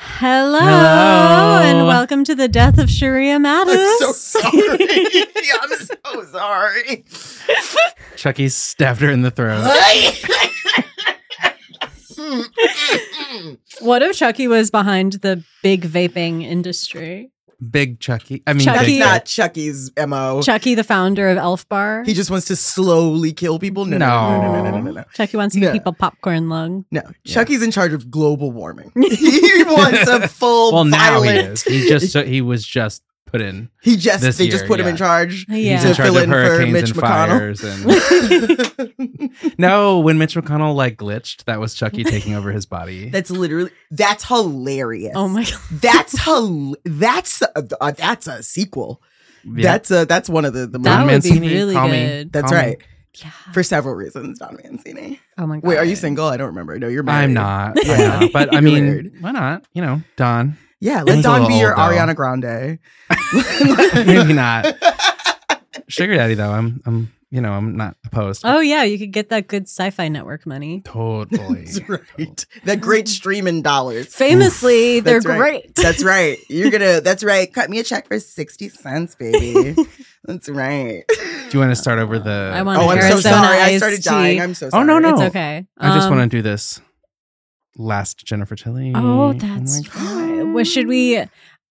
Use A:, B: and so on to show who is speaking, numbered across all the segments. A: Hello,
B: Hello.
A: and welcome to the death of Sharia Mattis.
C: I'm so sorry. I'm so sorry.
B: Chucky stabbed her in the throat.
A: what if Chucky was behind the big vaping industry?
B: Big Chucky. I mean,
A: Chucky.
B: Big
C: That's
A: He-
C: not Chucky's MO.
A: Chucky, the founder of Elf Bar.
C: He just wants to slowly kill people. No, no, no, no, no, no, no. no.
A: Chucky wants to give
C: No.
A: people popcorn lung.
C: No, Chucky's in charge of global warming. he wants a full
B: well, now he
C: violent.
B: is. He just he was just put in.
C: He just
B: This
C: they just
B: year,
C: put him
B: yeah.
C: in charge.
A: Yeah.
B: He's in
C: To
B: charge
C: fill
B: of
C: in for
B: hurricanes
C: Mitch
B: and
C: McConnell.
B: fires. And no, when Mitch McConnell like glitched, that was Chucky taking over his body.
C: that's literally that's hilarious.
A: Oh my god.
C: That's hel- that's a, uh, that's a sequel.
B: Yeah.
C: That's a that's one of the the
A: That
B: Don
A: would
C: movies.
B: Mancini,
A: be really
B: call me.
A: good.
C: That's
B: Call me.
C: right.
A: Yeah.
C: For several reasons, Don Mancini.
A: Oh my god.
C: Wait, are you single? I don't remember. No, you're married.
B: I'm not. I'm
C: Yeah.
B: not. But I
C: You're
B: mean,
C: married.
B: why not? You know, Don.
C: Yeah, let
B: He's a
C: Don be
B: little
C: your
B: old, though.
C: Ariana Grande.
B: Maybe not. Sugar Daddy though. I'm I'm you know, I'm not opposed.
A: Oh yeah, you could get that good sci-fi network money.
B: Totally.
C: That's right. That great stream in dollars.
A: Famously, they're
C: That's right.
A: great.
C: That's right. You're gonna. That's right. Cut me a check for sixty cents, baby. that's right.
B: Do you want to start over the
A: I wanna
C: Oh, I'm so
A: Arizona
C: sorry. I
A: iced
C: started
A: tea.
C: dying. I'm so
B: Oh,
C: sorry.
B: no, no.
A: It's okay.
B: I just
A: Um,
B: want to do this last Jennifer Tilly.
A: Oh,
B: my
A: that's
B: God.
A: right. Well, should we?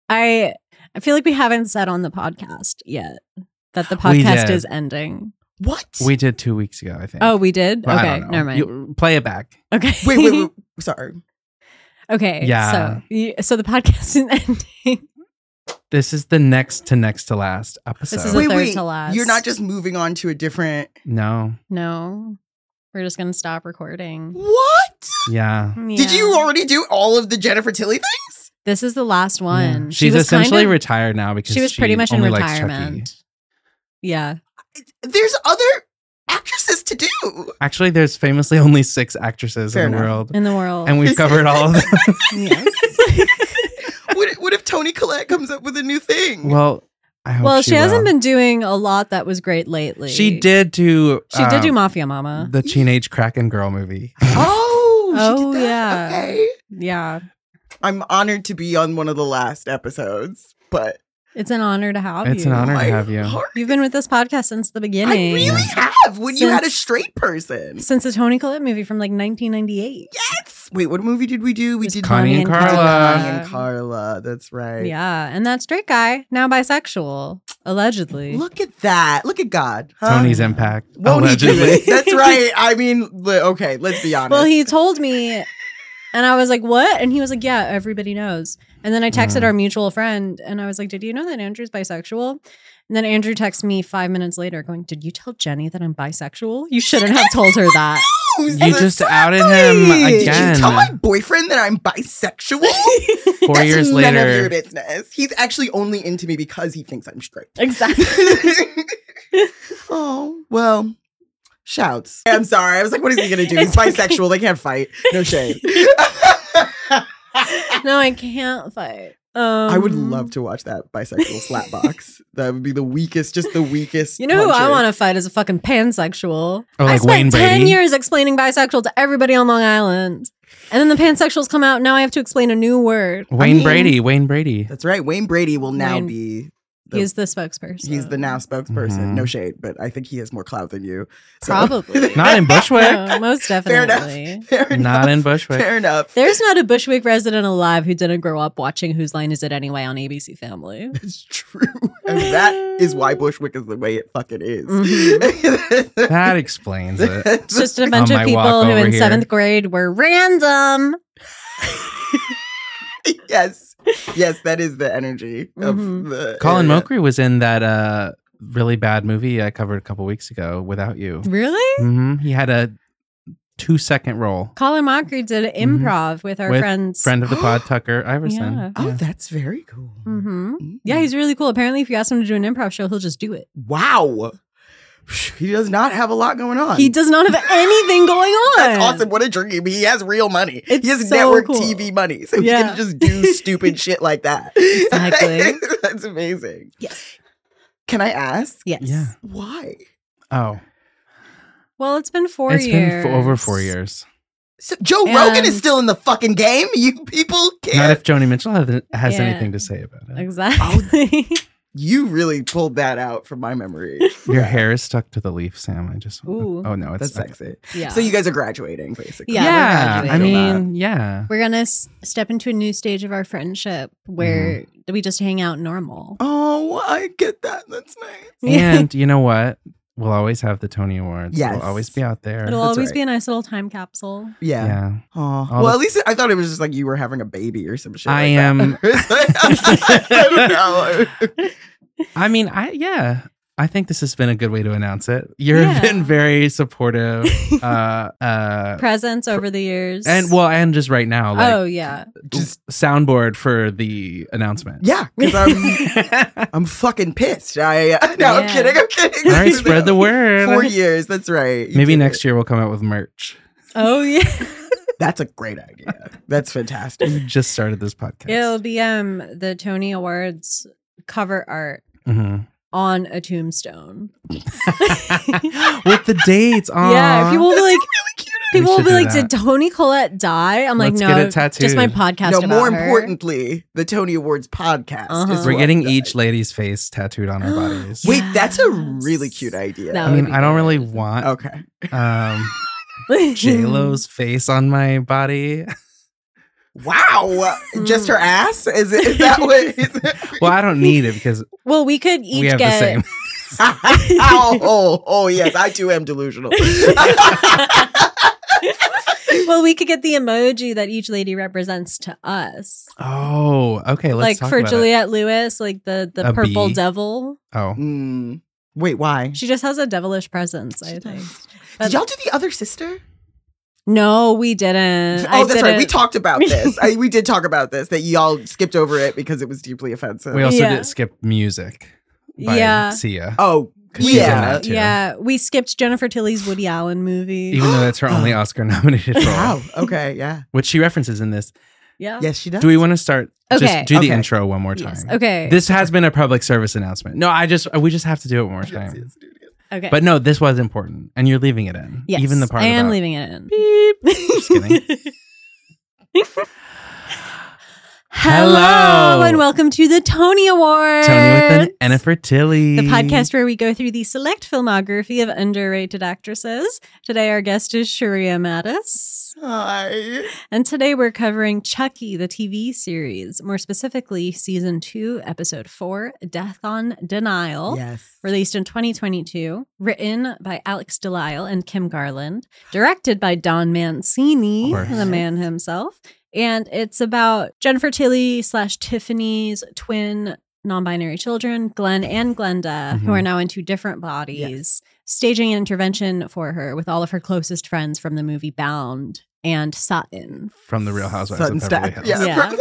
A: I I feel like we haven't said on the podcast yet that the
B: We
A: podcast
B: did.
A: is ending.
C: What?
B: we did two weeks ago, I think.
A: Oh, we did.
B: Well, I
A: okay,
B: don't know.
A: never mind.
B: You- play it back.
A: okay,
C: Wait, wait, wait. Sorry.
A: okay.
B: Yeah.
A: So, you- so the podcast is ending.
B: This is the next to next to last episode.
A: This is the
C: wait,
A: third
C: wait.
A: to last.
C: You're not just moving on to a different.
B: no.
A: No, we're just gonna stop recording.
C: What?
B: Yeah.
C: Did
A: Yeah.
C: you already do all of the Jennifer Tilly things?
A: This is the last one.
B: Yeah.
A: She
B: She's
A: was kind
B: essentially
A: of-
B: retired now because
A: She was pretty much in
B: only likes Chucky.
A: retirement. Yeah.
C: There's other actresses to do.
B: Actually, there's famously only six actresses
C: Fair
B: in the
C: enough.
B: world.
A: In the world.
B: And we've covered all of them.
A: yes.
C: What, what if Tony Collette comes up with a new thing?
B: well, I hope
A: well, she, hasn't
B: Oh, will.
A: been doing a lot that was great lately.
B: She did do.
A: She did do
B: um,
A: Mafia Mama.
B: the Teenage Kraken Girl movie.
C: oh, she
A: Oh,
C: did that.
A: yeah.
C: Okay.
A: yeah.
C: I'm honored to be on one of the last episodes, but
A: It's an honor to have you.
B: It's an honor to
C: my
B: have you.
C: heart-
A: You've been with this podcast since the
C: I
A: beginning.
C: really have. When you had a
A: Since-
C: straight person.
A: Since the Tony Collette movie from like 1998.
C: Yes. Wait, what movie did we do? We
A: It was
C: did
B: Connie and
C: we did
B: Carla.
C: Connie and Carla. That's right.
A: Yeah. And that straight guy, now bisexual, allegedly.
C: Look at that. Look at God. huh?
B: Tony's impact.
C: Won't he do
B: allegedly.
C: it? That's right. I mean, li- okay, let's be honest.
A: well, he told me, and I was like, what? And he was like, yeah, everybody knows. And then I texted
C: Mm-hmm.
B: Mhm.
A: our mutual friend and I was like, did you know that Andrew's bisexual? And then Andrew texts me five minutes later going, did you tell Jenny that I'm bisexual? You shouldn't have told her that.
B: You just outed him
C: Did
B: again.
C: you tell my boyfriend that I'm bisexual?
B: Four
C: That's
B: years
C: none of your
B: later,
C: business. He's actually only into me because he thinks I'm straight.
A: Exactly.
C: oh, well, shouts. I'm sorry. I was like, what is he going to do? He's
A: It's okay.
C: bisexual. They can't fight. No shade.
A: no, I can't fight. Um,
C: I would love to watch that bisexual slap box. That would be the weakest, just the weakest.
A: You know who I
C: puncher.
A: want to fight is a fucking pansexual.
B: Oh,
A: I
B: like
A: spent
B: Wayne
A: ten
B: Brady?
A: years explaining bisexual to everybody on Long Island, and then the pansexuals come out. Now I have to explain a new word.
B: Wayne
C: mean-
B: Brady. Wayne Brady.
C: That's right. Wayne Brady will now
A: Wayne-
C: be. The,
A: He's the spokesperson.
C: he's the now spokesperson.
B: Mhm.
C: No shade, but I think he has more clout than you. So-
A: Mm-hmm. probably
B: Not in Bushwick.
A: No, most
C: Fair enough.
A: definitely.
C: Fair enough.
B: Not in Bushwick.
C: Fair enough.
A: There's not a Bushwick resident alive who didn't grow up watching Whose Line Is It Anyway on ABC Family.
C: It's true. And that is why Bushwick is the way it fucking is.
A: Mm-hmm.
B: That explains it.
A: It's just a bunch
B: On
A: of
B: my
A: people
B: walk
A: who
B: over
A: in
B: here.
A: seventh grade were random.
C: yes. Yes, that is the energy of
A: Mhm.
C: the
B: Colin
C: area.
B: Mokry was in that uh, really bad movie I covered a couple weeks ago. Without you,
C: Mm-hmm.
A: Really?
B: hmm he had a two-second role.
A: Colin Mockery did
B: Mhm.
A: improv with our
B: With
A: friends.
B: Friend of the pod, Tucker Iverson.
A: Yeah.
C: Oh, that's very cool. Mm.
A: hmm Yeah, he's really cool. Apparently, if you ask him to do an improv show, he'll just do it.
C: wow. He does not have a lot going on.
A: He does not have anything going on.
C: That's awesome. What a dream. He has real money.
A: It's
C: he has
A: so
C: network
A: cool.
C: TV money. So
A: Yeah.
C: he can just do stupid shit like that.
A: Exactly.
C: That's amazing.
A: Yes.
C: Can I ask
A: Yes.
B: Yeah.
C: why?
B: Oh,
A: Well, it's been four
B: it's
A: years.
B: been f- over four years.
C: So Joe Rogan
A: And-
C: is still in the fucking game. You people
B: Not
C: can't.
B: if Joni Mitchell has, has
A: Yeah.
B: anything to say about it.
A: Exactly.
C: you really pulled that out from my memory.
B: Your hair is stuck to the leaf, Sam. I just.
A: Ooh.
B: Oh no, it's
C: That's
B: okay.
C: sexy.
A: yeah.
C: So you guys are graduating, basically.
A: Yeah, we're
B: Yeah, I
A: graduating.
B: mean, yeah.
A: we're gonna s- step into a new stage of our friendship where
B: Mm-hmm.
A: we just hang out normal.
C: Oh, I get that. That's nice.
B: And you know what? We'll always have the Tony Awards.
C: Yes.
B: We'll always be out there.
A: It'll
C: That's
A: always
C: right.
A: be a nice little time capsule.
C: Yeah.
B: yeah.
C: Aw.
B: All the-
C: Well, at least I thought it was just like you were having a baby or some shit.
B: I
C: like
B: am.
C: That. I don't know.
B: I mean, I yeah. I think this has been a good way to announce it. You've
A: Yeah.
B: been very supportive. uh, uh,
A: Presents over the years.
B: and well, and just right now, like
A: oh yeah.
C: Just
B: soundboard for the announcement.
C: yeah, because I'm I'm fucking pissed. I uh, no, I'm
A: Yeah.
C: kidding. I'm kidding.
B: All right, spread the word.
C: Four years. That's right. You
B: Maybe
C: did
B: next
C: it.
B: year we'll come out with merch.
A: Oh yeah.
C: That's a great idea. That's fantastic.
B: We just started this podcast.
A: It'll be um the Tony Awards cover art
B: Mhm.
A: on a tombstone.
B: with the dates on.
A: Yeah, people will be like, people will
B: should
A: be
B: do
A: like,
B: that.
A: did Tony Collette die? I'm like,
B: Let's
A: no,
B: get it
A: just my
B: tattooed."
A: podcast.
C: no,
A: about
C: more
A: her."
C: importantly, the Tony Awards podcast.
A: Uh-huh.
C: is
B: We're
C: what-
B: getting each lady's face tattooed on our bodies.
C: Wait, that's a really
A: Yes.
C: cute idea.
A: That
B: I
A: would
B: mean,
A: be
B: I don't
A: good.
B: really want
C: okay.
B: um, J Lo's face on my body.
C: Wow. Just
A: Mm.
C: her ass? Is it? Is that what? Is it?
B: Well, I don't need it because
A: Well, we could each
B: we have
A: get.
B: the same.
C: oh, oh, oh, yes, I too am delusional.
A: well, we could get the emoji that each lady represents to us.
B: Oh, okay.
A: like
B: Let's talk
A: for
B: about it.
A: Juliette Lewis, like the the
B: A
A: purple
B: bee.
A: devil.
B: Oh,
C: Mm. Wait, why?
A: She just has a devilish presence, I think.
C: Did y'all do the other sister?
A: No, we didn't.
C: oh, that's right. We
A: Uh, didn't-
C: talked about this. I, we did talk about this. That y'all skipped over it because it was deeply offensive.
B: we also
A: Mm, Yeah.
B: did skip music. By
A: Yeah.
B: Sia.
C: oh,
B: 'Cause she's in
C: yeah.
B: that too.
A: Yeah, we skipped Jennifer Tilly's Woody Allen movie.
B: Even though that's her only Oscar-nominated role,
C: Wow. Okay. Yeah.
B: which she references in this.
A: Yeah.
C: Yes, she does.
B: Do we want to start?
A: Okay.
B: Just do the
C: Okay.
B: intro one more time.
A: Yes. Okay.
B: This has been a public service announcement. No, I just we just have to do it one more time.
C: Yes, yes, do it again.
A: okay.
B: But no, this was important, and you're leaving it in.
A: yes,
B: Even the part
A: I am
B: about-
A: leaving it in.
B: Just kidding.
A: Hello
B: Hello.
A: and welcome to the Tony Awards.
B: Tony with an Anna for Tilly.
A: the podcast where we go through the select filmography of underrated actresses. Today, our guest is Sharia Mattis.
C: Hi.
A: And today we're covering Chucky, the TV series, more specifically season two, episode four, Death on Denial,
C: Yes.
A: released in 2022, written by Alex Delisle and Kim Garland, directed by Don Mancini,
B: Of course.
A: the man himself. And it's about Jennifer Tilly slash Tiffany's twin non binary children, Glenn and Glenda, who
B: Mhm.
A: are now in two different bodies, staging an intervention for her with all of her closest friends from the movie Bound and Sutton.
B: from the Real Housewives
C: Sutton
B: of Beverly
C: Stack.
B: Hills.
C: Yeah.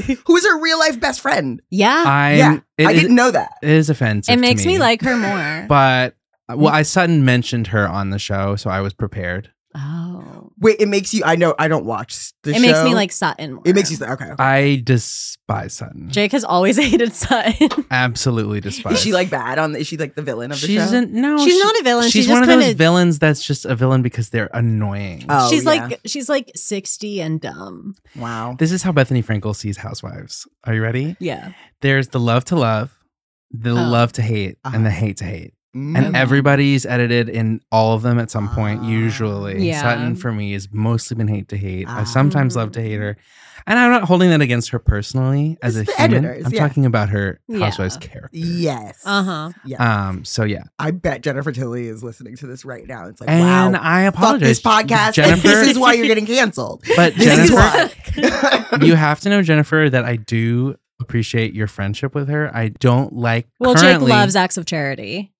A: Yeah.
C: Who is her real life best friend?
A: yeah,
B: I'm,
C: Yeah,
B: it
C: I
B: is-
C: didn't know that.
B: it is offensive.
A: it
B: to
A: makes me. like Mm. her more.
B: But well, I sudden mentioned her on the show, so I was prepared.
A: oh,
C: Wait, it makes you. I know. I don't watch the
A: it
C: show.
A: makes me like Sutton. More.
C: It makes you. Okay. okay.
B: I despise Sutton.
A: Jake has always hated Sutton.
B: Absolutely
C: Is
B: despise.
C: she like bad on? Is she like the villain of the
B: she's
C: show?
B: an- no,
A: she's
B: she-
A: not a villain.
B: She's,
A: She's,
B: one
A: just
B: of those
A: kind of.
B: villains that's just a villain because they're annoying.
C: Oh,
A: she's
C: yeah.
A: like she's like sixty and dumb.
C: wow.
B: This is how Bethany Frankel sees housewives. Are you ready?
A: Yeah.
B: There's the love to love,
A: Oh.
B: the love to hate,
C: Uh-huh.
B: and the hate to hate.
C: Mm.
B: And
A: Okay.
B: everybody's edited in all of them at some point,
C: Ah.
B: usually.
A: Yeah.
B: Sutton for me has mostly been hate to hate. I
C: Ah.
B: sometimes love to hate her. And I'm not holding that against her personally as
C: It's
B: a
C: Ah. the
B: human.
C: editors,
B: I'm
C: yeah.
B: talking about her
A: Yeah.
B: housewives character.
C: Yes.
A: Uh huh.
C: Yeah.
B: Um, so yeah.
C: I bet Jennifer Tilly is listening to this right now. It's like,
B: And
C: wow.
B: I
C: Fuck
B: apologize.
C: this podcast. and
B: Jennifer,
C: this is why you're getting canceled.
B: but
C: This is
B: Jennifer,
C: why.
B: you have to know Jennifer that I do appreciate your friendship with her. I don't like
A: Well,
B: currently,
A: Jake loves acts of charity.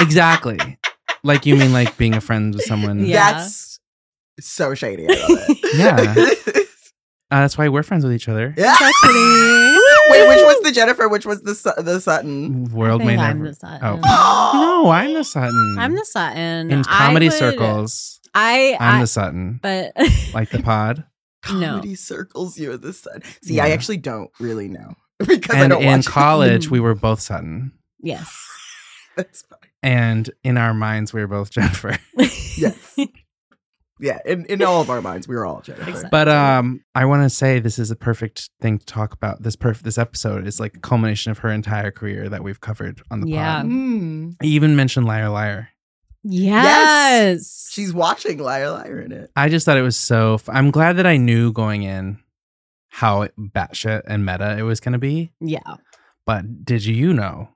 B: exactly. Like you mean like being a friend with someone?
A: Yeah.
C: That's so shady. I love it.
B: Yeah. Uh, that's why we're friends with each other.
C: Yeah. Wait, which was the Jennifer? Which was the Su- the Sutton?
B: World
A: I
B: may
A: think I'm
B: never.
A: the Sutton.
B: Oh.
C: Oh.
B: No, I'm the Sutton.
A: Um, I'm the Sutton.
B: in
A: I
B: comedy
A: would-
B: circles.
A: I,
B: I'm
A: I
B: the Sutton,
A: but
B: like the pod.
A: No.
C: Comedy circles you at the Sutton. See,
B: Yeah.
C: I actually don't really know because I
B: And
C: don't
B: in
C: watch.
B: college,
A: Mm.
B: we were both Sutton,
A: yes.
C: That's fine.
B: and in our minds, we were both Jennifer.
C: Yes. yeah, in, in all of our minds, we were all Jennifer.
A: Exactly.
B: But um, I want to say this is a perfect thing to talk about. This perfect this episode is like a culmination of her entire career that we've covered on the
A: Yeah.
B: pod.
C: Mm.
B: I even mentioned liar liar.
A: Yes.
C: She's watching Liar Liar in it.
B: I just thought it was so. F- I'm glad that I knew going in how batshit and meta it was going to be.
A: yeah.
B: But did you know?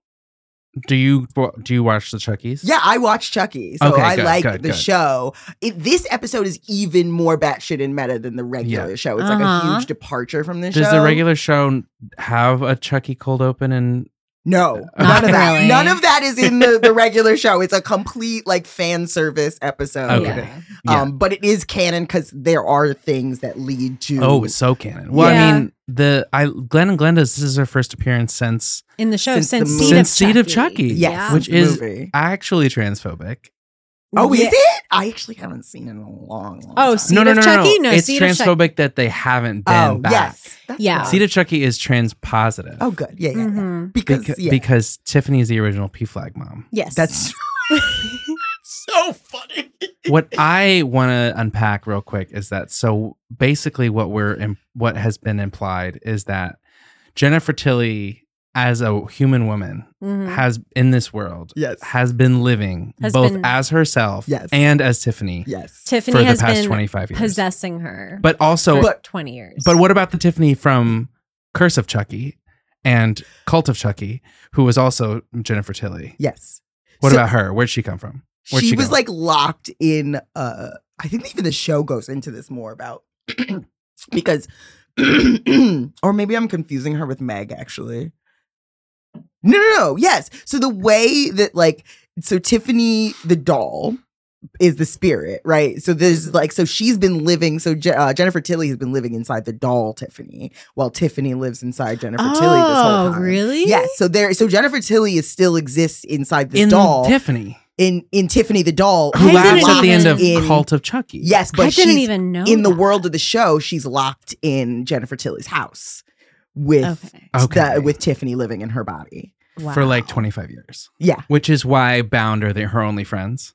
B: Do you do you watch the Chuckies?
C: Yeah, I watched Chucky, so
B: Okay,
C: I
B: good,
C: like
B: good,
C: the
B: good.
C: show. It, this episode is even more batshit and meta than the regular show. It's like a
A: Uh-huh.
C: huge departure from this
B: Does
C: show.
B: the regular show have a Chucky cold open and
C: No,
B: Not
C: none of that.
A: really.
C: None of that is in the, the regular show. It's a complete like fan service episode.
B: Okay.
A: Yeah.
B: Yeah.
C: Um, but it is canon because there are things that lead to.
B: oh, it's so canon. Well, I
A: Yeah.
B: mean the I Glenn and Glenda's this is her first appearance since
A: In the show
C: Since
A: since,
C: the
A: Seed
C: movie-
A: of
B: Since Seed of Chucky.
C: yes,
A: Yeah.
B: Which
C: the
B: is-
C: movie.
B: actually transphobic.
C: Oh,
A: yeah.
C: is it? I actually haven't seen it in a long, long
A: Oh,
C: time.
A: Seed
B: no, no,
A: of
B: no, no,
A: Chucky?
B: no.
A: No,
B: It's
A: Seed of Chucky.
B: transphobic that they haven't been
C: oh
B: back.
C: yes, That's
A: Yeah.
C: why.
B: Seed of Chucky is transpositive.
C: Oh, good. Yeah, yeah. yeah.
A: Mhm.
C: Because,
B: Beca-
C: yeah,
B: because Tiffany is the original P flag mom.
A: Yes.
C: that's so funny.
B: what I want to unpack real quick is that so basically what we're im- what has been implied is that Jennifer Tilly as a human woman
A: Mhm.
B: has in this world
C: Yes.
B: has been living
A: Has
B: both
A: been-
B: as herself
C: Yes.
B: and as Tiffany
C: Yes.
A: Tiffany
B: for the
A: has
B: past
A: been
B: 25 years.
A: possessing her
B: but also
A: for
B: but,
C: But-
A: 20 years.
B: what about the Tiffany from Curse of Chucky and Cult of Chucky who was also Jennifer Tilly?
C: Yes.
B: What
C: So-
B: about her? Where'd she come from? Where'd
C: she,
B: she
C: was
B: go?
C: like locked in uh I think even the show goes into this more about because or maybe I'm confusing her with Meg actually. No, no, no. Yes. So the way that like so Tiffany the doll is the spirit, right? So there's like so she's been living so Je- uh, Jennifer Tilly has been living inside the doll Tiffany while Tiffany lives inside Jennifer Tilly this whole
A: Oh,
C: time.
A: really?
C: Yes, so there, so Jennifer Tilly is still exists inside this
B: in
C: doll
B: Tiffany.
C: in in Tiffany the doll
B: who
A: I didn't
B: laughs at the end of
A: even-
C: in-
B: Cult of Chucky.
C: Yes, but
A: I didn't
C: she's-
A: even know.
C: in the
A: that.
C: world of the show, she's locked in Jennifer Tilly's house with
A: Okay.
B: Okay.
C: the- with Tiffany living in her body.
B: For like
A: Wow.
B: 25 years.
C: Yeah.
B: Which is why Bound are the, her only friends.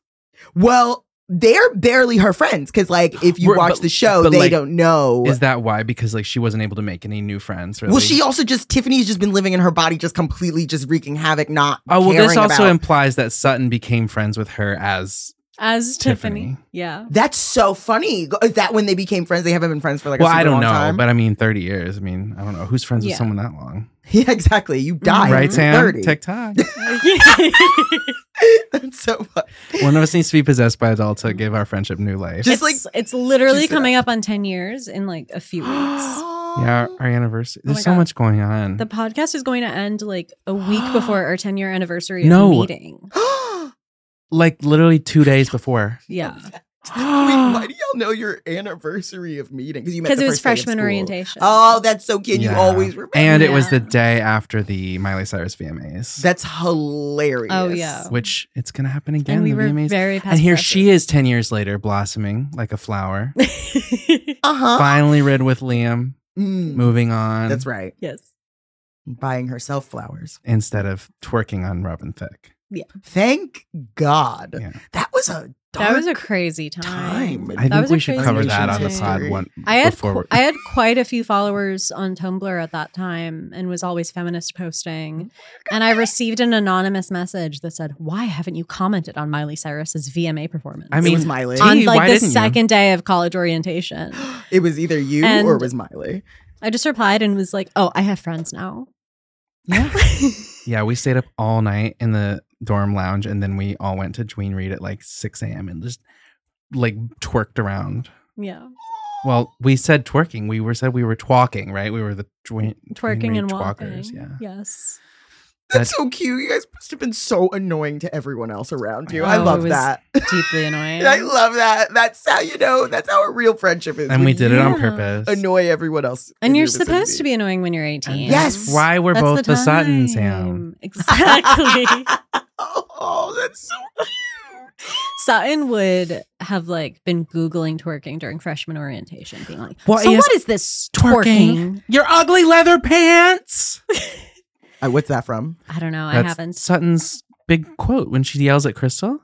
C: Well, they're barely her friends because like if you
B: We're-
C: watch
B: but-
C: the show,
B: but,
C: they
B: like,
C: don't know.
B: Is that why? Because like she wasn't able to make any new friends. Really.
C: Well, she also just Tiffany's just been living in her body, just completely just wreaking havoc. Not
B: Oh well, this
C: caring
B: also
C: about-
B: implies that Sutton became friends with her as
A: As Tiffany.
B: Tiffany.
A: Yeah.
C: that's so funny. Is that when they became friends? They haven't been friends for like
B: well.
C: a super
B: I don't
C: long
B: know,
C: time?
B: but I mean, thirty years. I mean, I don't know who's friends with
A: Yeah.
B: someone that long,
C: yeah, exactly. You died
A: Mhm.
B: right?
C: at
B: Sam,
C: thirty.
B: TikTok.
C: that's so funny.
B: One of us needs to be possessed by a doll to give our friendship new life.
C: Just like uh,
A: it's, it's literally
C: Just-
A: coming up on 10 years in like a few weeks.
B: yeah, our anniversary. There's
A: Oh my
B: so
A: God.
B: much going on.
A: The podcast is going to end like a week before our 10 year anniversary of
B: No.
A: meeting.
B: like literally two days before.
A: Yeah.
C: Wait, why do y'all know your anniversary of meeting? Because you met
A: Because
C: the
A: it was
C: first day
A: freshman
C: of school.
A: orientation.
C: Oh, that's so cute.
B: Yeah.
C: You always remember.
B: And it was
A: Yeah.
B: the day after the Miley Cyrus VMAs.
C: that's hilarious.
A: Oh, yeah.
B: which it's gonna happen again.
A: and we
B: the
A: were
B: VMAs.
A: very past
B: and here she is, ten years later, blossoming like a flower.
A: is.
C: Uh huh.
B: Finally, rid with Liam, moving on.
C: Mm. That's right.
A: yes.
C: Buying herself flowers.
B: Instead of twerking on Robin Thicke.
C: Thank God.
B: Yeah.
C: That was a dark
A: That was a crazy time.
C: time.
B: I
A: That
B: think
A: was a
B: we should
A: crazy
B: cover that on the
A: history.
B: pod one.
A: I had
B: before
A: qu-
B: we-
A: I had quite a few followers on Tumblr at that time and was always feminist posting. And I received an anonymous message that said, "Why haven't you commented on Miley Cyrus's VMA performance?"
B: I
C: it was
B: mean,
C: Miley.
B: T-
A: on
B: Gee, why
A: like the
B: didn't you?
A: second day of college orientation.
C: it was either you
A: And-
C: or it was Miley.
A: I just replied and was like, "Oh, I have friends now."
B: yeah. yeah, we stayed up all night in the dorm lounge, and then we all went to Dwayne Reed at like six a.m. and just like twerked around.
A: Yeah,
B: Well, we said twerking. We were said we were twalking, right? We were the Dwayne, Dwayne
A: twerking
B: Reed
A: and walking.
B: twalkers. Yeah.
A: Yes.
C: That's
B: That-
C: so cute. You guys must have been so annoying to everyone else around you.
A: Oh,
C: I love
A: it was
C: that.
A: Deeply annoying.
C: I love that. That's how you know. That's how a real friendship is.
B: And
C: when
B: we did it on
A: Yeah.
B: purpose.
C: annoy everyone else.
A: and
C: in
A: you're
C: your
A: supposed
C: vicinity.
A: to be annoying when you're 18.
C: Yes. Wow.
B: Why we're
A: That's
B: both the,
A: time.
B: Suttons, Sam?
A: Exactly.
C: oh, that's so cute.
A: Sutton would have like been googling twerking during freshman orientation, being like,
B: What
A: "So
B: is
A: what is this
B: twerking?"
A: twerking?
B: Your ugly leather pants.
C: Uh, what's that from?
A: I don't know. I
B: That's
A: haven't.
B: Sutton's big quote when she yells at Crystal.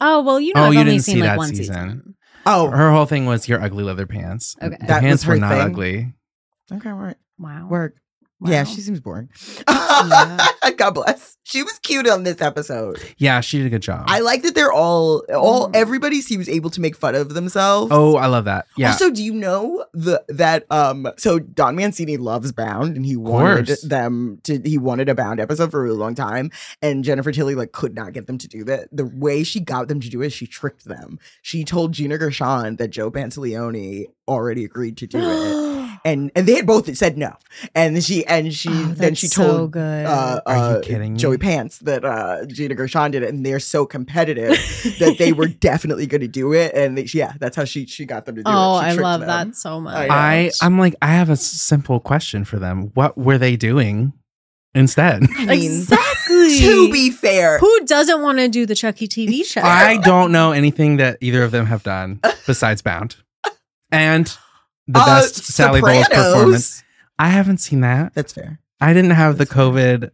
A: Oh well, you know
B: Oh,
A: I've
B: you
A: only
B: didn't
A: seen
B: see
A: like
B: that
A: one
B: season.
A: season.
C: Oh,
B: Her whole thing was your ugly leather pants.
A: Okay.
B: Her
C: That was
B: pants
C: her
B: were not
C: thing?
B: ugly.
C: okay, work,
A: Wow.
C: work. Yeah,
A: Wow.
C: she seems boring.
A: Yeah.
C: God bless. She was cute on this episode.
B: Yeah, she did a good job.
C: I like that they're all all
A: Mm.
C: everybody seems able to make fun of themselves.
B: oh, I love that. Yeah.
C: Also, do you know the that um so Don Mancini loves Bound and he wanted
B: course.
C: them to he wanted a Bound episode for a really long time and Jennifer Tilly like could not get them to do that. The way she got them to do it, she tricked them. She told Gina Gershon that Joe Pantaleone already agreed to do it. And and they had both said no. And she and she
A: Oh,
C: then
A: that's
C: she
A: so
C: told
A: good.
C: uh,
B: Are you
C: uh,
B: kidding me?
C: Joey Pants that uh, Gina Gershon did it, and they're so competitive that they were definitely going to do it. And they, yeah, that's how she she got them to do
A: oh,
C: it. She
A: I
C: tricked
A: love
C: them.
A: that so much.
C: I know.
B: I I'm like I have a s- simple question for them. What were they doing instead?
C: I mean,
A: exactly.
C: to be fair,
A: Who doesn't want to do the Chucky TV show?
B: I don't know anything that either of them have done besides Bound and the
C: uh,
B: best Sally Bowles
C: Sopranos-
B: performance. I haven't seen that.
C: That's fair.
B: I didn't have
C: That's
B: the COVID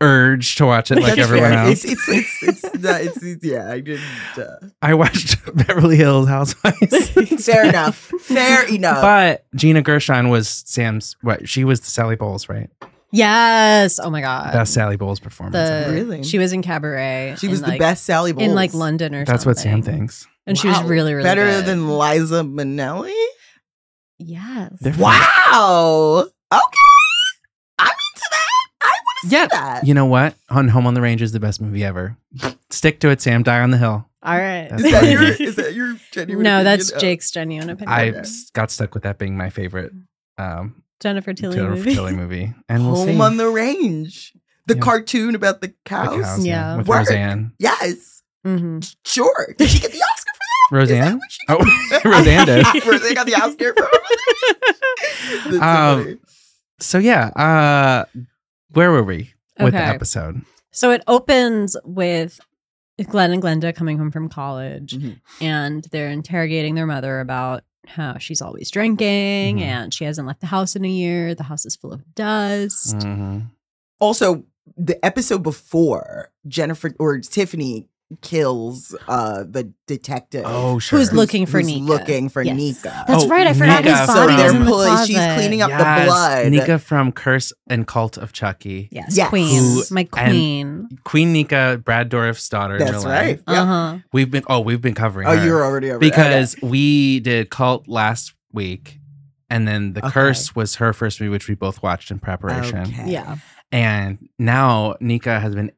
B: urge to watch it like
C: That's
B: everyone
C: fair.
B: else.
C: It's it's it's, it's, not, it's, it's yeah. I didn't. Uh,
B: I watched Beverly Hills Housewives.
C: fair enough. Fair enough.
B: But Gina Gershon was Sam's. What she was the Sally Bowles, right?
A: yes. Oh my
C: Uh,
A: god.
B: That's Sally Bowles' performance.
A: the
C: Really?
A: she was in cabaret.
C: she
A: in,
C: was the
A: like-
C: best Sally Bowles
A: in like London or
B: That's
A: something.
B: what Sam thinks.
A: And she was
C: Wow.
A: really really
C: better
A: good.
C: than Liza Minnelli.
A: yes.
B: They're
C: Wow. Okay. I'm into that. I want to see
B: Yeah.
C: that.
B: You know what? On Home on the Range is the best movie ever. Stick to it, Sam. Die on the hill.
A: All right.
B: That's
C: Is that your is that your genuine?
A: no,
C: opinion?
A: that's
C: Oh.
A: Jake's genuine opinion.
B: I
C: Okay.
B: s- got stuck with that being my favorite um,
A: Jennifer Tilly
B: Taylor
A: movie.
B: Tilly movie. And we'll
C: Home
B: see.
C: on the Range, the
B: Yeah.
C: cartoon about the
B: The
C: cows.
B: cows,
A: Yeah.
B: With
C: Work.
B: Roseanne.
C: Yes,
A: Mhm.
C: sure. Did she get the Oscar for that? Is that
B: Roseanne?
C: what she
B: Oh,
C: got?
B: Roseanne did.
C: Roseanne got the Oscar for That's
B: Um,
C: funny.
B: So, yeah. Uh, where were we with the
A: Okay.
B: episode?
A: So it opens with Glenn and Glenda coming home from college
C: Mhm.
A: and they're interrogating their mother about how she's always drinking
B: Mhm.
A: and she hasn't left the house in a year. The house is full of dust.
B: Mhm.
C: Also, the episode before Jennifer or Tiffany kills uh the detective.
B: Oh, sure.
A: Who's looking for
C: who's
A: Nika?
C: looking for
A: Yes.
C: Nika.
A: That's
B: Oh,
A: right. I forgot
B: Nika
A: his
B: from-
A: body
B: So
A: was in the
C: they're pulling-
A: closet.
C: she's cleaning up the
B: Yes,
C: blood.
B: Nika from Curse and Cult of Chucky.
A: Yes,
C: Yes.
A: queen,
B: Who-
A: my queen.
B: Queen Nika, Brad Dorff's daughter. in
C: That's
B: real
C: right.
B: Life.
C: Yep.
A: Uh huh.
B: We've been, oh, we've been covering
C: Oh,
B: her.
C: you're already over
B: because we did cult last week and then the
C: Okay.
B: curse was her first movie which we both watched in
C: okay.
B: preparation
C: Okay.
A: Yeah.
B: and now nika has been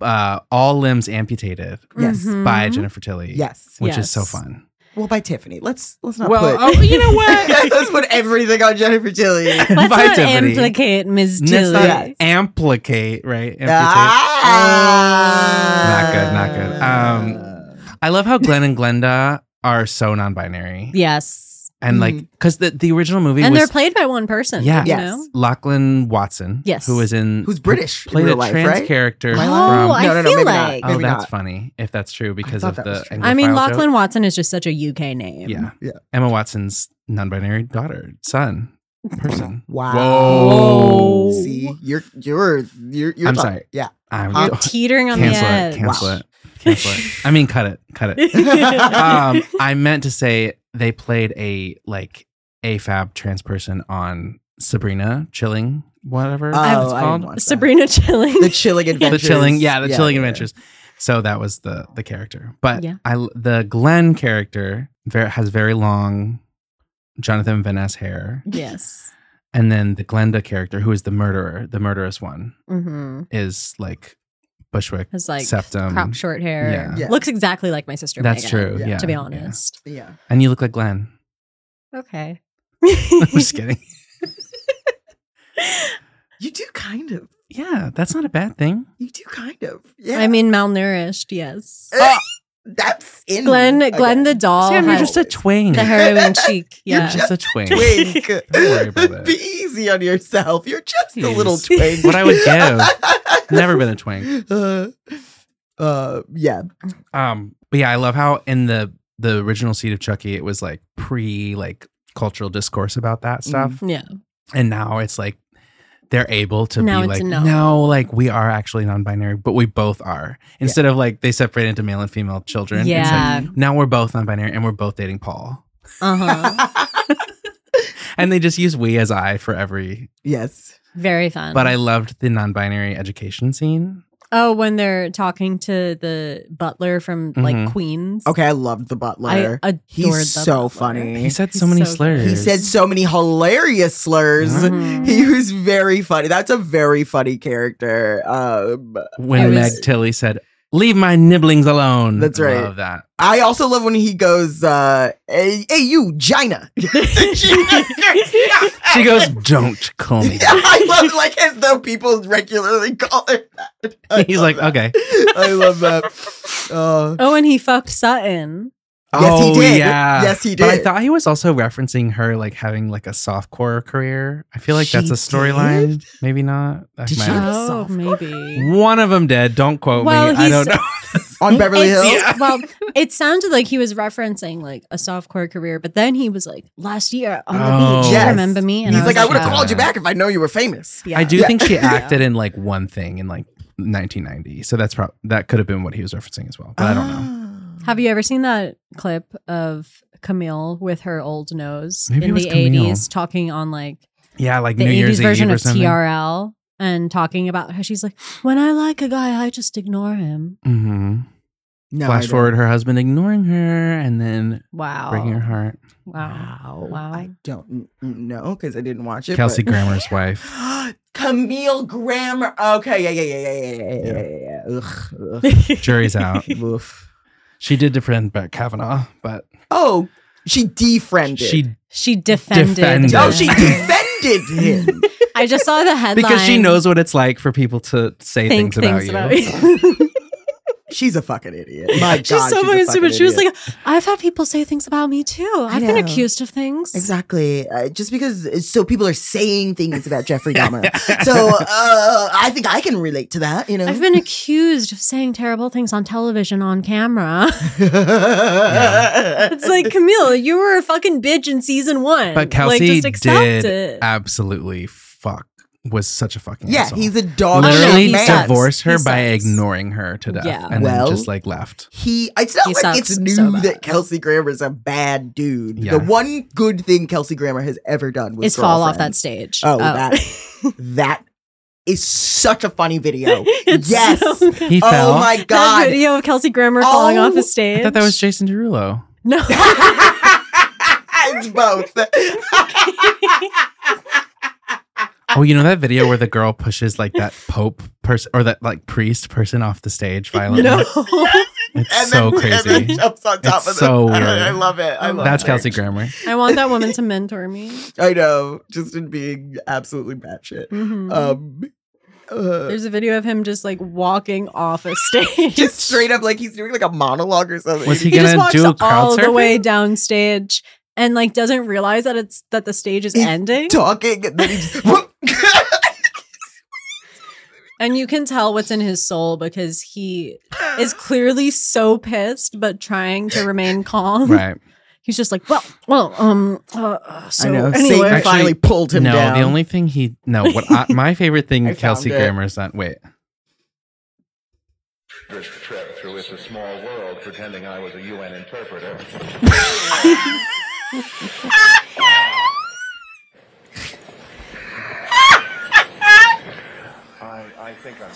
B: uh, all limbs amputated
C: Yes.
B: by
A: Mhm.
B: jennifer tilly
C: Mm-hmm. Yes.
B: which is so
A: Yes.
B: fun
C: Well, by Tiffany. Let's let's not put.
B: oh, you know
C: Let's put everything on Jennifer Tilly.
A: Let's
B: By
A: not
B: Tiffany.
A: implicate Ms.
B: Let's
A: Tilly.
B: not
C: Yes.
B: Amplicate, right? Amputate.
C: Ah.
B: Not good, not
C: good. Um,
B: I love how Glenn and Glenda are so non-binary,
A: Yes.
B: and like
C: Mhm.
B: because the, the original movie
A: Mm-hmm. And they're
B: was
A: played by one person.
B: Yeah.
A: You
C: Yes.
A: know?
B: Lachlan Watson,
A: Yes.
B: who was in
C: Who's British in
B: played
C: real
B: a
C: life,
B: trans
C: right?
B: character.
C: My
A: oh,
C: life.
B: from-
A: I
C: No, no, no,
A: feel
C: maybe not.
A: like.
B: oh,
C: Maybe
B: that's
C: not.
B: funny if that's true because
C: thought
B: of
C: that
B: the.
C: was true.
A: I mean,
B: Anglophile
A: Lachlan
B: joke.
A: Watson is just such a UK name.
B: Yeah.
C: Yeah.
B: Emma Watson's non-binary daughter, son, person.
C: Wow.
B: Whoa.
C: See, you're you're you're. you're
B: I'm
C: fucked.
B: sorry.
C: Yeah.
B: I'm
A: You're
B: cancel
A: teetering on the
B: it,
A: edge.
B: cancel
C: Wow.
B: it, cancel it. I mean, cut it, cut it. Um, I meant to say they played a like AFAB trans person on Sabrina, chilling, whatever
C: Oh, I
B: it's
C: didn't
B: called.
C: watch that.
A: Sabrina Chilling.
C: The chilling
B: the
C: adventures.
B: chilling yeah the chilling adventures so that was the the character but
A: Yeah.
B: i the glenn character ver has very long jonathan van ness hair
A: yes.
B: and then the glenda character who is the murderer the murderous one
A: Mm-hmm.
B: is like bushwick
A: Has like
B: Septum.
A: crop short hair.
B: Yeah.
C: Yeah.
A: Looks exactly like my sister.
B: that's
A: Megan,
B: true
C: yeah,
B: yeah,
A: To be
B: yeah.
A: honest.
C: Yeah.
B: and you look like glenn
A: Okay.
B: i'm just kidding
C: You do kind of.
B: yeah that's not a bad thing
C: You do kind of. Yeah.
A: I mean, malnourished. Yes.
C: Uh, that's in
A: Glenn,
C: again.
A: Glenn the doll.
B: sam you're
A: has
B: just a twink
A: the heroin cheek.
C: You're
A: Yeah.
B: just a twink
C: twink.
B: worry about it.
C: Be easy on yourself. You're just a little
B: Jeez.
C: twink.
B: What I would give. never been a twink
C: Uh, uh, yeah.
B: Um, but yeah, I love how in the the original seed of Chucky, it was like pre like cultural discourse about that stuff,
A: yeah.
B: and now it's like they're able to
A: Now
B: be
A: it's
B: like,
A: a no.
B: no, like we are actually non-binary, but we both are. Instead of like they separate into male and female children. it's like,
A: Yeah.
B: now we're both non-binary and we're both dating Paul.
A: Uh huh.
B: And they just use we as I for every.
C: yes.
A: Very fun.
B: But I loved the non-binary education scene.
A: oh, when they're talking to the butler from
B: Mhm.
A: like Queens.
C: Mm-hmm. Okay, I loved the butler.
A: I adored
C: He's
A: the
C: so
A: butler.
C: funny.
B: He said
A: He's
B: so many
A: so good.
B: slurs.
C: he said so many hilarious slurs.
A: Mhm.
C: He was very funny. That's a very funny character. Um,
A: It
B: when
A: was-
B: Meg Tilly said, "Leave my nibblings alone."
C: That's
B: I
C: right.
B: Love that.
C: I also love when he goes, uh, "Hey, hey you, Gina."
B: She goes, "Don't call me."
C: Yeah, I love like as though people regularly call her that. I
B: He's like,
C: love that.
B: "Okay."
C: I love that. Uh,
A: Oh, and he fucked Sutton.
C: yes, he
B: Oh,
C: did.
B: yeah.
C: Yes, he did.
B: But I thought he was also referencing her like having like a softcore career. I feel like that's
C: She
B: a storyline. Maybe not. I
C: Did she?
B: might-
C: Kinda
A: Oh,
C: soft.
A: maybe.
B: One of them did. Don't quote
A: Well,
B: me. I
A: he's-
B: don't know.
C: on Beverly
A: It's-
C: Hills.
B: Yeah.
A: Well, it sounded like he was referencing like a softcore career, but then he was like, last year on the
B: Oh.
A: beach,
C: Yes.
A: remember me?
C: He's
A: was
C: like, I would have
A: yeah.
C: called you back if I know you were famous.
A: Yeah.
B: I do
C: Yeah.
B: think she
A: Yeah.
B: acted in like one thing in like 1990. So that's probably that could have been what he was referencing as well. But I don't
C: Ah.
B: know.
C: know.
A: Have you ever seen that clip of Camille with her old nose
B: Maybe it
A: in
B: was
A: the
B: Camille.
A: 80s talking on like
B: Yeah, like
A: the
B: New
A: 80s
B: Year's
A: version
B: Eve or
A: of
B: something.
A: TRL and talking about how she's like, when I like a guy, I just ignore him.
B: hmm
C: No, I
B: Flash
C: don't.
B: forward, her husband ignoring her and then
A: Wow.
B: breaking her heart.
A: Wow. Wow.
C: I don't n- n- know because I didn't watch it.
B: Kelsey
C: but-
B: Grammer's wife.
C: Camille Grammer. Okay, yeah, yeah, yeah, yeah, yeah, yeah, yeah, yeah, yeah. Ugh, ugh.
B: Jury's out.
C: Oof.
B: She did defend Brett Kavanaugh, but
C: Oh, she defriended.
B: she
A: She defended.
B: Defended.
A: him.
C: no, Oh, she defended him.
A: I just saw the headline.
B: because she knows what it's like for people to say
A: think
B: things, about
A: things
B: you.
A: about you.
C: She's a fucking idiot. My
A: she's
C: God,
A: so
C: she's a
A: fucking stupid.
C: Idiot.
A: She was like, I've had people say things about me too. I've been
C: know.
A: accused of things.
C: Exactly. Uh, just because, so people are saying things about Jeffrey Dahmer. so uh, I think I can relate to that, you know?
A: I've been accused of saying terrible things on television on camera. It's like Camille, you were a fucking bitch in season one.
B: But Kelsey
A: like, just accept
B: did
A: it.
B: absolutely fuck was such a fucking
C: yeah,
B: asshole.
C: he's a dog
A: Literally
B: literally
C: shit man.
A: sucks.
B: divorced her
A: He
B: by
A: sucks.
B: ignoring her to death
A: Yeah.
B: and
C: Well-
B: then just like left.
C: He, it's not
A: He
C: like
A: sucks
C: it's
A: so
C: new
A: bad.
C: that Kelsey Grammer's a bad dude.
B: Yeah.
C: The one good thing Kelsey Grammer has ever done was
A: Is fall off that
C: Girlfriend.
A: stage.
C: Oh, that that is such a funny video.
A: It's
C: yes.
A: so-
B: He fell.
C: oh my
A: That
C: god.
A: video of Kelsey Grammer falling
C: Oh,
A: off the
B: I
A: stage.
B: thought that was Jason Derulo.
A: no.
C: it's both.
B: Oh, you know that video where the girl pushes like that pope person or that like priest person off the stage violently?
A: No.
B: It's
C: and
B: so
C: then, And
B: crazy.
C: then jumps on top
B: It's
C: of
B: so
C: them. I-
B: weird.
C: I, love it. I
A: Oh
C: love
B: That's
C: it.
B: Kelsey Grammer.
A: I want that woman to mentor me.
C: I know. Just in being absolutely batshit.
A: Mhm.
C: Um, uh,
A: There's a video of him just like walking off a stage.
C: just straight up like he's doing like a monologue or something.
B: Was he
A: he just
B: gonna
A: walks
B: do crowd
A: all the
B: surfing?
A: way downstage and like doesn't realize that it's that the stage is
C: He's
A: ending.
C: talking? And then he just.
A: And you can tell what's in his soul because he is clearly so pissed, but trying to remain calm.
B: Right.
A: He's just like, well, well, um, uh, uh, so
C: I know. Satan
A: anyway,
B: Actually,
C: finally pulled him
B: no,
C: down.
B: the only thing he no, what I, my favorite
C: I
B: thing
C: found
B: Kelsey
C: it.
B: Grammer's done. Wait,
D: This trip through It's a Small World pretending I was a UN interpreter. I, I think I'm.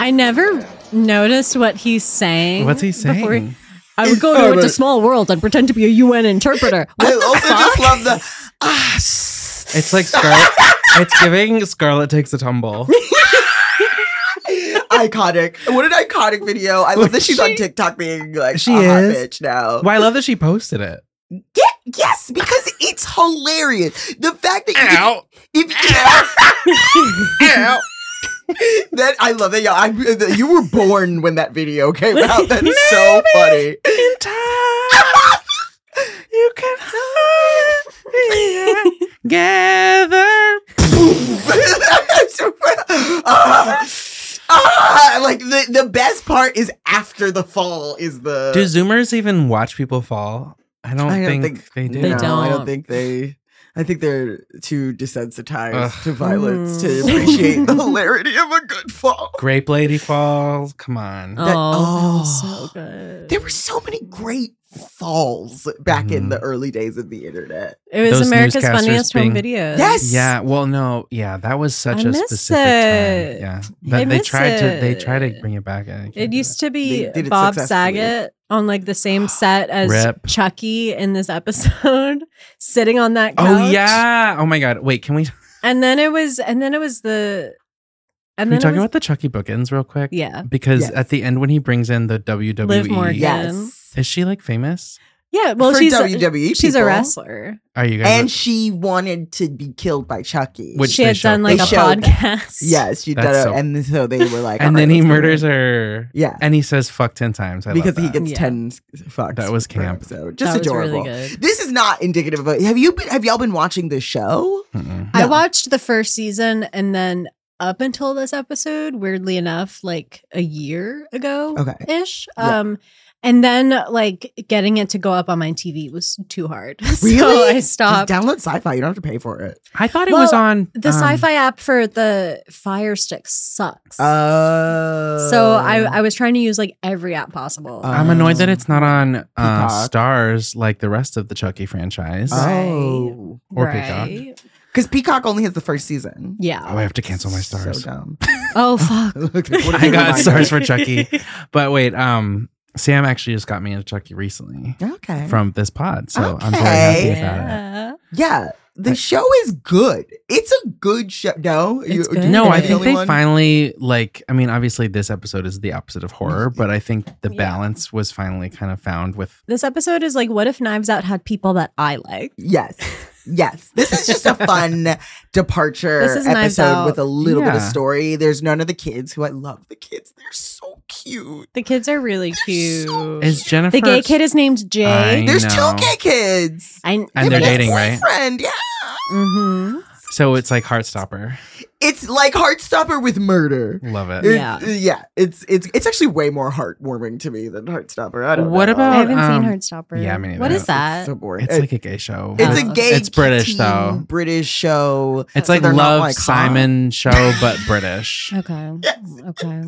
A: I never noticed what he's saying.
B: what's he saying?
A: before he- I would go to
C: Oh,
A: it's a
C: but-
A: small world and pretend to be a UN interpreter.
C: I
A: What the
C: also
A: fuck?
C: just love the ah. s-
B: It's like Scarlet. it's giving Scarlet takes a tumble.
C: iconic. What an iconic video! I love that she's on TikTok being like
B: She
C: a hot
B: is.
C: bitch now.
B: Well, I love that she posted it.
C: Yeah, yes, because it's hilarious. The fact that you
B: Ow.
C: If, Ow. that I love that y'all. I, that you were born when that video came out. That's so funny.
B: In time, you can hide together.
C: Ah, ah, like the, the best part is after the fall is the.
B: Do Zoomers even watch people fall? I don't,
C: I don't
B: think,
C: think
B: they do.
A: They
C: No, I don't
A: don't.
C: think they. I think they're too desensitized
B: Ugh.
C: to violence to
A: Mm.
C: appreciate the hilarity of a good fall.
B: Grape Lady Falls. Come on.
A: Oh,
C: That-
A: that was
C: oh.
A: so good.
C: There were so many great falls back in
B: Mhm.
C: the early days of the internet.
A: it was
B: those
A: America's
B: newscasters
A: funniest
B: being-
A: home videos.
C: Yes!
B: Yeah. Well, no. Yeah, that was such
A: I
B: a
A: miss
B: specific
A: it.
B: time. Yeah,
C: I
B: but they
A: miss
B: tried to. They
A: it.
B: tried to bring it back. and they can't
A: It
B: do
A: used to be
C: They did it
A: Bob
C: successfully.
A: Saget on like the same set as
B: Rip.
A: Chucky in this episode, sitting on that
B: it. Oh
A: couch.
B: yeah. Oh my God. Wait. Can we? Can
A: And then it was and then it was the and
B: we
A: then
B: talk
A: it was,
B: about the Chucky bookends real quick?
A: Yeah.
B: Because
C: Yes.
B: at the end when he brings in the WWE,
A: Liv Morgan.
C: Yes.
B: is she like famous?
A: Yeah, well
C: For
A: she's
C: WWE
A: she's a
C: people.
A: wrestler.
B: Are you guys?
C: And she wanted to be killed by Chucky.
B: Which
A: she
B: they
A: had
B: showed.
A: done like
C: They
A: a
C: showed.
A: podcast.
C: yes, she did
B: That's
C: it.
B: so-
C: and so they were like,
B: and
C: "All
B: then
C: right,
B: he
C: let's do
B: murders
C: it."
B: her.
C: Yeah.
B: And he says "fuck" ten times. I
C: Because he
B: love that.
C: gets
A: Yeah.
C: 10 fucks.
B: That was
C: per
B: camp.
C: episode.
A: That
C: Just
A: was really
C: adorable.
A: good.
C: This is not indicative of a, have you been have y'all been watching this show?
B: Mm-mm.
A: I
C: No.
A: watched the first season and then up until this episode, weirdly enough, like a year ago
C: Okay.
A: ish.
C: Yeah.
A: Um and then like getting it to go up on my TV was too hard. so
C: Really?
A: I
C: Just
A: stopped.
C: download sci-fi. You don't have to pay for it.
B: I thought it
A: Well,
B: was on
A: the
B: um,
A: sci-fi app for the Fire Stick sucks.
C: Oh.
A: so I, I was trying to use like every app possible.
C: Uh,
B: I'm annoyed that it's not on uh,
C: Peacock.
B: Stars like the rest of the Chucky franchise.
A: Uh,
C: Oh.
B: or Peacock.
C: Because Peacock only has the first season.
B: oh,
A: Yeah.
B: I have to cancel my stars.
C: So dumb.
A: Oh fuck.
C: Look, what a
B: I
C: good
B: got
C: reminder.
B: stars for Chucky. But wait, um, Sam actually just got me into Chucky recently
C: Okay.
B: from this pod, so I'm very happy
C: Okay.
B: about it.
A: Yeah.
C: yeah. The show is good. It's a good show. No,
A: It's good.
B: No, I
A: Am I the
B: think
A: only
B: they finally like. I mean, obviously, this episode is the opposite of horror, but I think the
A: Yeah.
B: balance was finally kind of found with.
A: This episode is like, what if Knives Out had people that I like?
C: Yes. Yes. This is just a fun departure
A: This is Knives
C: episode
A: Out.
C: with a little bit of
B: Yeah.
C: story. There's none of the kids who I love the kids. They're so cute.
A: The kids are really
C: They're
A: cute.
C: so
B: Is Jennifer
A: the gay kid is named Jay.
B: I
C: There's
B: know.
C: two gay kids.
A: I,
B: And they're
C: have a
B: dating, right?
C: Boyfriend. Yeah.
A: hmm
B: So it's like Heartstopper.
C: It's like Heartstopper with murder.
B: Love it.
C: It-
A: Yeah.
C: yeah. It's it's it's actually way more heartwarming to me than Heartstopper. I don't
B: What
C: know.
A: I
B: about-
A: haven't
B: um,
A: seen Heartstopper.
B: yeah, me neither.
A: What is
C: It's
A: that?
C: so boring.
B: It's
C: It-
B: like a gay show.
C: It's
A: Oh.
C: a gay,
B: It's British,
C: teen
B: though.
C: British show.
B: It's
A: So
B: like
C: they're not,
B: Love
C: like, hot.
B: Simon show, but British.
A: okay.
C: Yes.
A: Okay.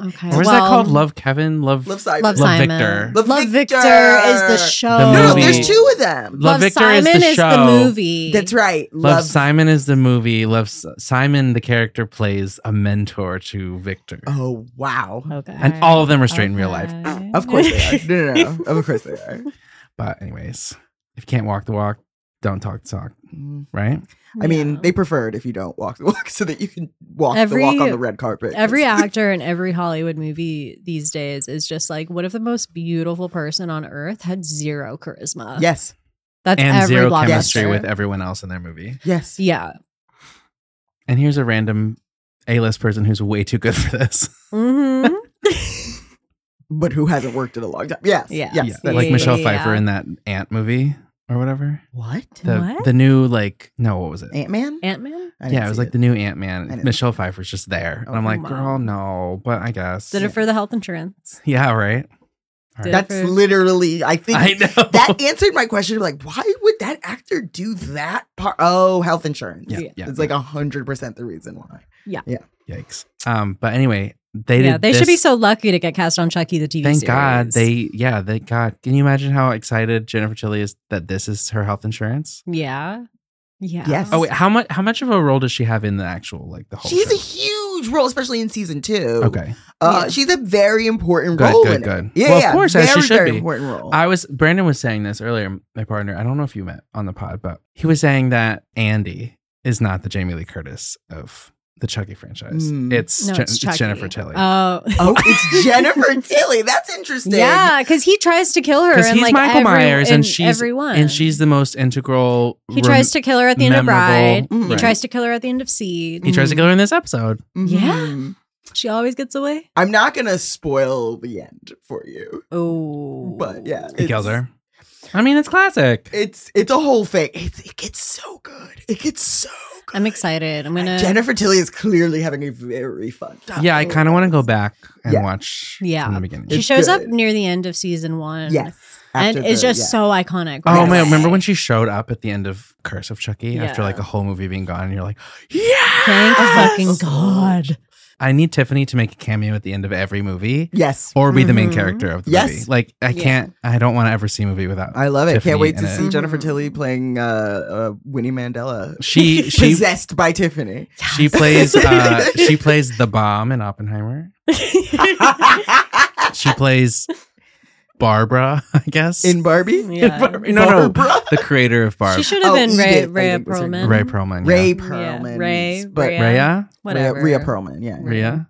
A: Okay.
B: Or is that
A: Well,
B: called Love Kevin? Love
C: Love Simon.
A: Love,
B: Love
A: Simon.
B: Victor.
C: Love
A: Love Victor
C: Victor.
A: is the
C: The
A: show.
C: no, no,
B: movie.
C: there's two of them.
B: Love Victor is
A: Simon
B: the show.
A: movie.
C: That's right.
B: Love, Simon is the movie. Love S- Simon, the character plays a mentor to Victor,
C: Oh wow.
A: Okay.
B: and all of them are straight in real life.
A: Okay.
C: Of course they are. No, no, no. Of course they are.
B: But anyways, if you can't walk the walk, don't talk the talk.
C: Mm.
B: Right?
C: I mean,
A: Yeah.
C: they prefer it if you don't walk the walk, so that you can walk
A: Every-
C: the walk on the red carpet.
A: every actor in every Hollywood movie these days is just like, what if the most beautiful person on earth had zero charisma?
C: yes,
A: That's
B: and
A: every
B: zero
A: blockbuster.
B: chemistry with everyone else in their movie.
C: yes.
A: Yeah.
B: And here's a random A-list person who's way too good for this.
A: Mm-hmm.
C: But who hasn't worked in a long time? Yes,
A: Yeah.
C: yes.
B: Yeah,
C: that's
B: like
C: true.
B: Michelle
A: Yeah.
B: Pfeiffer in that Ant movie or whatever.
C: What?
B: The
A: What?
B: the new like no, what was it?
C: Ant Man?
A: Ant Man?
B: yeah, it was like the new Ant
C: I
B: Man.
C: didn't
B: Michelle Pipher's just there, and I'm
C: Oh,
B: like,
A: wow.
B: girl, no, but I guess.
A: Did it for the health insurance?
B: yeah, right. All
A: Did
B: right.
A: it
C: That's
A: for-
C: literally. I think
B: I know.
C: that answered my question. Like, why would that actor do that part? Oh, health insurance.
B: yeah, yeah,
C: it's like a hundred percent the reason why.
B: yikes. Um, but anyway, they
A: yeah,
B: did.
A: they should be
B: this-
A: so lucky to get cast on Chucky the TV
B: Thank
A: series.
B: God they. Yeah, thank God. Can you imagine how excited Jennifer Tilly is that this is her health insurance?
A: Yeah. Yeah.
C: Yes.
B: Oh wait, how much? How much of a role does she have in the actual like the whole?
C: She has
B: show?
C: a huge role, especially in season two.
B: okay.
C: uh,
A: Yeah.
C: she's a very important
B: Good,
C: role.
B: good,
C: in it.
B: good.
C: Yeah,
B: Well, of
C: yeah,
B: course,
C: very,
B: as she should
C: very
B: be.
C: important role.
B: I was Brandon was saying this earlier, my partner. I don't know if you met on the pod, but he was saying that Andy is not the Jamie Lee Curtis of the Chucky franchise.
C: Mm.
B: It's,
A: No,
B: Je-
A: it's
B: it's
A: Chucky.
B: Jennifer Tilly.
A: Oh.
C: oh, it's Jennifer Tilly. That's interesting.
A: Yeah, because he tries to kill her.
B: 'Cause
A: and
B: he's
A: like
B: Michael
A: every-
B: Myers and
A: in
B: she's-
A: everyone.
B: and she's the most integral.
A: He tries to kill her at the end of Bride.
C: Mm-hmm.
B: memorable-
A: He
B: Right.
A: tries Mm-hmm. to kill her at the end of Seed.
B: He tries to kill her in this episode.
C: Mhm.
A: She always gets away.
C: I'm not gonna spoil the end for you,
A: Oh.
C: but yeah,
B: He
C: it's-
B: kills her. I mean, it's classic.
C: It's it's a whole thing. It's, it gets so good. It gets so good.
A: I'm excited. I'm gonna
C: Jennifer Tilly is clearly having a very fun time.
B: yeah, I kind of want to go back and
C: Yeah.
B: watch
A: Yeah.
B: from the beginning.
A: She
C: It's
A: shows up
C: good.
A: near the end of season one.
C: Yes.
A: and
C: after
A: it's
C: the-
A: just
C: yeah.
A: so iconic.
B: Oh
A: right?
B: man, remember when she showed up at the end of Curse of Chucky after
A: Yeah.
B: like a whole movie being gone and you're like, yeah.
A: Thank fucking
C: Yes!
A: God.
B: I need Tiffany to make a cameo at the end of every movie
C: Yes.
B: or be the main
A: Mhm.
B: character of the
C: Yes.
B: movie. Like I
A: Yeah.
B: can't I don't want to ever see a movie without
C: I love it.
B: Tiffany
C: Can't wait
B: in
C: to
B: it.
C: see Jennifer
A: Mhm.
C: Tilly playing uh, uh, Winnie Mandela.
B: She she
C: possessed by Tiffany.
B: she plays uh, she plays the bomb in Oppenheimer. She plays Barbara, I guess.
C: In Barbie?
A: Yeah.
B: Barbie. No, no.
C: Barbara?
B: the creator of Barbie.
A: She should have
C: Oh,
A: been Ray,
C: Edith,
A: Rhea
C: Edith was her
A: Perlman.
C: name.
B: Ray Perlman.
C: Ray
A: Yeah,
C: Perlman.
A: Ray,
C: But
A: Rhea,
B: Yeah. Rhea?
C: Rhea,
A: Whatever.
C: Rhea Perlman, yeah.
A: Right.
B: Rhea?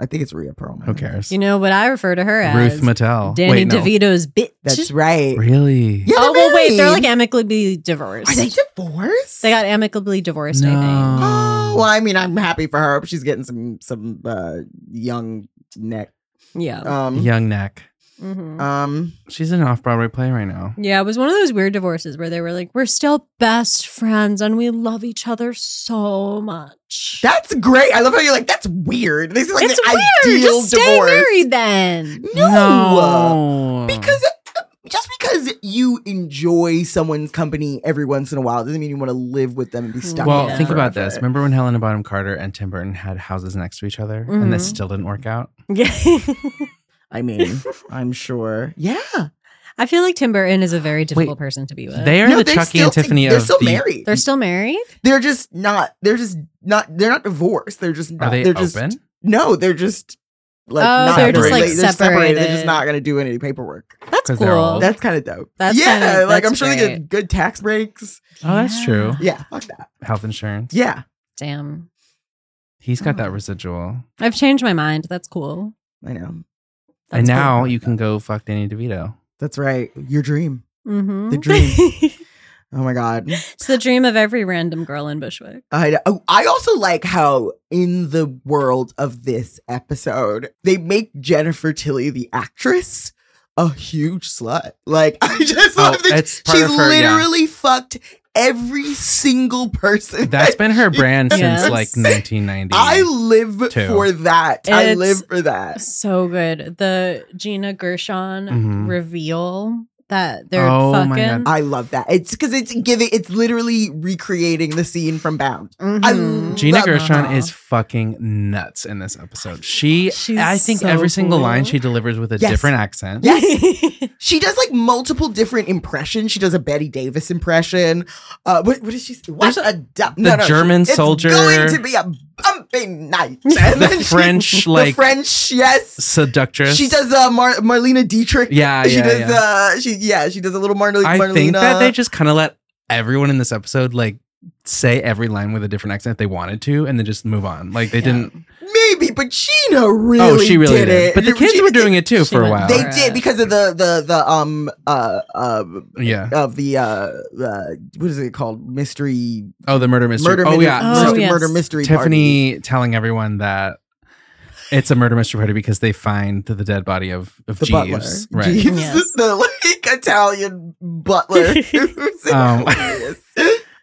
C: I think it's Rhea Perlman.
B: Who cares?
A: You know what I refer to her as?
B: Ruth Mattel.
A: Danny
B: Wait, no.
A: DeVito's bitch.
C: That's right.
B: Really?
C: Yeah,
A: oh, well, wait. They're like
C: married.
A: amicably
C: Are
A: divorced.
C: they divorced?
A: They got amicably divorced, I think.
B: No.
C: Oh, well, I mean, I'm happy for her. She's getting some some uh, young neck.
A: Yeah.
C: Um,
B: Young Neck.
A: Mhm.
C: Um,
B: She's in an off Broadway play right now.
A: yeah, it was one of those weird divorces where they were like, we're still best friends and we love each other so much.
C: that's great. I love how you're like, that's weird. This is like
A: it's
C: the
A: weird.
C: ideal
A: Just stay
C: divorce.
A: married then.
C: No,
B: No.
C: because uh, just because you enjoy someone's company every once in a while doesn't mean you want to live with them and be stuck.
B: Well,
C: with them
B: think about
C: forever.
B: this. Remember when Helena Bonham Carter and Tim Burton had houses next to each other and
A: Mhm.
C: Mm-hmm.
B: this still didn't work out?
A: Yeah.
C: I mean, I'm sure. Yeah,
A: I feel like Tim Burton is a very difficult
B: Wait,
A: person to be with.
B: They are
C: No,
B: the
C: they're
B: Chucky and
C: still-
B: Tiffany
C: They're
B: of
C: still
B: the-
C: married.
A: They're still married?
C: They're just not. They're just not. They're not divorced. They're just. Not,
B: Are they
C: are
B: open?
C: just No, they're just like
A: Oh,
C: not
B: they're just, like,
C: related. they're separated. They're
A: separated.
C: just not gonna do any paperwork.
A: That's
B: 'Cause they're
A: cool.
B: old.
C: That's kind of dope.
A: That's
C: yeah,
A: kinda-
C: like
A: that's
C: I'm sure they
A: great.
C: get good tax breaks.
B: Oh, that's true.
C: Yeah, fuck that.
B: Health insurance.
C: Yeah,
A: Damn.
B: He's got that
C: Oh.
B: residual.
A: I've changed my mind. That's cool.
C: I know.
B: and
C: That's
B: now
C: cool.
B: you can go fuck Danny DeVito.
C: That's right. Your dream.
A: Mm-hmm.
C: The dream. Oh my god.
A: it's the dream of every random girl in Bushwick.
C: I oh, I also like how in the world of this episode they make Jennifer Tilly the actress a huge slut. Like I just
B: Oh,
C: love that
B: it's part
C: she's
B: of her, yeah.
C: literally fucked every single person.
B: That's been her brand
A: Yes.
B: since like 1990.
C: I live
B: Two.
C: for that. I
A: It's-
C: live for that.
A: So good. The Gina Gershon
B: Mhm.
A: reveal that they're
B: Oh my
A: fucking.
C: I love that. It's because it's giving. It's literally recreating the scene from Bound. I
A: Mhm.
B: Gina
C: love-
B: Gershon
A: Uh-huh.
B: is fucking nuts in this episode. She,
A: She's
B: I think,
A: so
B: every single
A: cool.
B: line she delivers with a
C: Yes.
B: different accent.
C: Yes. She does like multiple different impressions. She does a Betty Davis impression. Uh, what, what is she? What's a, du-
B: the German
C: it's
B: soldier.
C: going to be a bumpy night. And
B: The
C: then she-
B: French,
C: the
B: like,
C: French. Yes,
B: seductress.
C: she does uh, Mar- Marlena Dietrich.
B: Yeah,
C: she
B: yeah,
C: does.
B: yeah.
C: Uh, she yeah, she does a little Mar-
B: I
C: Marlena.
B: think that they just kind of let everyone in this episode like say every line with a different accent if they wanted to, and then just move on. Like they
A: Yeah.
B: didn't.
C: maybe, but Gina really.
B: oh, she really
C: did,
B: did.
C: it.
B: But the
C: She-
B: kids
C: she-
B: were doing it too
A: She
B: for a
A: went
B: while.
C: They
A: Alright.
C: did because of the the the um uh uh
B: yeah.
C: of the uh, uh what is it called mystery
B: Oh, the murder mystery.
C: murder
B: oh,
C: mystery,
B: yeah.
A: Oh,
C: murder,
A: yes.
C: murder mystery party.
B: Tiffany telling everyone that it's a murder mystery party because they find the dead body of of
C: the
B: Jeeves.
C: butler
B: Right.
C: Jeeves
A: Yes.
C: is the like Italian butler who's
B: Um,
C: hilarious.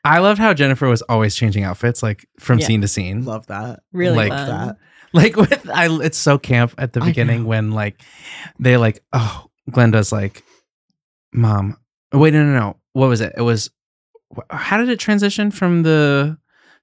B: I loved how Jennifer was always changing outfits, like from
A: Yeah.
B: scene to scene.
C: love that
A: Really
B: Like
A: fun.
C: that.
B: like with I, it's so camp at the
C: I
B: beginning
C: know.
B: when like they like oh Glenda's like mom wait no no no what was it it was wh- how did it transition from the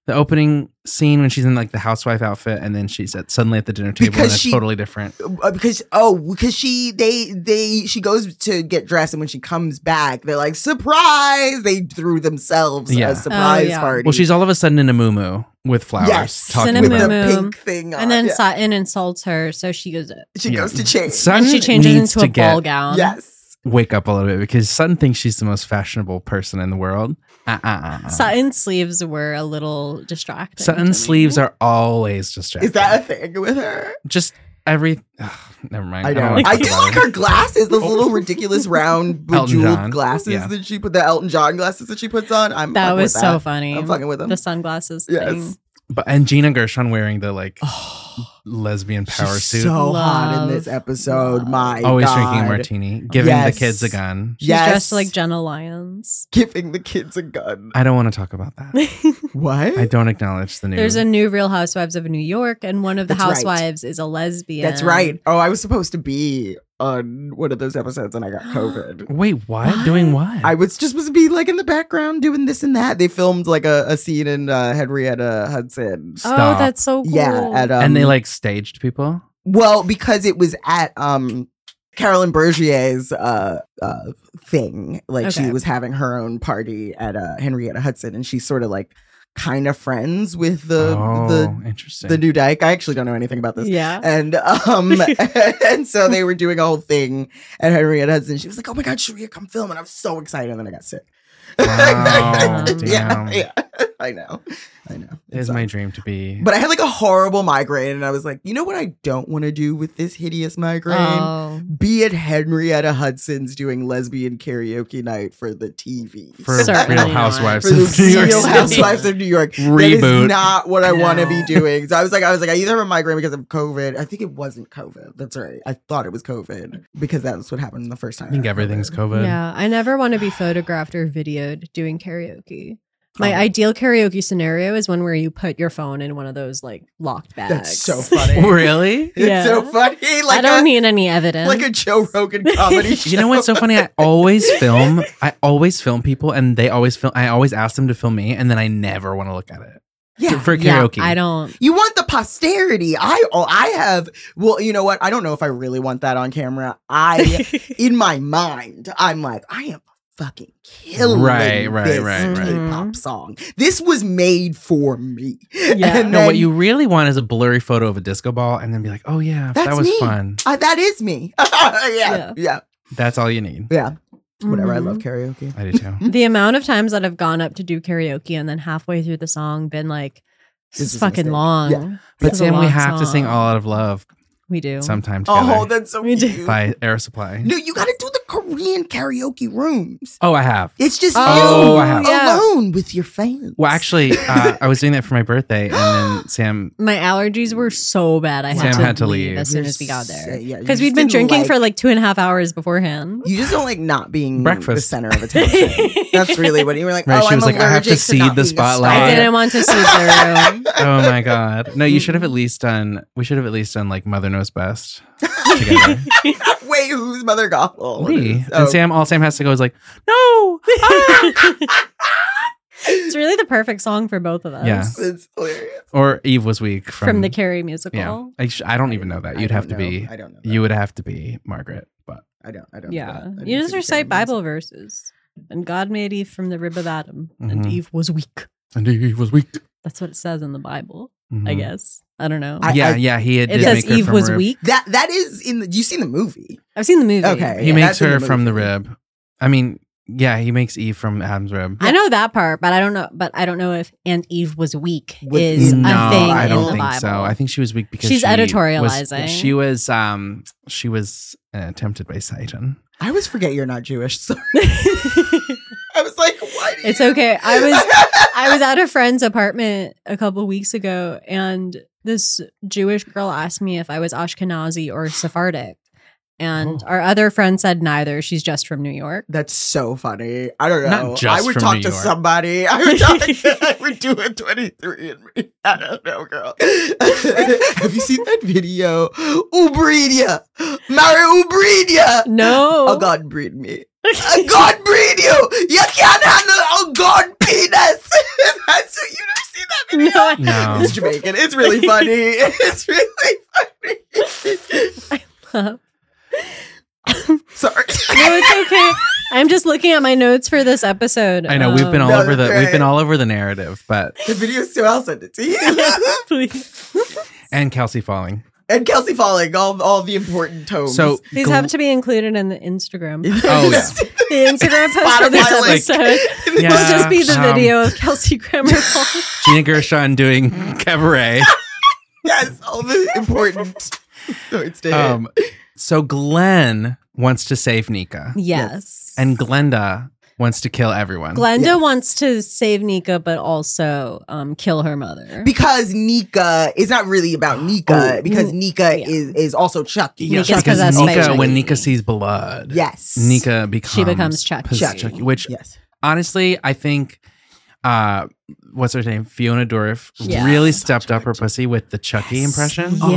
B: the opening scene when she's in like the housewife outfit and then she's at suddenly at the dinner table
C: Because
B: and it's
C: she-
B: totally different
C: Uh, because oh because she they they she goes to get dressed and when she comes back they're like surprise they threw themselves
B: Yeah. Oh,
C: a surprise
A: yeah.
C: party
B: well she's all of a sudden in a moo with flowers
C: yes
B: talking
A: Cinnamon
C: with
B: about
C: the
B: it.
A: Moo.
C: pink thing on.
A: And then
C: Yeah.
A: Satin insults her, so she goes
C: she
B: Yeah.
C: goes to change
A: and
B: Sutton
A: she changes
B: needs
A: into
B: to
A: a ball
B: get,
A: gown.
C: yes
B: wake up a little bit because Sutton thinks she's the most fashionable person in the world uh, uh, uh, uh.
A: Satin sleeves were a little distracting. to me.
B: Sutton's sleeves are always distracting
C: is that a thing with her
B: just every ugh, never mind.
C: I
B: don't
C: know.
B: wanna
C: I
B: talk
C: do
B: about
C: like
B: it.
C: her glasses, those little ridiculous round
B: Elton John.
C: bejeweled glasses
B: Yeah.
C: that she put, the Elton John glasses that she puts on. I'm
A: that
C: fucking
A: was
C: with
A: so
C: that.
A: funny.
C: I'm fucking with them.
A: the sunglasses
C: Yes.
A: thing.
B: But and Gina Gershon wearing the like
C: Oh,
B: lesbian
C: she's
B: power suit,
C: so hot in this
A: Love.
C: episode.
A: Love.
C: My
B: always
C: God.
B: drinking a martini, giving
C: Yes.
B: the kids a gun.
A: She's
C: yes,
A: dressed like Jenna Lyons.
C: giving the kids a gun.
B: I don't want to talk about that.
C: What?
B: I don't acknowledge the news.
A: There's a new Real Housewives of New York, and one of the
C: That's right.
A: housewives is a lesbian.
C: That's right. Oh, I was supposed to be on one of those episodes and I got COVID.
B: Wait, what?
A: What?
B: Doing what?
C: I was just supposed to be like in the background doing this and that. They filmed like a, a scene in uh, Henrietta Hudson.
B: Stop.
A: Oh, that's so cool.
C: Yeah, at um,
B: and they like staged people.
C: well because it was at um Carolyn Bergier's uh, uh thing. Like she
A: Okay.
C: was having her own party at uh, Henrietta Hudson, and she's sort of like kind of friends with the
B: oh,
C: the
B: interesting.
C: the new dyke. I actually don't know anything about this.
A: yeah.
C: And um and so they were doing a whole thing at Henrietta Hudson. She was like, "Oh my god, Sharia, come film!" And I was so excited, and then I got sick.
B: Wow,
C: yeah,
B: damn.
C: yeah, I know, I know. It
B: it is
C: sucks.
B: my dream to be.
C: But I had like a horrible migraine, and I was like, you know what I don't want to do with this hideous migraine?
B: Uh.
A: Oh.
C: Be at Henrietta Hudson's doing lesbian karaoke night for the TV.
B: for
A: Certainly
B: Real
A: not.
B: Housewives
C: For the
B: of New York
C: Real
B: City.
C: Housewives of New York. That
B: Reboot.
C: is not what I want to be
A: No.
C: doing. So I was like, I was like, I either have a migraine because of COVID. I think it wasn't COVID. That's right. I thought it was COVID because that's what happened the first time.
B: I think
C: had
B: everything's
C: COVID.
B: COVID.
A: Yeah. I never want to be photographed or videoed doing karaoke. My
C: Oh.
A: ideal karaoke scenario is one where you put your phone in one of those like locked bags.
C: That's so funny.
B: Really?
A: Yeah.
C: It's so funny. Like
A: I don't
C: a,
A: need any evidence.
C: like a Joe Rogan comedy show.
B: You know what's so funny? I always film. I always film people, and they always film. I always ask them to film me, and then I never want to look at it
C: Yeah.
B: for
A: Yeah,
B: karaoke.
A: I don't.
C: You want the posterity. I oh, I have well, you know what? I don't know if I really want that on camera. I in my mind, I'm like, I am fucking killing
B: Right, right,
C: this
B: right,
A: right.
B: Mm-hmm.
C: K-pop song. This was made for me.
A: Yeah.
C: And
B: No,
C: then,
B: what you really want is a blurry photo of a disco ball, and then be like, "Oh yeah, that
C: That's
B: was
C: me.
B: fun."
C: uh, that is me. yeah, yeah,
A: Yeah.
C: yeah,
B: That's all you need.
C: Whatever. I
A: Mhm.
C: love karaoke.
B: I do too.
A: the amount of times that I've gone up to do karaoke and then halfway through the song been like, this,
C: This
A: is
C: is a
A: fucking
C: mistake.
A: long.
C: Yeah.
A: This
B: But
A: is a
B: Sam, we
A: long
B: have to sing
A: song."
B: "All Out of Love"
A: We do.
B: sometime together
C: Oh, that's so
A: We do.
C: cute.
B: by Air Supply.
C: No, you got to do the Korean karaoke rooms.
B: Oh, I have.
C: It's just
B: Oh,
C: you
B: I have.
A: yeah.
C: alone with your fans.
B: Well, actually, uh, I was doing that for my birthday, and then Sam.
A: My allergies were so bad. I had
B: Sam
A: to,
B: had to
A: leave,
B: leave.
A: as soon
C: You're
A: as we got there
C: sick. Yeah, you
A: because
C: just
A: we'd been
C: didn't
A: drinking
C: like-
A: for like two and a half hours beforehand.
C: You just don't like not being the
B: Breakfast.
C: center of attention. That's really what you were like.
B: Right,
C: oh,
B: she
C: I'm
B: was like, I have to
C: allergic
B: cede
C: not
B: the
C: being a
B: spotlight.
A: I
C: star.
A: didn't want to see through.
B: Oh my god! No, you should have at least done. We should have at least done like Mother Knows Best together.
C: Wait, who's Mother Gothel?
B: Me
C: Oh.
B: and Sam. All Sam has to go is like, no. ah!"
A: it's really the perfect song for both of us.
B: Yeah.
C: It's hilarious.
B: or Eve was weak from,
A: From, the Carrie musical.
B: Yeah, I, sh- I don't even know that.
C: I
B: You'd
C: don't
B: have to
C: know.
B: be.
C: I don't know.
B: You would have to be Margaret. But
C: I don't. I don't. know that. I
A: Yeah.
C: didn't
A: You just
C: see the
A: recite
C: Carrie
A: Bible verses. And God made Eve from the rib of Adam, and
B: Mhm.
A: Eve was weak.
B: and Eve was weak.
A: That's what it says in the Bible, I
B: Mhm.
A: guess. I don't know.
C: I-
B: yeah, yeah. He had,
A: it
B: did
A: says
B: make her
A: Eve
B: from
A: was
B: rib.
A: weak.
C: music. That that is in the. You've seen the movie.
A: I've seen the movie.
C: Okay.
B: He
C: Yeah,
B: makes
C: that's in
B: her
C: the
B: from the
C: movie.
B: rib. I mean, yeah, he makes Eve from Adam's rib.
A: I know that part, but I don't know. But I don't know if "and Eve was weak"
C: Was
A: is
C: in
B: no,
A: a thing
B: I
A: in
B: don't
A: the
B: think
A: Bible.
B: so. I think she was weak because
A: She's
B: she was-
A: editorializing.
B: she was um she was uh, tempted by Satan.
C: I always forget you're not Jewish. Sorry. I was like, why? do
A: it's
C: you-
A: okay. I was I was at a friend's apartment a couple weeks ago, and this Jewish girl asked me if I was Ashkenazi or Sephardic, and
B: Oh.
A: our other friend said neither. She's just from New York.
C: That's so funny. I don't know.
B: Not just
C: I would
B: from
C: talk
B: New
C: to
B: York.
C: somebody. I would talk. I would do a twenty-three and me. I don't know, girl. Have you seen that video? Ubridia, marry Ubridia.
A: No,
C: Oh God, breed me. Oh, God, breed you. You can't handle. Oh God, penis. That's what you never seen that video.
A: no, I-
B: No.
C: It's Jamaican. It's really funny. It's really funny.
A: no,
C: Sorry.
A: it's okay. I'm just looking at my notes for this episode.
B: I know we've been
A: Um,
B: all
C: No,
B: over the
C: that's
B: we've been
C: right.
B: all over the narrative, but
C: The video's too. I'll send it to you.
A: Yes, please.
B: and Kelsey falling.
C: and Kelsey Falling, all all the important tomes.
B: So
A: These have to be included in the Instagram.
B: Oh, yeah.
A: The Instagram post for this
C: Spotify
B: link.
A: episode
B: Yeah.
A: will just be the
B: Um,
A: video of Kelsey Grammer falling.
B: Gina Gershon doing cabaret.
C: yes, all the important. So it's to
B: Um, so Glenn wants to save Nika,
A: Yes.
B: and Glenda wants to kill everyone.
A: Glenda
C: Yes.
A: wants to save Nika, but also um, kill her mother.
C: because Nika is not really about Nika
B: Oh.
C: because Nika
A: mm, Yeah.
C: is is also Chucky.
A: Yeah, Nika's
C: Chucky.
A: possessed by
B: Nika,
A: Chucky.
B: when Nika sees blood,
C: Yes,
B: Nika becomes
A: She becomes Chucky.
B: possessed
C: Chucky.
B: which
C: Yes,
B: honestly, I think uh, what's her name? Fiona Dorif
A: Yeah.
B: really stepped up her pussy with the Chucky
A: Yes.
B: impression.
A: Yeah.
C: Oh my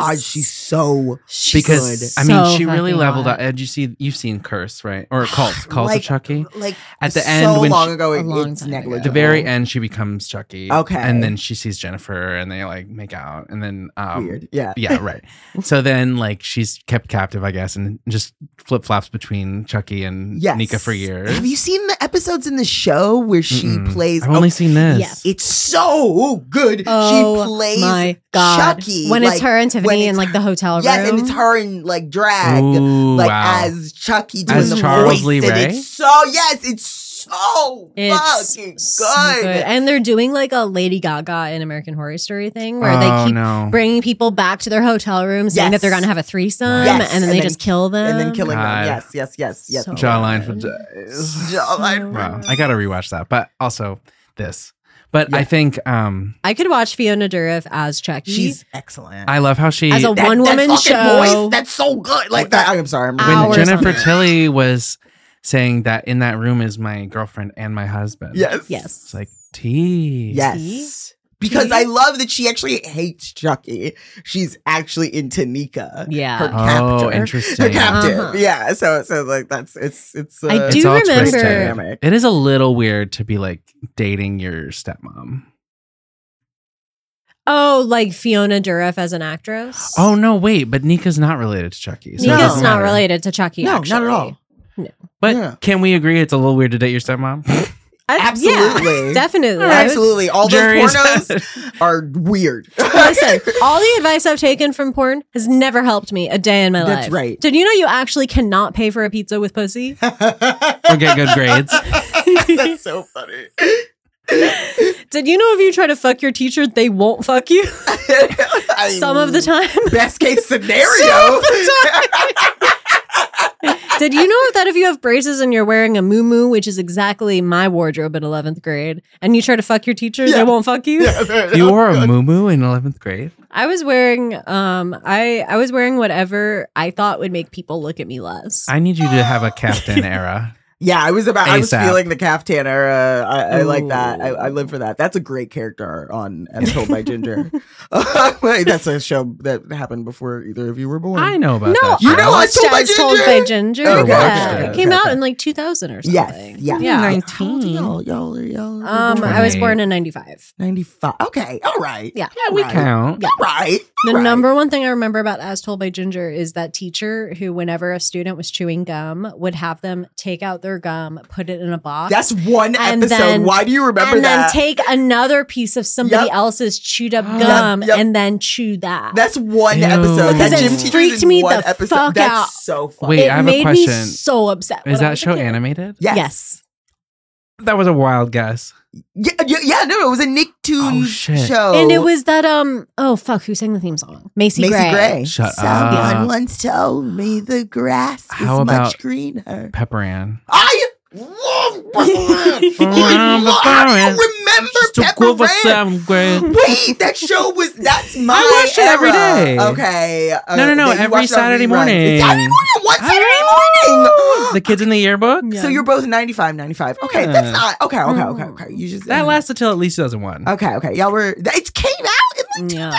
C: god,
A: Yes.
C: she's so
A: She's
B: Because
A: so
B: I mean, she really
A: fucking
B: leveled
A: hot.
B: up. And you see, you've seen Curse, right? Or Cult, Cult
C: Like,
B: of Chucky.
C: like
B: At the
C: so
B: end, when
C: long
B: she-
C: ago,
A: A
C: it-
A: long
C: it's
A: time ago.
C: negligible.
B: the very end, she becomes Chucky.
C: Okay.
B: and then she sees Jennifer, and they like make out, and then um,
C: weird. Yeah,
B: yeah, right. so then, like, she's kept captive, I guess, and just flip flops between Chucky and
C: yes.
B: Nika for years.
C: Have you seen the episodes in the show where she
B: Mm-mm.
C: plays?
B: I've only
C: oh,
B: seen this.
A: Yeah.
C: it's so good.
A: Oh
C: she plays
A: my god!
C: Chucky,
A: when
C: like,
A: it's her and Tiffany
C: it's
A: in like the hotel room.
C: Yes, and it's her in like drag,
B: Ooh,
C: like
B: wow.
C: as Chucky doing
A: As
C: the
A: Charles
C: voice.
B: Lee
C: and
B: Ray?
C: it's so yes, it's so
A: It's
C: fucking good.
A: so and they're doing like a Lady Gaga in American Horror Story thing where
B: Oh,
A: they keep
B: no.
A: bringing people back to their hotel room, saying
C: Yes.
A: that they're going to have a threesome,
B: Yes,
A: and then
C: and
A: they
C: then-
A: just kill them,
C: and then killing
B: God.
C: them. Yes, yes, yes, yes.
A: So
B: Jawline for
A: good.
B: days.
C: Jawline.
B: Wow. I gotta rewatch that. But also this. But I
C: Yeah.
B: think um
A: I could watch Fiona Dourif as Chucky.
C: She's excellent.
B: I love how she
A: As a
B: when
C: That-
A: one
C: that
A: woman
C: fucking
A: show.
C: Voice, that's so good. Like that. I'm sorry. I'm
A: Hours on
B: Jennifer
A: it.
B: Tilly was saying that in that room is my girlfriend and my husband.
C: Yes.
A: Yes.
B: It's like tea.
C: Yes. Because I love that she actually hates Chucky. She's actually into Nika.
A: Yeah.
C: Her
B: Oh,
C: captor.
B: interesting.
C: Her captive.
A: Uh-huh.
C: Yeah. So so like that's it's it's uh,
A: I
B: It's
A: do
B: all
A: remember-
B: twisted.
C: Dynamic.
B: It is a little weird to be like dating your stepmom.
A: oh, like Fiona Dourif as an actress.
B: Oh no, wait, but Nika's not related to Chucky. So it
A: Nika's
B: doesn't
A: not
B: matter.
A: related to Chucky.
C: No,
A: actually.
C: not at all.
B: But
C: Yeah.
B: can we agree it's a little weird to date your stepmom?
A: I- yeah,
C: Absolutely.
A: definitely. I would-
C: Absolutely. All those
B: Jury's
C: pornos
B: out.
C: are weird.
A: Listen, all the advice I've taken from porn has never helped me a day in my life.
C: That's right.
A: Did you know you actually cannot pay for a pizza with pussy?
B: or get good grades.
C: that's so funny.
A: Did you know if you try to fuck your teacher, they won't fuck you
C: I-
A: some of the time?
C: Best case scenario.
A: Did you know that if you have braces and you're wearing a moo which is exactly my wardrobe in 11th grade, and you try to fuck your teacher,
C: Yeah.
A: they won't fuck you?
B: You wore a moo in eleventh grade.
A: I was wearing um I I was wearing whatever I thought would make people look at me less.
B: I need you to have a captain era.
C: Yeah, I was about. I was
B: ASAP.
C: feeling the caftan era. I, I like that. I,
A: Ooh.
C: I live for that. That's a great character on As Told by Ginger. Wait, that's a show that happened before either of you were born.
B: I know about
A: no,
B: that.
C: You
A: I
B: show.
C: know I
A: watched
C: told by
A: As told
C: Ginger.
A: by Ginger.
C: Oh,
B: okay,
A: yeah.
B: okay,
A: it
B: okay,
A: came out
C: okay.
A: in like 2000 or something.
C: Yes, yeah,
A: yeah.
C: How old are Oh, y'all? Y'all are y'all. are
A: Um, I was born in 95.
C: 95. Okay. All right.
A: Yeah.
C: All
B: we
C: right.
B: count.
A: Yeah.
C: All right.
A: The
C: all right.
A: number one thing I remember about As Told by Ginger is that teacher who, whenever a student was chewing gum, would have them take out their gum, put it in a box.
C: That's one
A: And
C: episode.
A: then-
C: Why do you remember
A: and
C: that?
A: then take another piece of somebody
C: Yep.
A: else's chewed up
B: Yep,
A: gum
C: yep.
A: and then chew that.
C: that's one
B: Ew.
C: episode.
B: Because
C: That
B: it
C: gym teacher
A: freaked
C: is in
A: me
C: one
A: the
C: episode.
A: fuck
C: that's
A: out.
C: so funny.
B: Wait,
A: it
B: I have a
A: made me
B: question.
A: so upset. when
B: Is
A: I
B: that
A: was a
B: show
A: kid.
B: animated?
C: Yes.
A: Yes.
B: That was a wild guess.
C: Yeah, yeah, yeah, no, it was a Nicktoons
B: Oh, shit.
C: show.
A: And it was that um oh fuck who sang the theme song Macy,
C: Macy
A: Gray.
C: Gray.
B: Shut
C: Someone
B: up.
C: once told me the grass is
B: How about-
C: much greener.
B: Pepper Ann.
C: I love Pepper Ann. I
B: Around the
C: love- I
B: forest,
C: remember Pepper Ann.
B: grade.
C: Wait, that show was that's my
B: watched it every
C: era.
B: day.
C: Okay. uh,
B: No, no, no,
C: that you
B: every
C: watched on
B: Saturday
C: reruns.
B: morning.
C: Saturday morning, one
B: I
C: Saturday morning.
B: The kids in the yearbook.
A: Yeah.
C: So you're both 95, 95. Okay,
B: Yeah.
C: that's not okay, okay, okay,
A: Mm.
C: okay. You just
B: That lasted till at least 2001.
C: Okay, okay. Y'all were it came out in like
A: Yeah.
C: 2000, like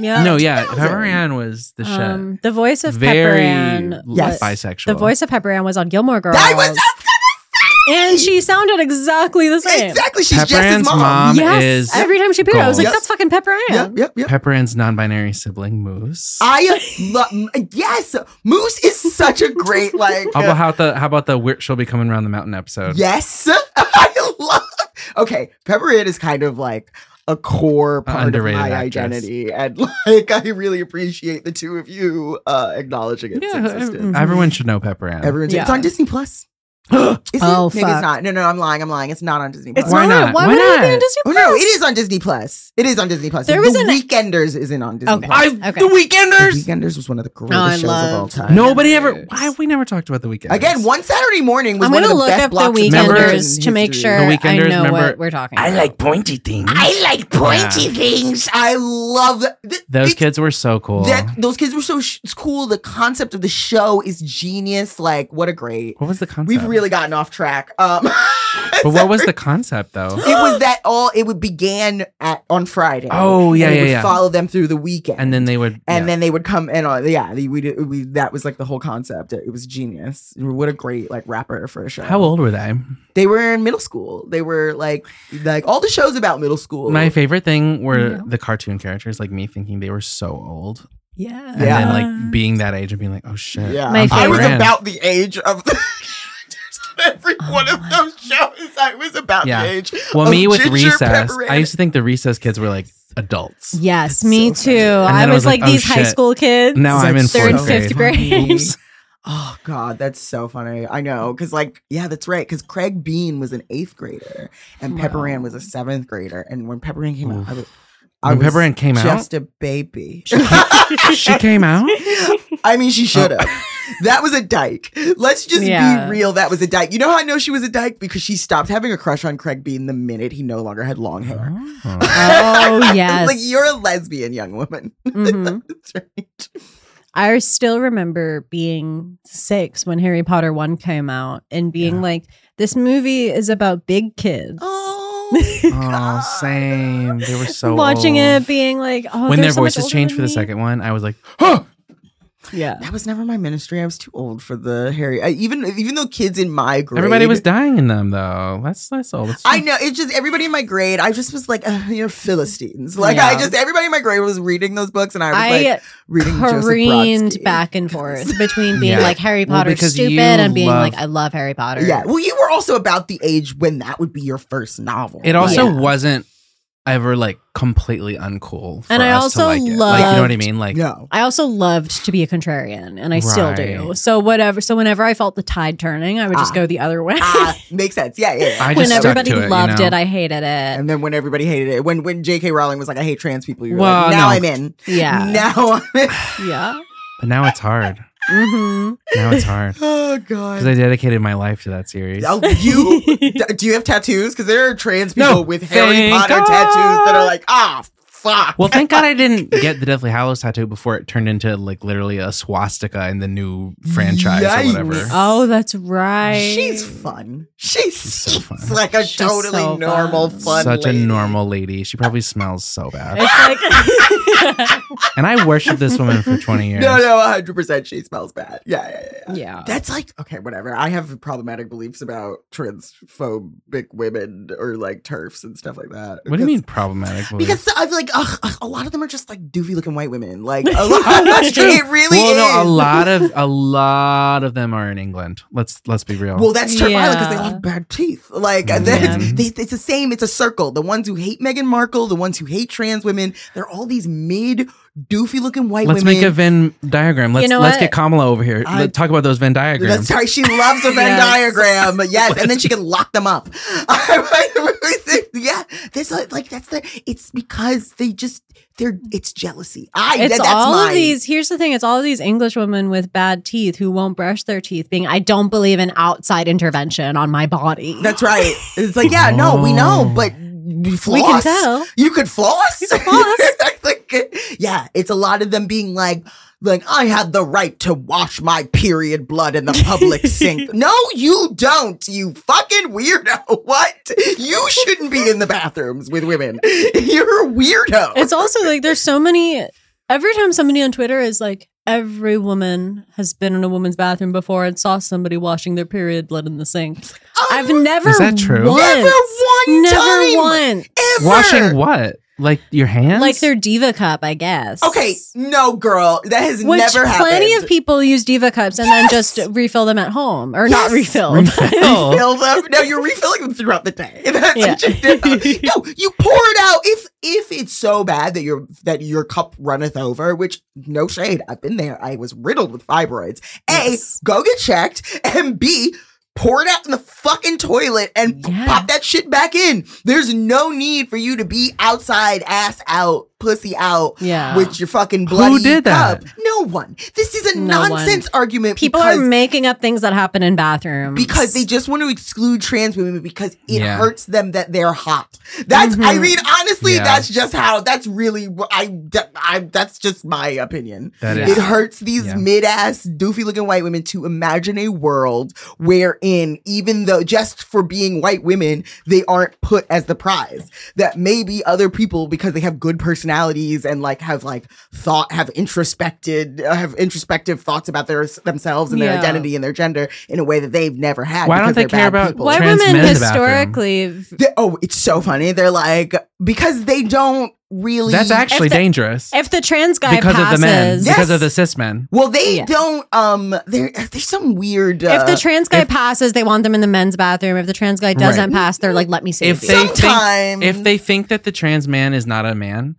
C: 90.
A: Yeah.
B: no, yeah,
C: 2000.
B: Pepper Ann was the shit.
A: Um, the voice of
B: Very
A: Pepper Ann. was-
C: Yes.
B: bisexual.
A: The voice of Pepper Ann was on Gilmore Girls.
C: That was
A: and she sounded exactly the same.
C: Exactly. She's
B: Pepper
C: just his
B: Ann's
C: mom.
B: mom
A: Yes.
B: is
A: Every time she appeared, I was like,
C: Gold.
A: "That's fucking Pepper Ann."
C: Yep, yep, yep.
B: Pepper Ann's non-binary sibling Moose.
C: I love. Yes, Moose is such a great like.
B: How about how the how about the weird, she'll be coming around the mountain episode?
C: yes, I love. Okay, Pepper Ann is kind of like a core part of my
B: underrated actress.
C: identity, and like I really appreciate the two of you uh acknowledging its
B: Yeah,
A: mm-hmm.
C: existence.
B: ev- everyone should know Pepper Ann.
C: Everyone's
A: Yeah.
C: it's on Disney Plus. is it?
A: Oh,
C: Maybe
A: fuck.
C: it's not. No, no, I'm lying. I'm lying. It's not on Disney Plus.
A: It's
B: Why
A: not.
B: not?
A: Why, would
B: Why
A: it be on
B: not?
A: Disney
C: Oh
A: Plus?
C: no, it is on Disney Plus. It is on Disney Plus.
A: There
C: There
A: was
C: was the
A: an-
C: Weekenders isn't on Disney
A: Okay.
C: Plus.
A: Okay.
B: The Weekenders.
C: The Weekenders was one of the greatest
A: I
C: shows
A: loved-
C: of all time.
B: Nobody ever. Why have we never talked about the Weekenders?
C: Again, one Saturday morning was
A: I'm
C: one
A: gonna
C: of the
A: look
C: best
A: up the
C: blocks of
B: Remember-
A: Weekenders
C: television
A: to make
C: history.
A: sure
B: The Weekenders,
A: I know
B: remember-
A: what we're talking. about.
B: pointy things.
C: I like pointy things. I love th- th-
B: Those
C: it's-
B: kids were so cool.
C: That, those kids were so sh- it's cool. The concept of the show is genius. Like, what a great.
B: what was the concept?
C: We've really gotten off track. Um,
B: But what was the concept though?
C: It was that all. It would began at on Friday.
B: Oh, yeah,
C: and it
B: yeah,
C: would
B: yeah.
C: Follow them through the weekend,
B: And then they would.
C: and
B: yeah.
C: then they would come and all. Yeah, they- we, did- we that was like the whole concept. It was genius. What a great like rapper for a show.
B: how old were they?
C: They were in middle school. They were like like all the shows about middle school.
B: My favorite thing were
A: Yeah.
B: the cartoon characters, like me thinking they were so old,
A: Yeah.
B: and then like being that age and being like, oh shit,
C: yeah,
A: My
C: I was
B: favorite-
C: about the age of the. characters on Every
A: Oh
C: one of
A: my.
C: those shows, I was about
B: Yeah.
C: the age.
B: Well,
C: of
B: me with
C: Ginger
B: recess,
C: Pepper
B: I
C: Ann.
B: used to think the recess kids were like adults.
A: Yes,
C: That's
A: me
C: so
A: too.
C: funny. And
A: I
B: then
A: was
B: I was
A: like,
B: like, oh,
A: these high
B: shit.
A: school kids.
B: Now I'm in
C: That's
A: they're in
B: fourth grade.
A: fifth grade.
C: funny. Oh God, that's so funny. I know, cause like, yeah, that's right. Cause Craig Bean was an eighth grader, and Pepper Ann was a seventh grader. And when Pepper Ann came out, I was, I
B: When
C: was
B: Pepper Ann came out?
C: just a baby.
B: she came out.
C: I mean, she should have.
B: Oh.
C: That was a dyke. Let's just
A: Yeah.
C: be real. That was a dyke. You know how I know she was a dyke because she stopped having a crush on Craig Bean the minute he no longer had long hair.
B: Oh.
A: Oh yes.
C: like you're a lesbian, young woman.
A: Mhm.
C: That's right.
A: I still remember being six when Harry Potter one came out and being
B: Yeah.
A: like, this movie is about big kids.
C: Oh, God.
B: Oh, same. They were so
A: Watching
B: old.
A: it, being like, oh,
B: when
A: they're
B: their
A: so much
B: voices
A: older
B: changed
A: than
B: for the
A: me.
B: second one, I was like, huh!
A: Yeah.
C: That was never my ministry. I was too old for the Harry. I, even even though kids in my grade,
B: everybody was dying in them though. That's that's all. That's
C: I know it's just everybody in my grade. I just was like, "Ugh, you're Philistines. Like I
A: Yeah.
C: just everybody in my grade was reading those books, and I was
A: I
C: like reading
A: careened
C: Joseph Brodsky.
A: back and forth between being
B: Yeah.
A: like Harry
B: Well,
A: Potter
B: because
A: stupid
B: you
A: and being
B: love-
A: like, I love Harry Potter.
C: Yeah. Well, you were also about the age when that would be your first novel.
B: it also
A: Yeah.
B: wasn't ever like completely uncool. For
A: And I
B: us to
A: also
B: like it. like you know what I
A: loved-
B: mean. Like
C: no.
A: I also loved to be a contrarian and I still do.
B: Right.
A: So whatever so whenever I felt the tide turning, I would just
C: Ah.
A: go the other way.
C: Ah, makes sense. Yeah, yeah. yeah.
B: I just
A: when
B: stuck
A: everybody
B: to it, you
A: loved
B: know?
A: it, I hated it.
C: and then when everybody hated it, when when J.K. Rowling was like, "I hate trans people," you were
B: Well,
C: like, "Now
B: no.
C: I'm in."
A: Yeah.
C: Now I'm in.
A: Yeah.
B: But now it's hard.
A: hmm
B: Now it's hard
C: Oh
B: because
C: God.
B: I dedicated my life to that series.
C: Oh, you D- do you have tattoos? Because there are trans
B: No,
C: people with Harry
B: thank
C: Potter
B: God.
C: tattoos that are like, ah, fuck.
B: Well, thank God I didn't get the Deathly Hallows tattoo before it turned into like literally a swastika in the new franchise
C: Yikes.
B: or whatever.
A: Oh, that's right.
C: She's fun. She's
B: so fun.
C: she's like a
A: She's
C: totally
A: so
C: normal,
A: fun.
C: fun.
B: Such
C: lady.
B: a normal lady. She probably smells so bad.
A: It's like
B: And I worshipped this woman for 20 years.
C: No, no, hundred percent. She smells bad. Yeah, yeah, yeah, yeah.
A: Yeah.
C: That's like okay, whatever. I have problematic beliefs about transphobic women or like turfs and stuff like that.
B: What do
C: Because-
B: you mean problematic? belief?
C: Because I feel like ugh, ugh, a lot of them are just like doofy looking white women. Like a lot, it really
B: well, no, a
C: is.
B: lot of a lot of them are in England. Let's let's be real.
C: Well, that's true because they
A: Yeah.
C: all have bad teeth. Like
B: Yeah.
C: that's, they, it's the same. It's a circle. The ones who hate Meghan Markle, the ones who hate trans women, they're all these mid doofy looking white
B: let's
C: women.
B: make a Venn diagram. Let's
A: know
B: let's
A: what?
B: get Kamala over here.
C: I-
B: let's talk about those Venn diagrams.
C: That's right. She loves a Venn
A: Yes.
C: diagram. Yes, and then she can lock them up. yeah, there's a- like that's the. It's because they just they're. It's jealousy. I.
A: it's
C: that- that's
A: all
C: my,
A: of these. Here's the thing: it's all of these English women with bad teeth who won't brush their teeth. Being, I don't believe in outside intervention on my body.
C: That's right. It's like yeah, no, we know,
B: Oh.
C: but we
A: we can
C: floss.
A: tell.
C: You could floss.
A: You could floss.
C: Like, yeah, it's a lot of them being like, like I have the right to wash my period blood in the public sink. No, you don't. You fucking weirdo. What? You shouldn't be in the bathrooms with women. You're a weirdo.
A: It's also like there's so many. Every time somebody on Twitter is like, every woman has been in a woman's bathroom before and saw somebody washing their period blood in the sink.
C: Oh,
A: I've never.
B: Is that true?
A: Once,
C: never one
A: never
C: time.
A: once.
C: Ever.
B: Washing what? Like your hands?
A: Like their diva cup, I guess.
C: Okay, no, girl, that has
A: Which
C: never happened.
A: plenty of people use diva cups and then
C: Yes!
A: just refill them at home or
C: Yes!
A: not refill.
B: Refill.
C: refill them. No, you're refilling them throughout the day. That's what
A: Yeah.
C: you do. No, you pour it out. If if it's so bad that your that your cup runneth over, which no shade, I've been there. I was riddled with fibroids. A,
A: Yes.
C: go get checked, and B, pour it out in the fucking toilet and p-
A: Yeah.
C: pop that shit back in. There's no need for you to be outside, ass out, pussy out.
A: yeah.
C: With your fucking bloody
B: did that?
C: cup. No one. This is a
A: No one.
C: nonsense argument.
A: People
C: because
A: are making up things that happen in bathrooms
C: because they just want to exclude trans women because it
B: Yeah. Mm-hmm.
C: hurts them that they're hot. That's I
A: Mhm.
C: mean honestly
B: Yeah.
C: that's just how that's really wh- I, that- I that's just my opinion.
B: That
A: Yeah.
B: is-
C: It hurts these
B: Yeah.
C: mid ass doofy looking white women to imagine a world where in, even though just for being white women, they aren't put as the prize. That maybe other people, because they have good personalities and like have like thought, have introspected, uh, have introspective thoughts about their themselves and their
A: Yeah.
C: identity and their gender in a way that they've never had.
B: Why don't
C: because
B: they
C: they're
B: care
C: bad
B: about-
C: people.
A: White
B: Trans
A: women
B: men in the bathroom.
A: historically, v-
C: They- oh, it's so funny. They're like because they don't really.
B: That's actually
A: the-
B: dangerous
A: if the trans guy
B: because
A: passes,
B: of the men,
C: Yes.
B: because of the cis men.
C: well, they
A: Yeah.
C: don't. Um, there, there's some weird. Uh,
A: if the trans guy
B: if-
A: passes, they want them in the men's bathroom. If the trans guy doesn't
B: Right.
A: pass, they're like, "Let me see."
B: If they think-
C: sometimes
B: If they think that the trans man is not a man,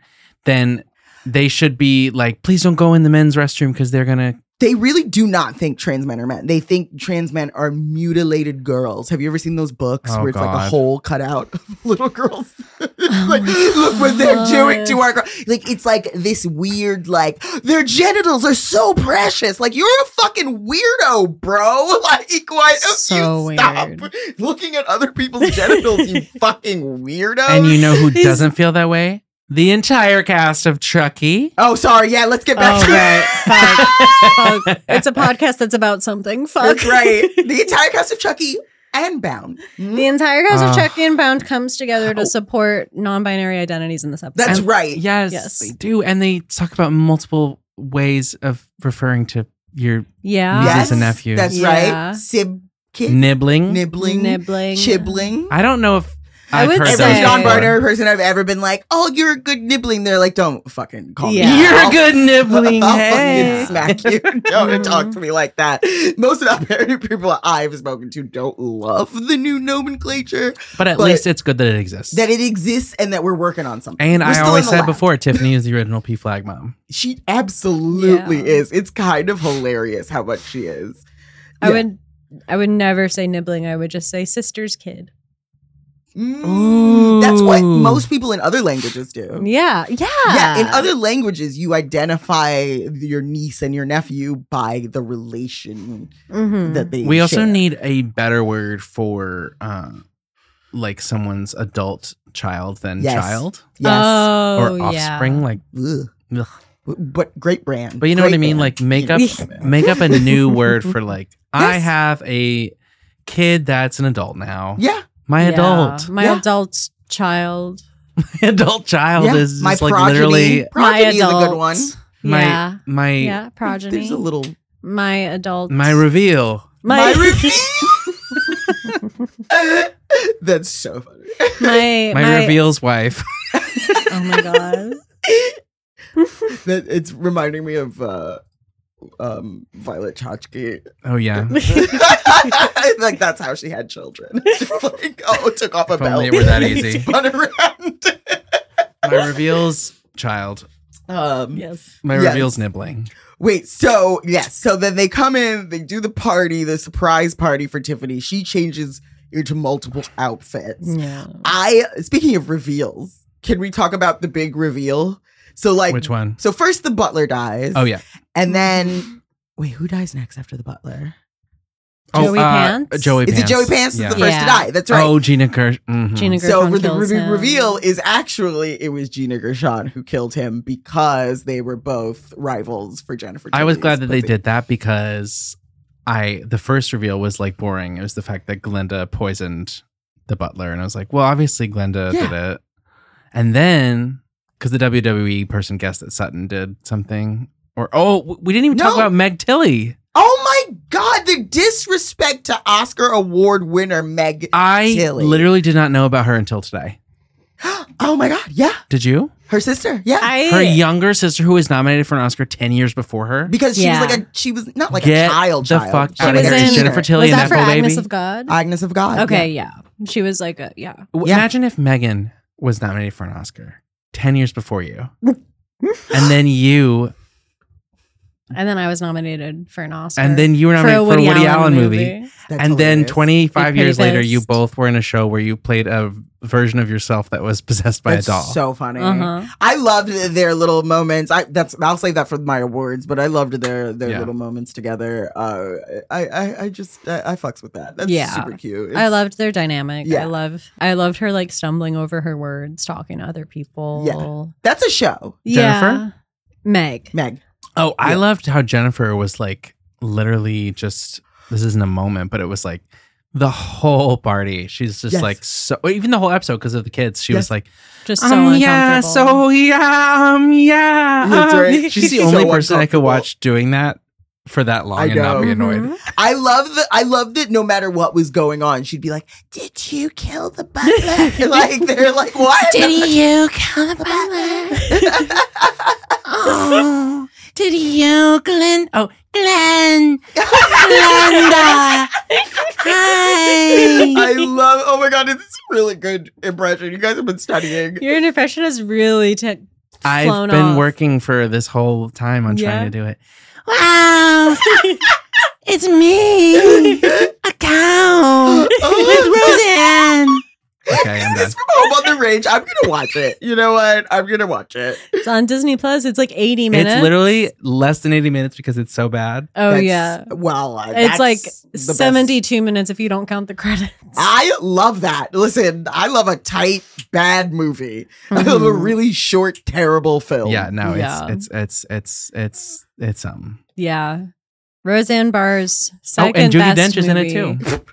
B: then they should be like, please don't go in the men's restroom because they're gonna.
C: they really do not think trans men are men. They think trans men are mutilated girls. Have you ever seen those books
B: Oh,
C: where it's like a
B: God.
C: hole cut out of little girls? It's like,
A: my
C: look what they're doing to
A: Oh, God.
C: our girl. Like, it's like this weird, like, their genitals are so precious. Like, you're a fucking weirdo, bro. Like, why don't
A: So
C: you stop
A: weird.
C: looking at other people's genitals, you fucking weirdo?
B: And you know who
A: He's-
B: doesn't feel that way? The entire cast of Chucky.
C: oh, sorry. Yeah, let's get back
A: Oh,
C: to
A: right. Fuck. Fuck. It's a podcast that's about something. Fuck.
C: That's right. The entire cast of Chucky and Bound.
A: The entire cast
B: Ah.
A: of Check and Bound comes together
C: Oh.
A: to support non-binary identities in this episode.
C: That's
B: And-
C: right.
B: Yes,
A: Yes.
B: they do, and they talk about multiple ways of referring to your
A: yeah.
B: Nieces and nephews.
C: That's
A: Yeah.
C: right. Sib kid,
B: nibbling.
C: nibbling,
A: Nibbling.
C: chibling.
B: I don't know if
A: I
B: I've
A: would
B: heard
C: Every
A: Heard
B: those
A: say-
C: John
B: before.
C: Barner person I've ever been like, oh, you're a good nibbling. They're like, don't fucking call
A: Yeah.
C: me.
B: You're
C: I'll-
B: a good nibbling. Mm-hmm.
C: I'll
B: hey.
C: fucking smack you. Don't talk to me like that. Most of the parody people I've spoken to don't love the new nomenclature
B: But at
C: But-
B: least it's good that it exists.
C: that it exists and that we're working on something.
B: and
C: We're
B: I
C: still in
B: always
C: the
B: said
C: lab.
B: before, Tiffany is the original P flag mom.
C: she absolutely
A: Yeah.
C: is. It's kind of hilarious how much she is.
A: I
C: Yeah.
A: would I would never say nibbling. I would just say sister's kid.
C: Mm.
B: Ooh.
C: That's what most people in other languages do.
A: Yeah. Yeah.
C: Oh. Yeah, in other languages, you identify your niece and your nephew by the relation
A: Mhm.
C: that they.
B: We also
C: share.
B: need a better word for uh, like someone's adult child than
C: Yes.
B: child
C: yes,
A: Oh,
B: or
A: yeah.
B: offspring. Like,
C: Ugh.
B: ugh.
C: but great brand.
B: but you know what
C: Great
B: I mean. Like,
C: brand.
B: make up
C: Yes.
B: make up a new word for like. I
C: Yes.
B: have a kid that's an adult now.
C: yeah,
B: My
A: Yeah.
B: adult,
A: My
C: Yeah.
A: adult child.
B: my adult child
C: yeah.
B: is
C: my
B: just like
C: progeny.
B: literally
C: Progeny
A: my adult.
C: is a good one.
B: my
A: yeah.
B: my
A: yeah. Progeny.
C: There's a little
A: my adult.
B: my reveal.
C: my
A: My
C: reveal. That's so funny.
A: my,
B: My, reveal's wife.
A: Oh my god.
C: That it's reminding me of uh, um, Violet Chachki.
B: Oh yeah.
C: like that's how she had children. Just like oh, took off a
B: If
C: belt.
B: only it were that
C: and
B: easy.
C: Spun around.
B: My reveal's child.
C: um,
A: yes.
B: My
C: Yes.
B: reveal's nibbling.
C: Wait, so yes, so then they come in, they do the party, the surprise party for Tiffany. She changes into multiple outfits.
A: Yeah.
C: I speaking of reveals, can we talk about the big reveal? So like,
B: Which one?
C: so first the butler dies.
B: Oh yeah.
C: and then wait, who dies next after the butler?
B: Oh,
A: Joey
B: uh,
A: Pants?
B: Joey
C: Is
B: Pants.
C: it Joey Pants? Is
B: Yeah.
C: the first
A: Yeah.
C: to die. That's right.
B: Oh, Gina Gersh. mhm.
A: Gina
C: So
A: Gershon
C: re- the
A: kills
C: re-
A: him.
C: reveal is actually it was Gina Gershon who killed him because they were both rivals for Jennifer.
B: I was
C: Tilly's
B: glad that they
C: pussy.
B: did that because I the first reveal was like boring. It was the fact that Glinda poisoned the butler, and I was like, well, obviously Glinda
C: Yeah.
B: did it. And then because the WWE person guessed that Sutton did something, or oh, w- we didn't even talk
C: No.
B: about Meg Tilly.
C: Oh my god, the disrespect to Oscar Award winner Meg.
B: I
C: Tilly.
B: literally did not know about her until today.
C: oh my god, yeah,
B: Did you?
C: her sister, yeah,
A: I
B: Her younger sister, who was nominated for an Oscar ten years before her,
C: because she
A: Yeah.
C: was like a she was not like
B: Get
C: a child.
B: the
C: child.
B: fuck
C: She
A: outta
C: was
A: here. It's
C: in-
B: Jennifer Tilly
A: was
B: and
A: that for
B: that Bo
A: Agnes
B: Baby?
A: of God?
C: Agnes of God.
A: okay, yeah. She was like a yeah.
B: W-
C: Yeah.
B: Imagine if Megan was nominated for an Oscar 10 years before you. and then you
A: And then I was nominated for an Oscar.
B: and then you were nominated for a Woody, Allen, movie.
C: yeah. That's
B: And then
C: hilarious.
B: 25
A: Be pretty
B: years later you
A: pissed.
B: both were in a show where you played a version of yourself that was possessed by
C: That's
B: a doll.
C: So funny.
A: Uh-huh.
C: I loved their little moments. I that's I'll save that for my awards, but I loved their their
B: Yeah.
C: little moments together. Uh, I I, I just I, I fucks with that. That's
A: Yeah.
C: super cute.
A: I loved their dynamic.
C: Yeah.
A: I love I loved her like stumbling over her words, talking to other people.
C: that's a show.
B: Jennifer?
A: Meg.
C: Meg,
B: oh, I
C: Yeah.
B: loved how Jennifer was like literally just this isn't a moment, but it was like the whole party. She's just
C: Yes.
B: like so. Even the whole episode because of the kids. She was
C: Yes.
B: like,
A: Just so
B: um,
A: uncomfortable.
B: yeah, so yeah, um, yeah.
C: That's
B: um,
C: right.
B: She's the
C: So
B: only person I could
C: uncomfortable.
B: watch doing that for that long
C: I Mm-hmm.
B: and not be
A: Mhm.
B: annoyed.
C: I love that. I love that. No matter what was going on, she'd be like, "Did you kill the butler?" like they're like, "What?"
A: Did you kill the butler? oh, did you, Glenn? Oh, Glenn, Glenda.
C: I love. Oh my god, it's a really good impression. You guys have been studying.
A: Your impression is really t-
B: I've
A: flown
B: been
A: off.
B: working for this whole time on
A: Yeah.
B: trying to do it.
A: Wow, it's me, a cow
B: Oh.
A: Roseanne.
B: Okay, I'm done.
C: It's from Home on the Range. I'm gonna watch it. You know what? I'm gonna watch it.
A: It's on Disney Plus. It's like eighty minutes.
B: It's literally less than 80 minutes because it's so bad.
A: Oh
C: That's-
A: yeah.
C: Well, uh,
A: It's
C: that's
A: like
C: the best.
A: 72 minutes if you don't count the credits.
C: I love that. Listen, I love a tight, bad movie. I love a
B: Hmm.
A: Mhm.
C: really short, terrible film.
B: Yeah, no,
A: Yeah.
B: it's it's it's it's it's it's um.
A: Yeah. Roseanne Barr's second
B: oh, and Judy
A: best
B: Dench is in it
A: movie.
B: too.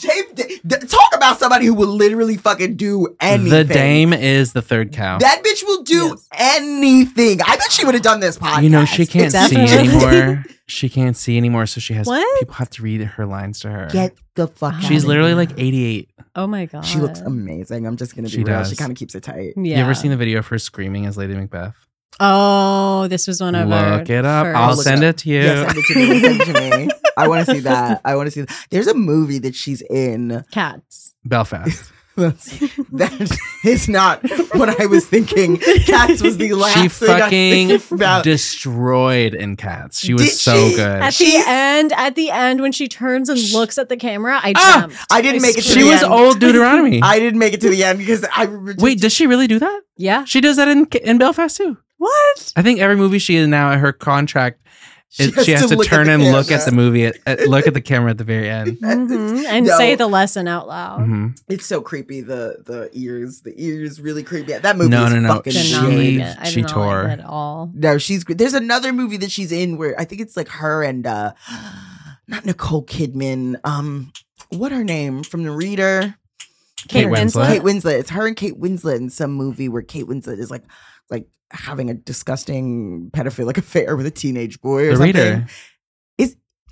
C: Dave, D- D- talk about somebody who will literally fucking do anything.
B: The dame is the third cow.
C: That bitch will do anything. I bet she would have done this podcast.
B: you know she can't
C: It's-
B: see
A: Definitely.
B: anymore. She can't see anymore, so she has
A: What?
B: people have to read her lines to her.
C: Get the fuck. out
B: She's
C: of
B: literally
C: here.
B: like 88.
A: Oh my god.
C: She looks amazing. I'm just gonna be
B: She
C: real.
B: does.
C: She kind of keeps it tight.
A: Yeah.
B: You ever seen the video of her screaming as Lady Macbeth?
A: Oh, this was one of our
B: Look it up. i
A: first-
B: I'll
C: I'll look
B: send
C: it
B: it to you.
C: Yeah, send it to me. Send it to me. I want to see that. I want to see that. There's a movie that she's in.
A: Cats.
B: Belfast.
C: That's- That is not what I was thinking. Cats was the last.
B: she
C: thing I
B: fucking
C: think about.
B: destroyed in Cats. She was
C: Did
B: so
C: she?
B: good.
A: At
C: She's-
A: the end, at the end when she turns and looks at the camera, I
B: Ah!
A: jumped.
C: I didn't make it to
B: She
C: the
B: was
C: end.
B: old Deuteronomy.
C: I didn't make it to the end because I remember-
B: Wait, does she really do that?
A: Yeah.
B: She does that in in Belfast too.
C: what?
B: I think every movie she is now at her contract, is- she has, to,
C: look at
B: turn
C: the
B: and look
C: camera.
B: at the movie, at, at- look at the camera at the very end.
A: Mhm. And
C: No.
A: say the lesson out loud.
B: Mhm.
C: It's so creepy. The the ears, the ears, really creepy. That movie.
B: No,
C: is
B: no, no.
C: fucking
A: Did not
C: shit.
A: like
B: She
A: it. I did
B: she
A: not like
B: tore.
A: it at all.
C: No, she's great. There's another movie that she's in where I think it's like her and uh not Nicole Kidman. Um, what her name from the reader?
B: Kate Winslet.
C: Kate Winslet. It's her and Kate Winslet in some movie where Kate Winslet is like like having a disgusting pedophilic affair with a teenage boy or
B: The
C: something.
B: reader.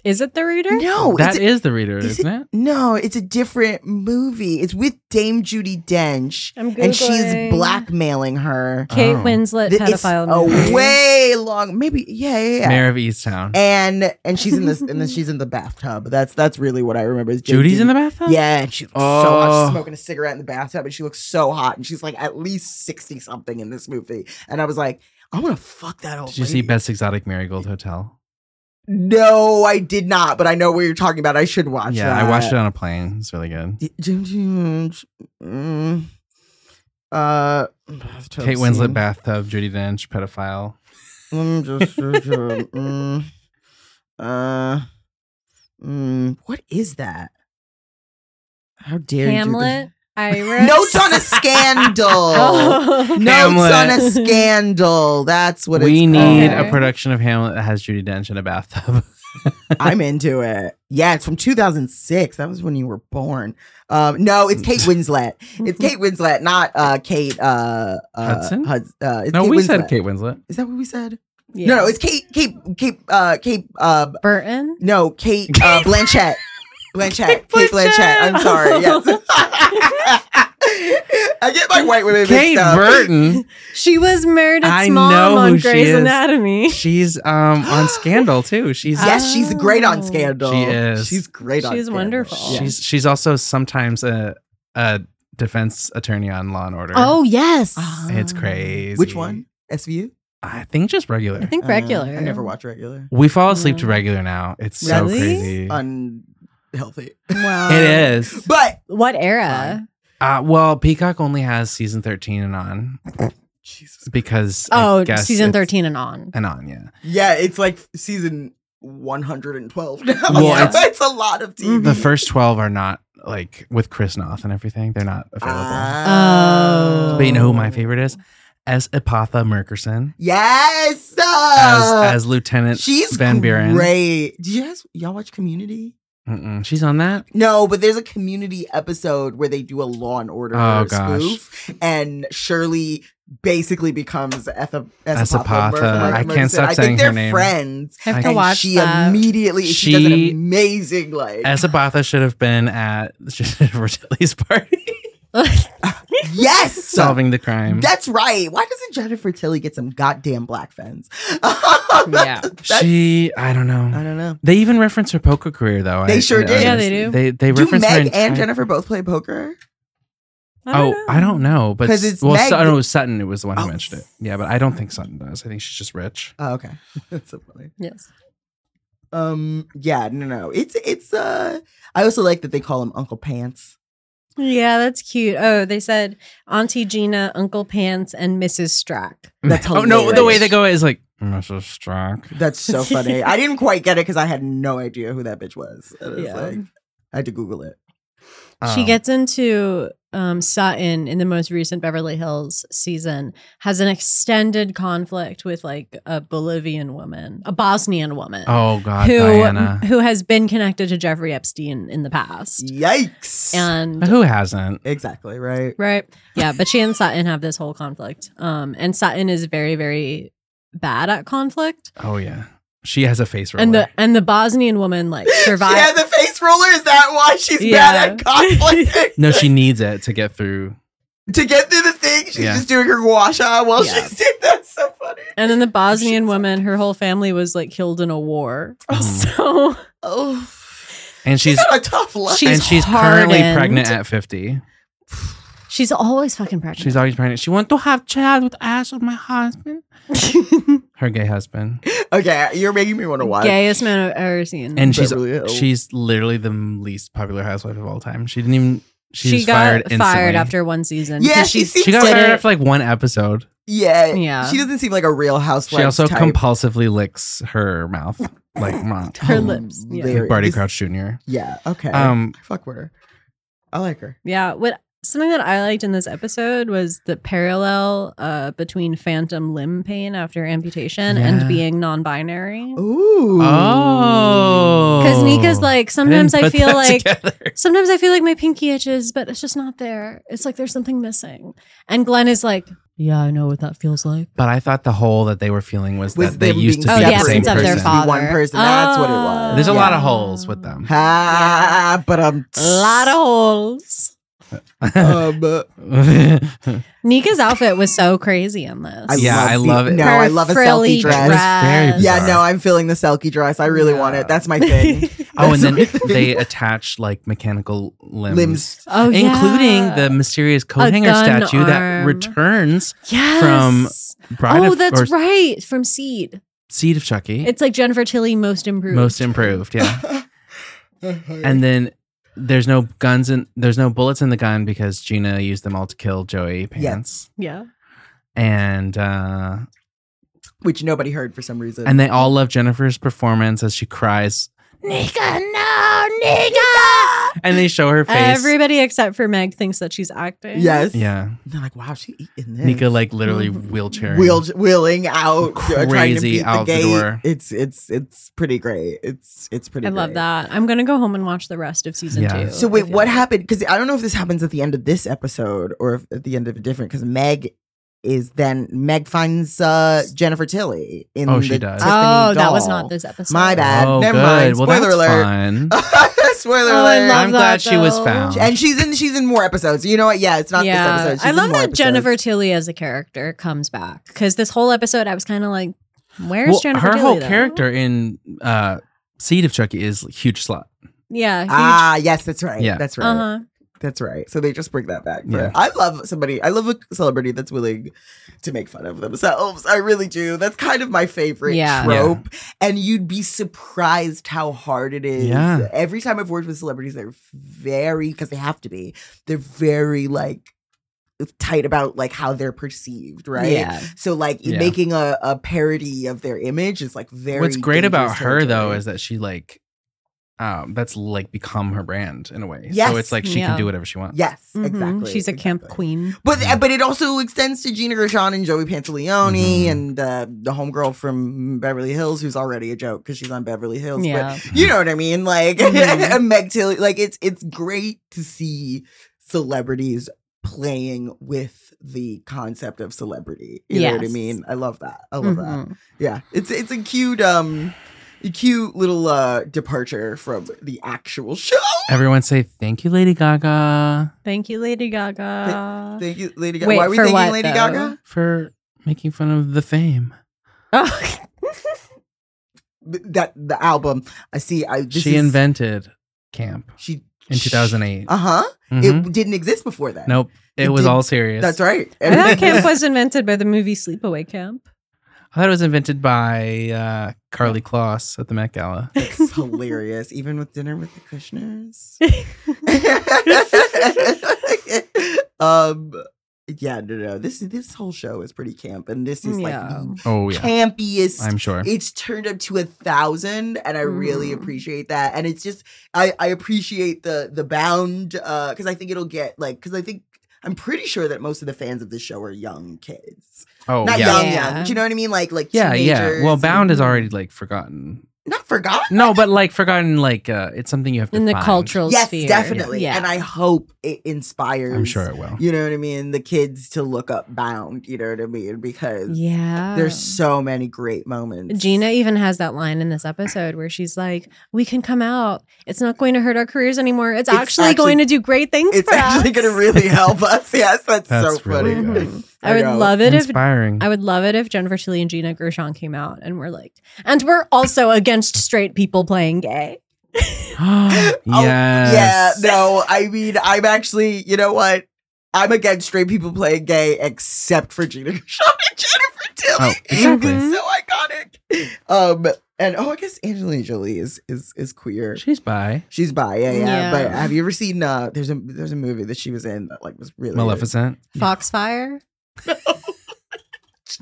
A: Is it the reader?
C: No,
B: that
C: it's a-
B: is the reader,
C: is
B: isn't it?
C: no, it's a different movie. It's with Dame Judy Dench,
A: I'm Googling.
C: and she's blackmailing her.
A: Kate
B: Oh.
A: Winslet
C: Th- It's
A: pedophile.
C: a
A: movie.
C: way long, maybe. Yeah, yeah, yeah.
B: Mayor of Easttown.
C: and and she's in this, and then she's in the bathtub. That's that's really what I remember. Is Dame
B: Judy's in
C: Judy-
B: the bathtub.
C: Yeah, and she looks so hot.
B: Oh.
C: She's smoking a cigarette in the bathtub, and she looks so hot. And she's like at least sixty something in this movie. And I was like, I want to fuck that old.
B: Did you see
C: lady.
B: Best Exotic Marigold Hotel?
C: No, I did not. But I know what you're talking about. I should watch.
B: yeah, I watched it on a plane. It's really good.
C: it. Jim Jones. mm, Uh, bathtub
B: Kate Winslet,
C: scene.
B: bathtub, Judy Dench, pedophile.
C: Let me just. mm, uh, mm, what is that? How dare
A: Hamlet,
C: you?
A: Iris.
C: do that? Notes on a scandal.
A: Oh.
C: Notes on a
B: Hamlet.
C: scandal. That's what
B: we
C: it's
B: need
C: called.
B: a production of Hamlet that has Judy Dench in a bathtub.
C: I'm into it. Yeah, it's from 2006. That was when you were born. Um, no, it's
B: Mm.
C: Kate Winslet. It's Kate Winslet, not uh, Kate uh, uh,
B: Hudson?
C: Huds- uh, it's
B: no,
C: Kate
B: we
C: Winslet.
B: said Kate Winslet.
C: Is that what we said?
A: Yeah.
C: No, no, it's Kate. Kate. Kate. Uh, Kate. Uh,
A: Burton.
C: No, Kate uh, Blanchett. Blanchett. Kate Blanchett. I'm sorry. Yes. I get my white women
B: Kate
C: mixed up.
B: Burton.
A: She was Meredith's
B: I
A: mom
B: know
A: on
B: who she
A: Grey's
B: is.
A: Anatomy.
B: She's um on Scandal too. She's
C: Yes, she's great on
A: Oh.
C: Scandal.
B: She is.
C: She's great on
A: She's
C: Scandal.
A: wonderful.
C: Yeah.
B: she's she's also sometimes a a defense attorney on Law and Order.
A: Oh yes.
C: Ah.
B: it's crazy.
C: Which one? SVU?
B: I think just regular.
A: I think
C: Uh,
A: regular.
C: I never watch regular.
B: we fall asleep
A: Mm.
B: to regular now. It's so
A: Really? Uh,
B: crazy.
C: Unhealthy.
A: Wow.
B: it is.
C: But
A: What era?
B: Uh, well, Peacock only has season thirteen and on
C: Jesus.
B: because I
A: Oh,
B: guess
A: season
B: it's-
A: thirteen and on.
B: and on. Yeah,
C: Yeah, it's like season 112 now.
B: Well,
C: so
B: it's-
C: it's a lot of TV.
B: the first twelve are not like with Chris Noth and everything. They're not available.
C: Ah.
A: Oh.
B: but you know who my favorite is? As Epatha Merkerson
C: Yes.
A: Oh,
B: as as Lieutenant
C: She's
B: Van Buren.
C: Great. Did you guys y'all watch Community?
B: Mm-mm. She's on that.
C: No, but there's a community episode where they do a Law and Order
B: Oh, gosh.
C: spoof, and Shirley basically becomes Ethapatha.
B: Esapatha. I can't stop
C: I
B: saying
C: think
B: her
C: they're
B: name.
C: friends.
A: I have to
B: And
C: and
A: watch
C: she
A: that.
C: immediately she, does an
B: She-
C: amazing like
B: Esabatha should have been at Rotilli's party
C: yes
B: solving the crime.
C: That's right. Why doesn't Jennifer Tilly get some goddamn black fans?
A: yeah.
C: that's-
B: she, I don't
C: I
B: know.
C: don't know.
B: They even reference her poker career though.
C: They
B: I-
C: sure
B: I
C: did.
A: Yeah, they do.
B: They they
C: Do
B: reference her
C: Meg
B: in-
C: and Jennifer both play poker?
B: Oh, I don't know, but
C: 'Cause it's
B: well,
C: Meg
B: Sutton,
C: that-
B: it was Sutton. It was the one who
C: Oh.
B: mentioned it. Yeah, but I don't think Sutton does. I think she's just rich.
C: Oh, okay. That's so funny.
A: Yes.
C: Um, yeah, no, no. It's it's uh I also like that they call him Uncle Pants.
A: Yeah, that's cute. Oh, they said Auntie Gina, Uncle Pants, and Mrs. Strack.
C: That's
B: oh no, the way
C: hilarious.
B: they go is like Mrs. Strack.
C: That's so funny. I didn't quite get it because I had no idea who that bitch was. And it's
A: Yeah.
C: like, I had to Google it.
A: she
B: Um,
C: Oh.
A: gets into um, Sutton in the most recent Beverly Hills season, has an extended conflict with like a Bolivian woman, a Bosnian woman.
B: Oh God,
A: who
B: Diana.
A: who has been connected to Jeffrey Epstein in the past.
C: Yikes.
A: And
B: But who hasn't?
C: exactly, right?
A: right. Yeah, but she and Sutton have this whole conflict. Um and Sutton is very very bad at conflict.
B: Oh yeah, she has a face roller.
A: And the and the Bosnian woman like
C: She has
A: survives
C: a face roller. Is that why she's
A: Yeah.
C: bad at conflict?
B: no, she needs it to get through.
C: to get through the thing, she's
B: Yeah.
C: just doing her gua sha while
A: Yeah.
C: she's doing that's so funny.
A: and then the Bosnian woman, her whole family was like killed in a war.
B: Mhm.
A: So
C: Oh,
B: And
C: she's
B: she's
C: had a tough life.
A: She's
B: and she's currently
A: hardened.
B: pregnant at fifty.
A: she's always fucking pregnant.
B: She's always pregnant. She wants to have child with Ash of my husband, her gay husband.
C: okay, you're making me want to watch.
A: Gayest man I've ever seen.
B: And she's
C: Beverly Hills.
B: she's literally the least popular housewife of all time. She didn't even. She,
A: she
B: was
A: got
B: fired,
A: fired,
B: instantly.
A: after one season.
C: Yeah,
A: 'cause
C: she
A: she's
C: seems
B: She got
A: did
B: fired
A: it.
B: after like one episode.
C: Yeah,
A: Yeah.
C: She doesn't seem like a real housewife.
B: She also
C: type.
B: compulsively licks her mouth, like mom,
A: Her lips, yeah.
C: Hilarious.
B: like Barty
C: Mm, This-
B: Crouch Jr.
C: Yeah. Okay.
B: Um,
C: I fuck with her. I like her.
A: Yeah. What something that I liked in this episode was the parallel uh, between phantom limb pain after amputation
B: Yeah.
A: and being non-binary.
C: Ooh.
B: oh,
A: Because Nika's like sometimes
B: Didn't
A: I
B: put
A: feel
B: that
A: like
B: together.
A: sometimes I feel like my pinky itches, but it's just not there. It's like there's something missing. And Glenn is like, Yeah, I know what that feels like.
B: But I thought the hole that they were feeling was,
C: Was
B: that they
C: them
B: used to
C: being
B: be
A: oh,
B: the
A: the
B: same
A: absence of their
B: person.
C: fa-
A: father. Oh.
C: Be one person. That's what it was.
B: There's a lot of
C: Yeah.
B: holes with them.
C: Ah, but I'm
A: A lot of holes.
B: Oh,
C: Um, uh,
A: Nika's outfit was so crazy in this.
C: I
B: Yeah,
C: love
B: I
C: the-
B: love it.
C: No,
A: Her
C: I love a
A: frilly
C: selfie dress.
B: Very bizarre.
C: Yeah, no, I'm feeling the selkie dress. I really want it. That's my thing.
B: oh, and then
C: That's what-
B: they attached like mechanical limbs,
C: Limbs.
A: oh, yeah.
B: including the mysterious coat
A: A
B: hanger
A: gun
B: statue that
A: arm.
B: returns.
A: yes.
B: from Bride
A: oh,
B: of,
A: that's
B: or
A: right. From Seed.
B: Seed of Chucky,
A: It's like Jennifer Tilly most improved.
B: most improved. Yeah. and then there's no guns and there's no bullets in the gun because Gina used them all to kill Joey Pants.
A: Yeah.
B: And uh,
C: which nobody heard for some reason.
B: and they all love Jennifer's performance as she cries, "Nika, no, Nika!" And they show her face.
A: Everybody except for Meg thinks that she's acting.
C: yes,
B: yeah,
C: They're like, wow, she eating this.
B: Nika like literally
A: Mhm.
B: wheelchair.
C: Wheel, wheeling out, uh,
B: Crazy
C: trying to beat the
B: out the
C: gate.
B: door.
C: It's it's it's pretty great. It's it's pretty.
A: I love
C: great.
A: that. I'm gonna go home and watch the rest of season
B: Yeah.
A: two.
C: So
A: I
C: wait,
A: feel
C: what
A: like.
C: happened? Because I don't know if this happens at the end of this episode or if at the end of a different. Because Meg is then Meg finds uh, Jennifer Tilly in
B: Oh,
C: the
B: she does.
C: Tiffany
A: Oh, that was
C: doll.
A: not this episode.
C: My bad.
B: Oh,
C: Never
B: good.
C: mind.
B: Well,
C: Spoiler
B: that's
C: alert.
B: fun.
C: Spoiler
A: Oh, I
C: alert.
A: love
B: I'm glad
A: that,
B: she was
A: though.
B: found.
C: and she's in she's in more episodes. You know what? Yeah, it's not this episode. She's
A: I
C: in
A: love
C: more
A: that
C: episodes.
A: Jennifer Tilly as a character comes back because this whole episode I was kind of like, where's
B: Well,
A: Jennifer
B: her
A: Tilly?
B: whole
A: though?
B: character in uh, Seed of Chucky is huge slut.
A: Yeah. Huge,
C: Ah, yes, that's right.
B: Yeah.
C: That's right.
A: uh-huh.
C: That's right. So they just bring that back.
B: Yeah.
C: Yeah. I love somebody. I love a celebrity that's willing to make fun of themselves. I really do. That's kind of my favorite
A: Yeah.
B: Yeah.
C: trope. And you'd be surprised how hard it is.
B: Yeah.
C: Every time I've worked with celebrities, they're very because they have to be. They're very like tight about like how they're perceived, right?
A: Yeah.
C: So like
B: Yeah.
C: making a, a parody of their image is like very.
B: What's great about
C: dangerous
B: her though
C: territory.
B: is that she like um, that's like become her brand in a way.
C: Yes.
B: So it's like she
A: Yeah.
B: can do whatever she wants.
C: Yes,
A: Mhm.
C: exactly.
A: She's a camp
C: exactly.
A: queen.
C: But but it also extends to Gina Gershon and Joey Pantaleone
A: Mm-hmm.
B: Mhm.
C: and uh, the homegirl from Beverly Hills, who's already a joke because she's on Beverly Hills. but
A: Yeah.
C: you know what I mean? Like
A: Mhm.
C: Meg Tilly. Like it's it's great to see celebrities playing with the concept of celebrity. You know what I
A: Yes.
C: mean? I love that. I love that.
A: Mhm.
C: Yeah, it's it's a cute um, a cute little uh departure from the actual show.
B: Everyone say thank you, Lady Gaga,
A: Thank you, Lady Gaga.
C: Thank you, Lady Gaga.
A: Wait,
C: Why are we
A: for
C: thanking
A: what,
C: Lady
A: though?
C: Gaga?
B: for making fun of the fame.
A: oh,
C: B- That the album. I see. I this
B: she
C: is-
B: invented camp
C: she
B: in 2008.
C: Uh huh.
B: Mhm.
C: It didn't exist before that.
B: nope, it,
C: it
B: was
C: did-
B: all serious.
C: that's right.
A: I thought camp was invented by the movie Sleepaway Camp.
B: I thought it was invented by uh, Carly Kloss at the Met Gala.
C: It's hilarious. Even with dinner with the Kushners. um. Yeah. No. No. This this whole show is pretty camp, and this is like
A: Yeah.
C: the
B: Oh yeah,
C: campiest
B: I'm sure.
C: it's turned up to a thousand and i really
A: Mm.
B: Hmm.
C: appreciate that and it's just i i appreciate the the bound uh because i think it'll get like because i think i'm pretty sure that most of the fans of this show are young kids
B: Oh
C: not
B: yeah,
C: young
A: Yeah.
C: young do you know what i mean like like
B: yeah, yeah.
C: teenagers
B: Well,
C: and-
B: Bound is already like forgotten.
C: not forgotten
B: No, but like forgotten, like uh, it's something you have to
A: In the
B: find.
A: cultural
C: yes
A: sphere.
C: definitely
A: Yeah.
C: and i hope it inspires
B: I'm sure it will.
C: you know what i mean the kids to look up bound you know what i mean because
A: yeah.
C: there's so many great moments
A: Gina even has that line in this episode where she's like, "We can come out. It's not going to hurt our careers anymore. It's,
C: It's
A: actually,
C: actually-
A: going to do great things
C: it's
A: for
C: actually
A: us."
C: going to really help us. Yes, that's, so
B: That's
C: funny.
B: really good.
A: Mhm.
C: I
A: I would
C: know.
A: love it if
B: Inspiring.
A: I would love it if Jennifer Tilly and Gina Gershon came out and were like, and we're also against straight people playing gay.
B: yes.
C: Oh, Yeah, no, I mean, I'm actually, you know what? I'm against straight people playing gay, except for Gina Gershon and Jennifer Tilly.
B: Oh, exactly.
A: Mhm.
C: So iconic. Um, and oh, I guess Angelina Jolie is is is queer.
B: She's bi.
C: She's bi, yeah, yeah.
A: Yeah.
C: But have you ever seen? Uh, there's a there's a movie that she was in that like was really
B: Maleficent.
A: Foxfire.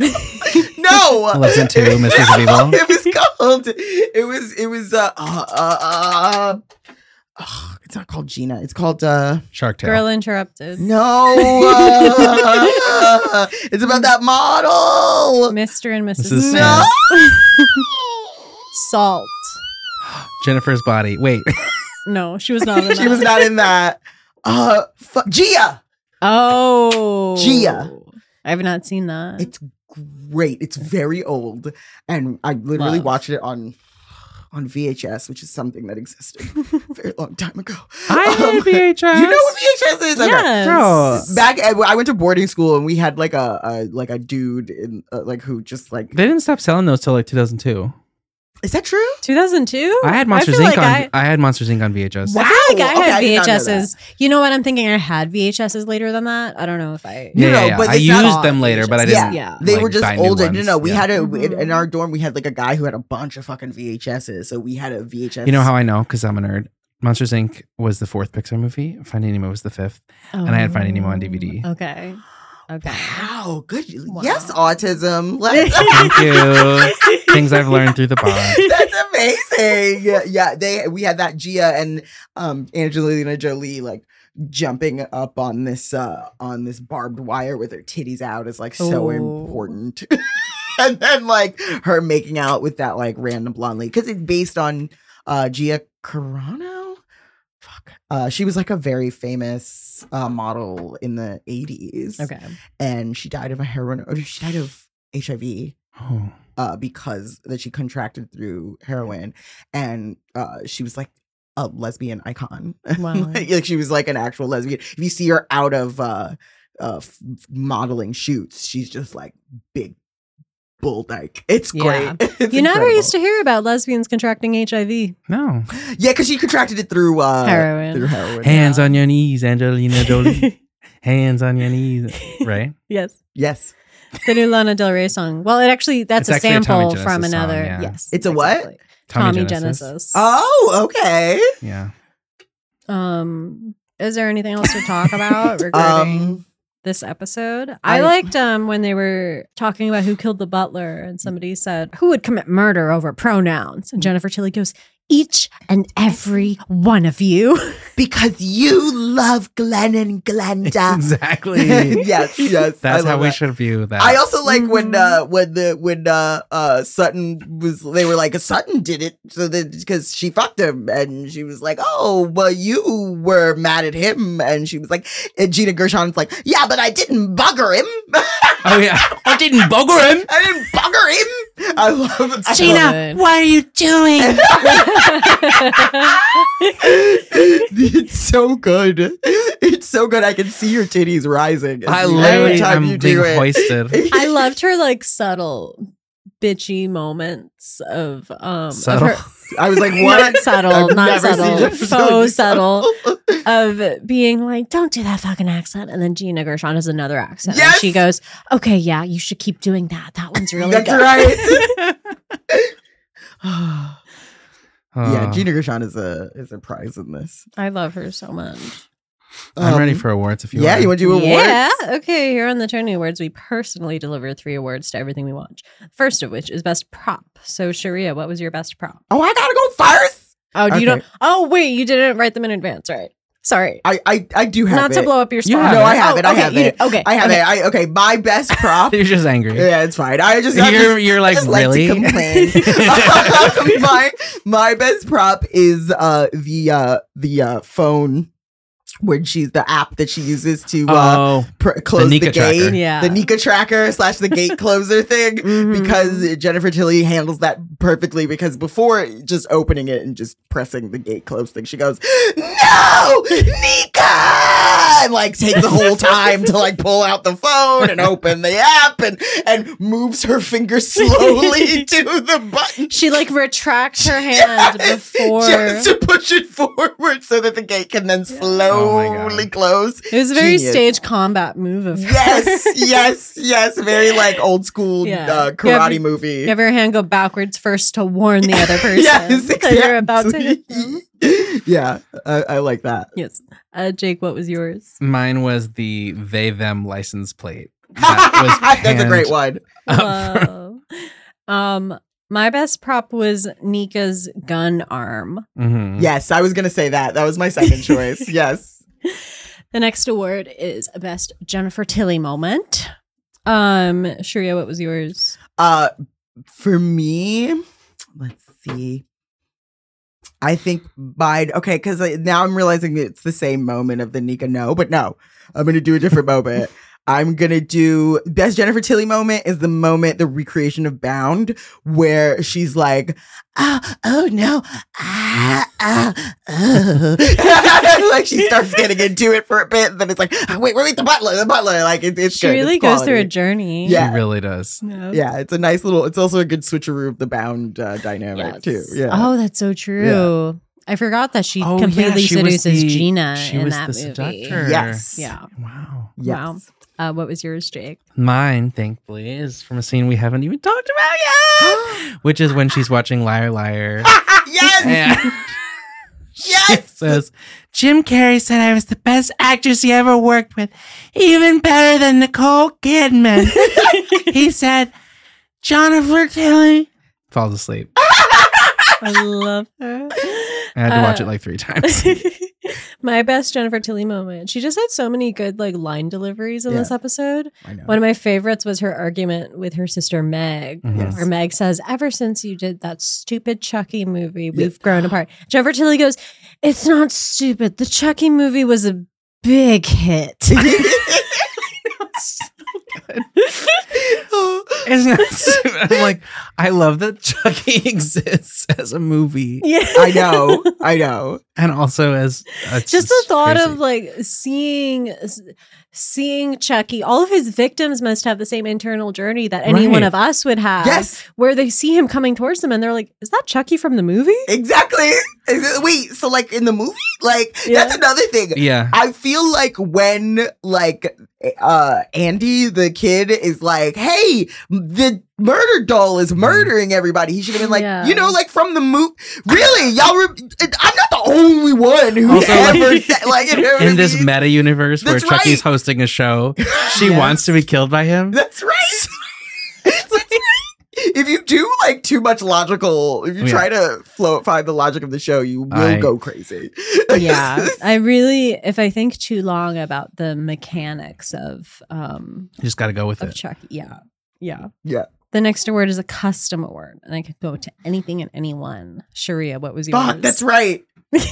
C: No,
B: Maleficent 2,
C: It was-
B: Mistress of Evil.
C: It was called. It was. It was. Uh, uh, uh, uh, ugh, it's not called Gina. It's called. Uh,
B: Shark Tale.
A: Girl interrupted.
C: no, uh, it's about that model.
A: Mr. and
B: This
A: Mrs.
B: is
A: Smith.
C: No.
B: sad.
A: Salt.
B: Jennifer's body. Wait.
A: No, she was not. In
C: she was
A: that.
C: not in that. Uh, fu- Gia.
A: Oh,
C: Gia.
A: I have not seen that.
C: It's great. It's very old, and I literally
A: Love.
C: watched it on on VHS, which is something that existed a very long time ago.
B: I
C: Um,
B: had VHS.
C: You know what VHS is? Okay.
A: Yes.
B: Girl.
C: back at, I went to boarding school and we had like a, a like a dude in uh, like who just like
B: They didn't stop selling those till like 2002.
C: is that true?
A: 2002.
B: I had Monsters
A: I feel
B: Inc.
A: like
B: on.
A: I-
B: I, had Monsters Inc. on VHS.
A: I feel like I
C: Okay,
A: had
C: did not know that.
A: VHSs. You know what I'm thinking? I had VHSs later than that. I don't know if I.
C: No,
B: Yeah,
C: no,
B: yeah, yeah.
C: but
B: I
C: it's not
B: used
C: all
B: them later, but I didn't.
A: Yeah.
C: They
B: like,
C: were just
B: buy new
C: older. No,
B: ones.
C: no, we
B: Yeah.
C: had a in,
A: Mhm.
C: in our dorm. We had like a guy who had a bunch of fucking VHSs, so we had a VHS.
B: You know how I know? Because I'm a nerd. Monsters Inc. was the fourth Pixar movie. Finding Nemo was the fifth. And I had Finding Nemo on DVD.
A: Okay. Okay.
C: Wow, good.
A: Wow.
C: Yes, autism. Let's-
B: Thank you. Things I've learned through the pod.
C: That's amazing. Yeah, Yeah, they we had that Gia and um Angelina Jolie like jumping up on this uh on this barbed wire with her titties out is like
A: Ooh.
C: so important. and then like her making out with that like random blonde lady cuz it's based on uh Gia Carano. Fuck. Uh she was like a very famous uh model in the 80s.
A: Okay.
C: And she died of a heroin or she died of HIV
B: Oh.
C: uh, because that she contracted through
A: Mm.
C: heroin, and uh, she was like a lesbian icon.
A: Wow.
C: like, like, she was like an actual lesbian. If you see her out of uh, uh, f- modeling shoots, she's just like big bull dyke. It's
A: Yeah.
C: great. It's
A: you never
C: incredible.
A: used to hear about lesbians contracting HIV.
B: No.
C: yeah, because she contracted it through uh,
A: Heroin.
C: Through heroin.
B: Hands on your knees, Angelina Jolie. Hands on your knees. Right?
A: yes.
C: yes,
A: The new Lana Del Rey song. Well, it actually that's
B: It's
A: a
B: actually a Tommy
A: sample
B: Genesis
A: from
B: song,
A: another.
B: yeah.
A: Yes.
C: It's a what?
A: Tommy,
B: Genesis.
A: Genesis.
C: Oh, okay.
B: Yeah.
A: Um is there anything else to talk about regarding
C: Um,
A: this episode? I,
C: I-
A: liked um when they were talking about who killed the butler and somebody said, "Who would commit murder over pronouns?" And Jennifer Tilly goes, each and every one of you.
C: because you love Glenn and Glenda.
B: exactly.
C: yes, yes. I
B: That's
C: love
B: how we
C: that.
B: should view that.
C: I also like when
A: Mhm.
C: uh when the when uh uh Sutton was they were like Sutton did it so that because she fucked him and she was like oh well you were mad at him and she was like and Gina Gershon's like yeah but I didn't bugger him
B: oh yeah, I didn't bugger him.
C: I didn't bugger him I love it.
A: Gina,
B: what are you doing?
C: it's so good it's so good I can see your titties rising as
B: I
C: you-
B: literally am being hoisted.
A: I loved her like subtle bitchy moments of um of
B: Subtle.
A: her-
C: I was like
A: not
C: what
A: subtle,
C: I've
A: not
C: never seen
A: subtle,
C: Jefferson
A: faux
C: be
A: subtle. Of being like, don't do that fucking accent, and then Gina Gershon has another accent. and
C: Yes!
A: she goes, "Okay, yeah, you should keep doing that. That one's really
C: That's
A: good."
C: right. yeah,
B: Oh,
C: Gina Gershon is a is a prize in this.
A: I love her so much.
B: I'm
C: Um,
B: ready for awards. If you
C: yeah,
B: want.
C: you want to do awards?
A: Yeah. Okay. Here on the Tony Awards, we personally deliver three awards to everything we watch. First of which is best prop. So Sharia, what was your best prop?
C: Oh, I gotta go first.
A: Oh,
C: Okay.
A: you don't. Oh, wait, you didn't write them in advance, right? Sorry,
C: I I, I do have
A: not
C: it.
A: to blow up your
B: You
A: spot.
B: have No, it.
C: I have it, I
A: okay,
C: have
A: you
C: it.
A: do- Okay,
C: I have
A: okay.
C: it. I okay. My best prop.
B: You're just angry.
C: yeah, it's fine. I just I
B: you're
C: just,
B: you're like
C: just
B: really.
C: like to complain. my my best prop is uh the uh the uh phone when she's the app that she uses to uh
B: oh,
C: pr- close the,
B: Nika
C: gate.
B: tracker.
A: Yeah.
C: The Nika tracker slash the gate closer thing.
B: Mm-hmm.
A: Mhm.
C: because Jennifer Tilly handles that perfectly. Because before just opening it and just pressing the gate close thing, she goes, "No, Nika!" and like takes the whole time to like pull out the phone and open the app and and moves her finger slowly to the button.
A: she like retracts her hand
C: Yes,
A: before.
C: just to push it forward so that the gate can then
B: Oh my
C: slowly
B: God.
C: close.
A: it was a very
C: Genius.
A: stage combat move of her.
C: Yes, yes, yes. Very like old school
A: Yeah.
C: uh,
A: You have-
C: karate movie.
A: You have your hand go backwards first to warn the other person
C: yes,
A: that you're about to. hit them.
C: exactly. yeah, I, I like that.
A: Yes, uh, Jake, what was yours?
B: Mine was the they them license plate. That was
C: That's a great
B: panned
C: one.
B: up from-
A: Whoa. um, my best prop was Nika's gun arm.
B: Mhm.
C: Yes, I was gonna say that. That was my second choice. Yes.
A: The next award is Best Jennifer Tilly Moment. Um, Sharia, what was yours?
C: Uh, for me, let's see. I think by okay, because now I'm realizing it's the same moment of the Nika no, but no, I'm gonna do a different moment. I'm gonna do best Jennifer Tilly moment is the moment the recreation of Bound where she's like, oh, oh no, ah, ah, oh. like she starts getting into it for a bit, and then it's like, oh, wait, wait, wait, the butler, the butler, like it, it's
A: She
C: good,
A: really
C: it's
A: goes through a
C: quality.
A: journey.
C: Yeah.
B: It really does.
C: Yeah, it's a nice little. It's also a good switcheroo of the bound uh,
A: Yes.
C: dynamic too. Yeah.
A: Oh, that's so true. I forgot that she
B: Oh, yeah,
A: completely
B: she was
A: seduces
B: the-
A: Gina
B: she
A: in
B: was
A: that
B: the
A: movie.
B: seductor.
C: Yes.
A: Yeah.
B: Wow.
C: Yes.
A: Wow. Uh, what was yours, Jake?
B: Mine, thankfully, is from a scene we haven't even talked about yet, which is when she's watching Liar Liar.
C: Ah! yes.
B: and she
C: Yes.
B: says, Jim Carrey said I was the best actress he ever worked with, even better than Nicole Kidman. he said, Jennifer Tilly falls asleep.
A: I love her.
B: I had to watch
A: Uh,
B: it like three times.
A: my best Jennifer Tilly moment. She just had so many good like line deliveries in
C: Yeah.
A: this episode.
C: I know.
A: One of my favorites was her argument with her sister Meg,
B: Mhm.
A: where Meg says, Ever since you did that stupid Chucky movie, we've grown apart. Jennifer Tilly goes, It's not stupid. The Chucky movie was a big hit.
B: Oh It's not stupid. I'm like, I love that Chucky exists as a movie
A: yeah.
C: I know. I know.
B: and also as it's
A: Just the thought
B: crazy.
A: of like seeing seeing Chucky, all of his victims must have the same internal journey that any one
B: Right.
A: of us would have.
C: Yes.
A: Where they see him coming towards them and they're like, Is that Chucky from the movie?
C: Exactly. Is it- Wait. So, like in the movie, like
A: Yeah.
C: that's another thing.
B: yeah.
C: I feel like when like uh Andy the kid is like, "Hey, the murder doll
B: Mm-hmm.
C: is murdering everybody." He should have been like,
A: Yeah.
C: you know, like from the movie. Really, y'all? Re- I'm not the only one who
B: Also, like-
C: ever said, like you know what I
B: in this
C: mean?
B: meta universe where
C: That's
B: Chucky's
C: right.
B: hosting a show, she
A: Yeah.
B: wants to be killed by him.
C: That's right. That's right. if you do like too much logical, if you
B: Oh, Yeah.
C: try to flow find the logic of the show, you will
B: I-
C: go crazy.
A: yeah. I really, if I think too long about the mechanics of um
B: You just got to go with
A: of
B: it.
A: Chuck, yeah, yeah,
C: Yeah.
A: The next award is a custom award, and I could go to anything and anyone. Sharia, what was yours?
C: Fuck, that's right.
A: Do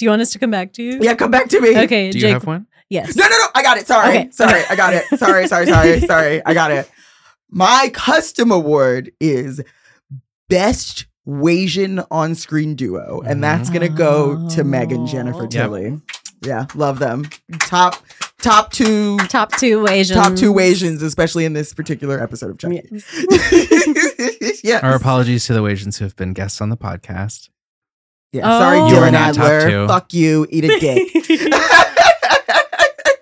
A: you want us to come back to you?
C: Yeah, come back to me.
A: Okay,
B: Do you
A: Jake.
B: have one?
A: Yes.
C: No, no, no. I got it. Sorry.
A: Okay.
C: Sorry. I got it. Sorry, sorry, sorry, sorry. I got it. My custom award is Best Wasian on screen duo. And that's gonna go to Meg and Jennifer
B: Oh.
A: Yep.
C: Tilly. Yeah, love them. Top top two
A: Top two Asian.
C: top two Wasians, especially in this particular episode of Chucky.
A: Yes.
C: yeah.
B: Our apologies to the Wasians who have been guests on the podcast.
C: Yeah. Sorry,
A: Oh. You are
C: Jordan
B: not top
C: Adler.
B: two.
C: Fuck you. Eat a dick.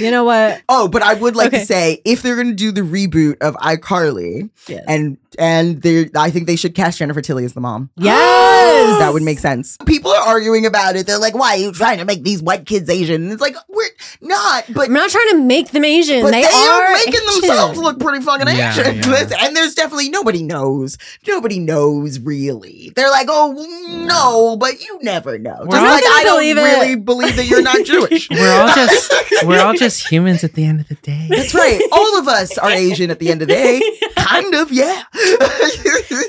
A: you know what?
C: Oh, but I would like
A: Okay.
C: to say if they're going to do the reboot of iCarly,
A: Yes.
C: and and they, I think they should cast Jennifer Tilly as the mom.
A: Yes!
C: that would make sense. People are arguing about it. They're like, "Why are you trying to make these white kids Asian?" And it's like we're not, but.
A: I'm not trying to make them Asian.
C: But
A: they,
C: they,
A: are
C: are, making
A: Asian.
C: themselves look pretty fucking
B: Yeah,
C: Asian,
B: yeah.
C: Listen, and there's definitely nobody knows. Nobody knows really. They're like, "Oh no," but you never know. Just
B: We're all
C: like
A: gonna
C: I don't
A: believe it.
C: really believe that you're not Jewish.
B: We're all just we're all just humans at the end of the day.
C: That's right. All of us are Asian at the end of the day. Kind of, yeah.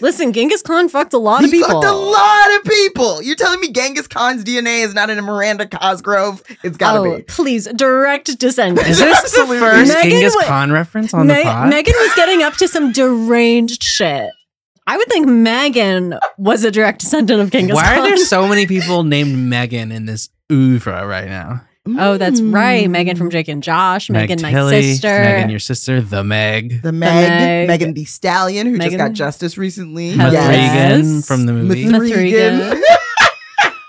A: Listen, Genghis Khan fucked a lot of
C: He
A: people.
C: fucked a lot of people. You're telling me Genghis Khan's DNA is not in a Miranda Cosgrove? It's gotta
A: oh,
C: be.
A: please, direct
B: Is
A: descendants.
B: this the
C: Absolutely.
B: first
A: Megan
B: Genghis
A: would-
B: Khan reference on the
A: Me-
B: pod?
A: Megan was getting up to some deranged shit. I would think Megan was a direct descendant of Genghis
B: Why are
A: Khan.
B: there so many people named Megan in this oeuvre right now?
A: oh, that's
C: Mm.
A: right. Megan from Jake and Josh. Megan, my
B: Tilly,
A: sister.
B: Megan, your sister, the Meg.
C: The Meg,
A: Meg.
C: Megan the Stallion, who
A: Megan-
C: just got justice recently.
A: Hello.
C: Yes.
B: Mathregan
A: Yes.
B: from the movie.
A: Math-
C: Mathregan.
A: Mathregan.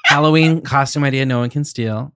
B: Halloween costume idea no one can steal.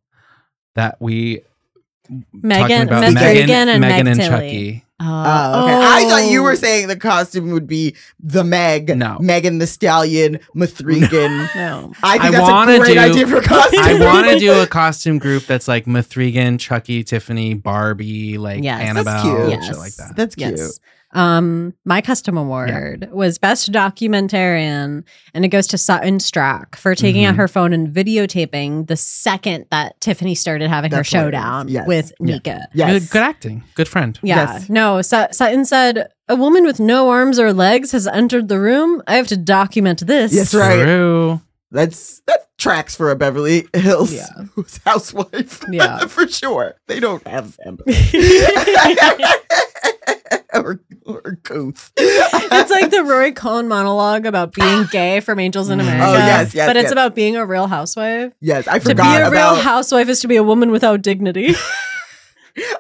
B: That we talking
A: Megan,
B: about
A: Meg
B: Megan,
A: Regan and
B: Megan
A: Meg
B: and
A: Tilly.
B: Chucky.
C: Oh, okay. I thought you were saying the costume would be the Meg,
B: No.
C: Megan the Stallion, Mathregan.
A: No.
C: I think
B: I
C: that's
B: wanna
C: a great
B: do-
C: idea for a costume.
B: I want to do a costume group that's like Mathregan, Chucky, Tiffany, Barbie, like
A: Yes.
B: Annabelle,
C: That's cute.
B: shit like
A: Yes.
B: that.
C: That's cute.
A: Yes. Um, my custom award was best documentarian, and it goes to Sutton Strack for taking out
B: Mhm.
A: her phone and videotaping the second that Tiffany started having
C: That's
A: her
C: what it is.
A: showdown
C: Yes.
A: with
B: Yeah.
A: Nika.
C: Yes.
B: Good, good acting. Good friend.
A: Yeah.
C: Yes.
A: No, Sut- Sutton said, A woman with no arms or legs has entered the room. I have to document this.
C: Yes, right.
B: True.
C: That's that tracks for a Beverly Hills
A: Yeah.
C: housewife.
A: Yeah.
C: for sure. They don't have them. or or couth.
A: It's like the Rory Cohn monologue about being gay from Angels in
B: Oh,
A: America.
C: Mm. yes, yes,
A: But it's
C: yes.
A: about being a real housewife.
C: Yes, I
A: To be
C: forgot
A: a real
C: about
A: housewife is to be a woman without dignity.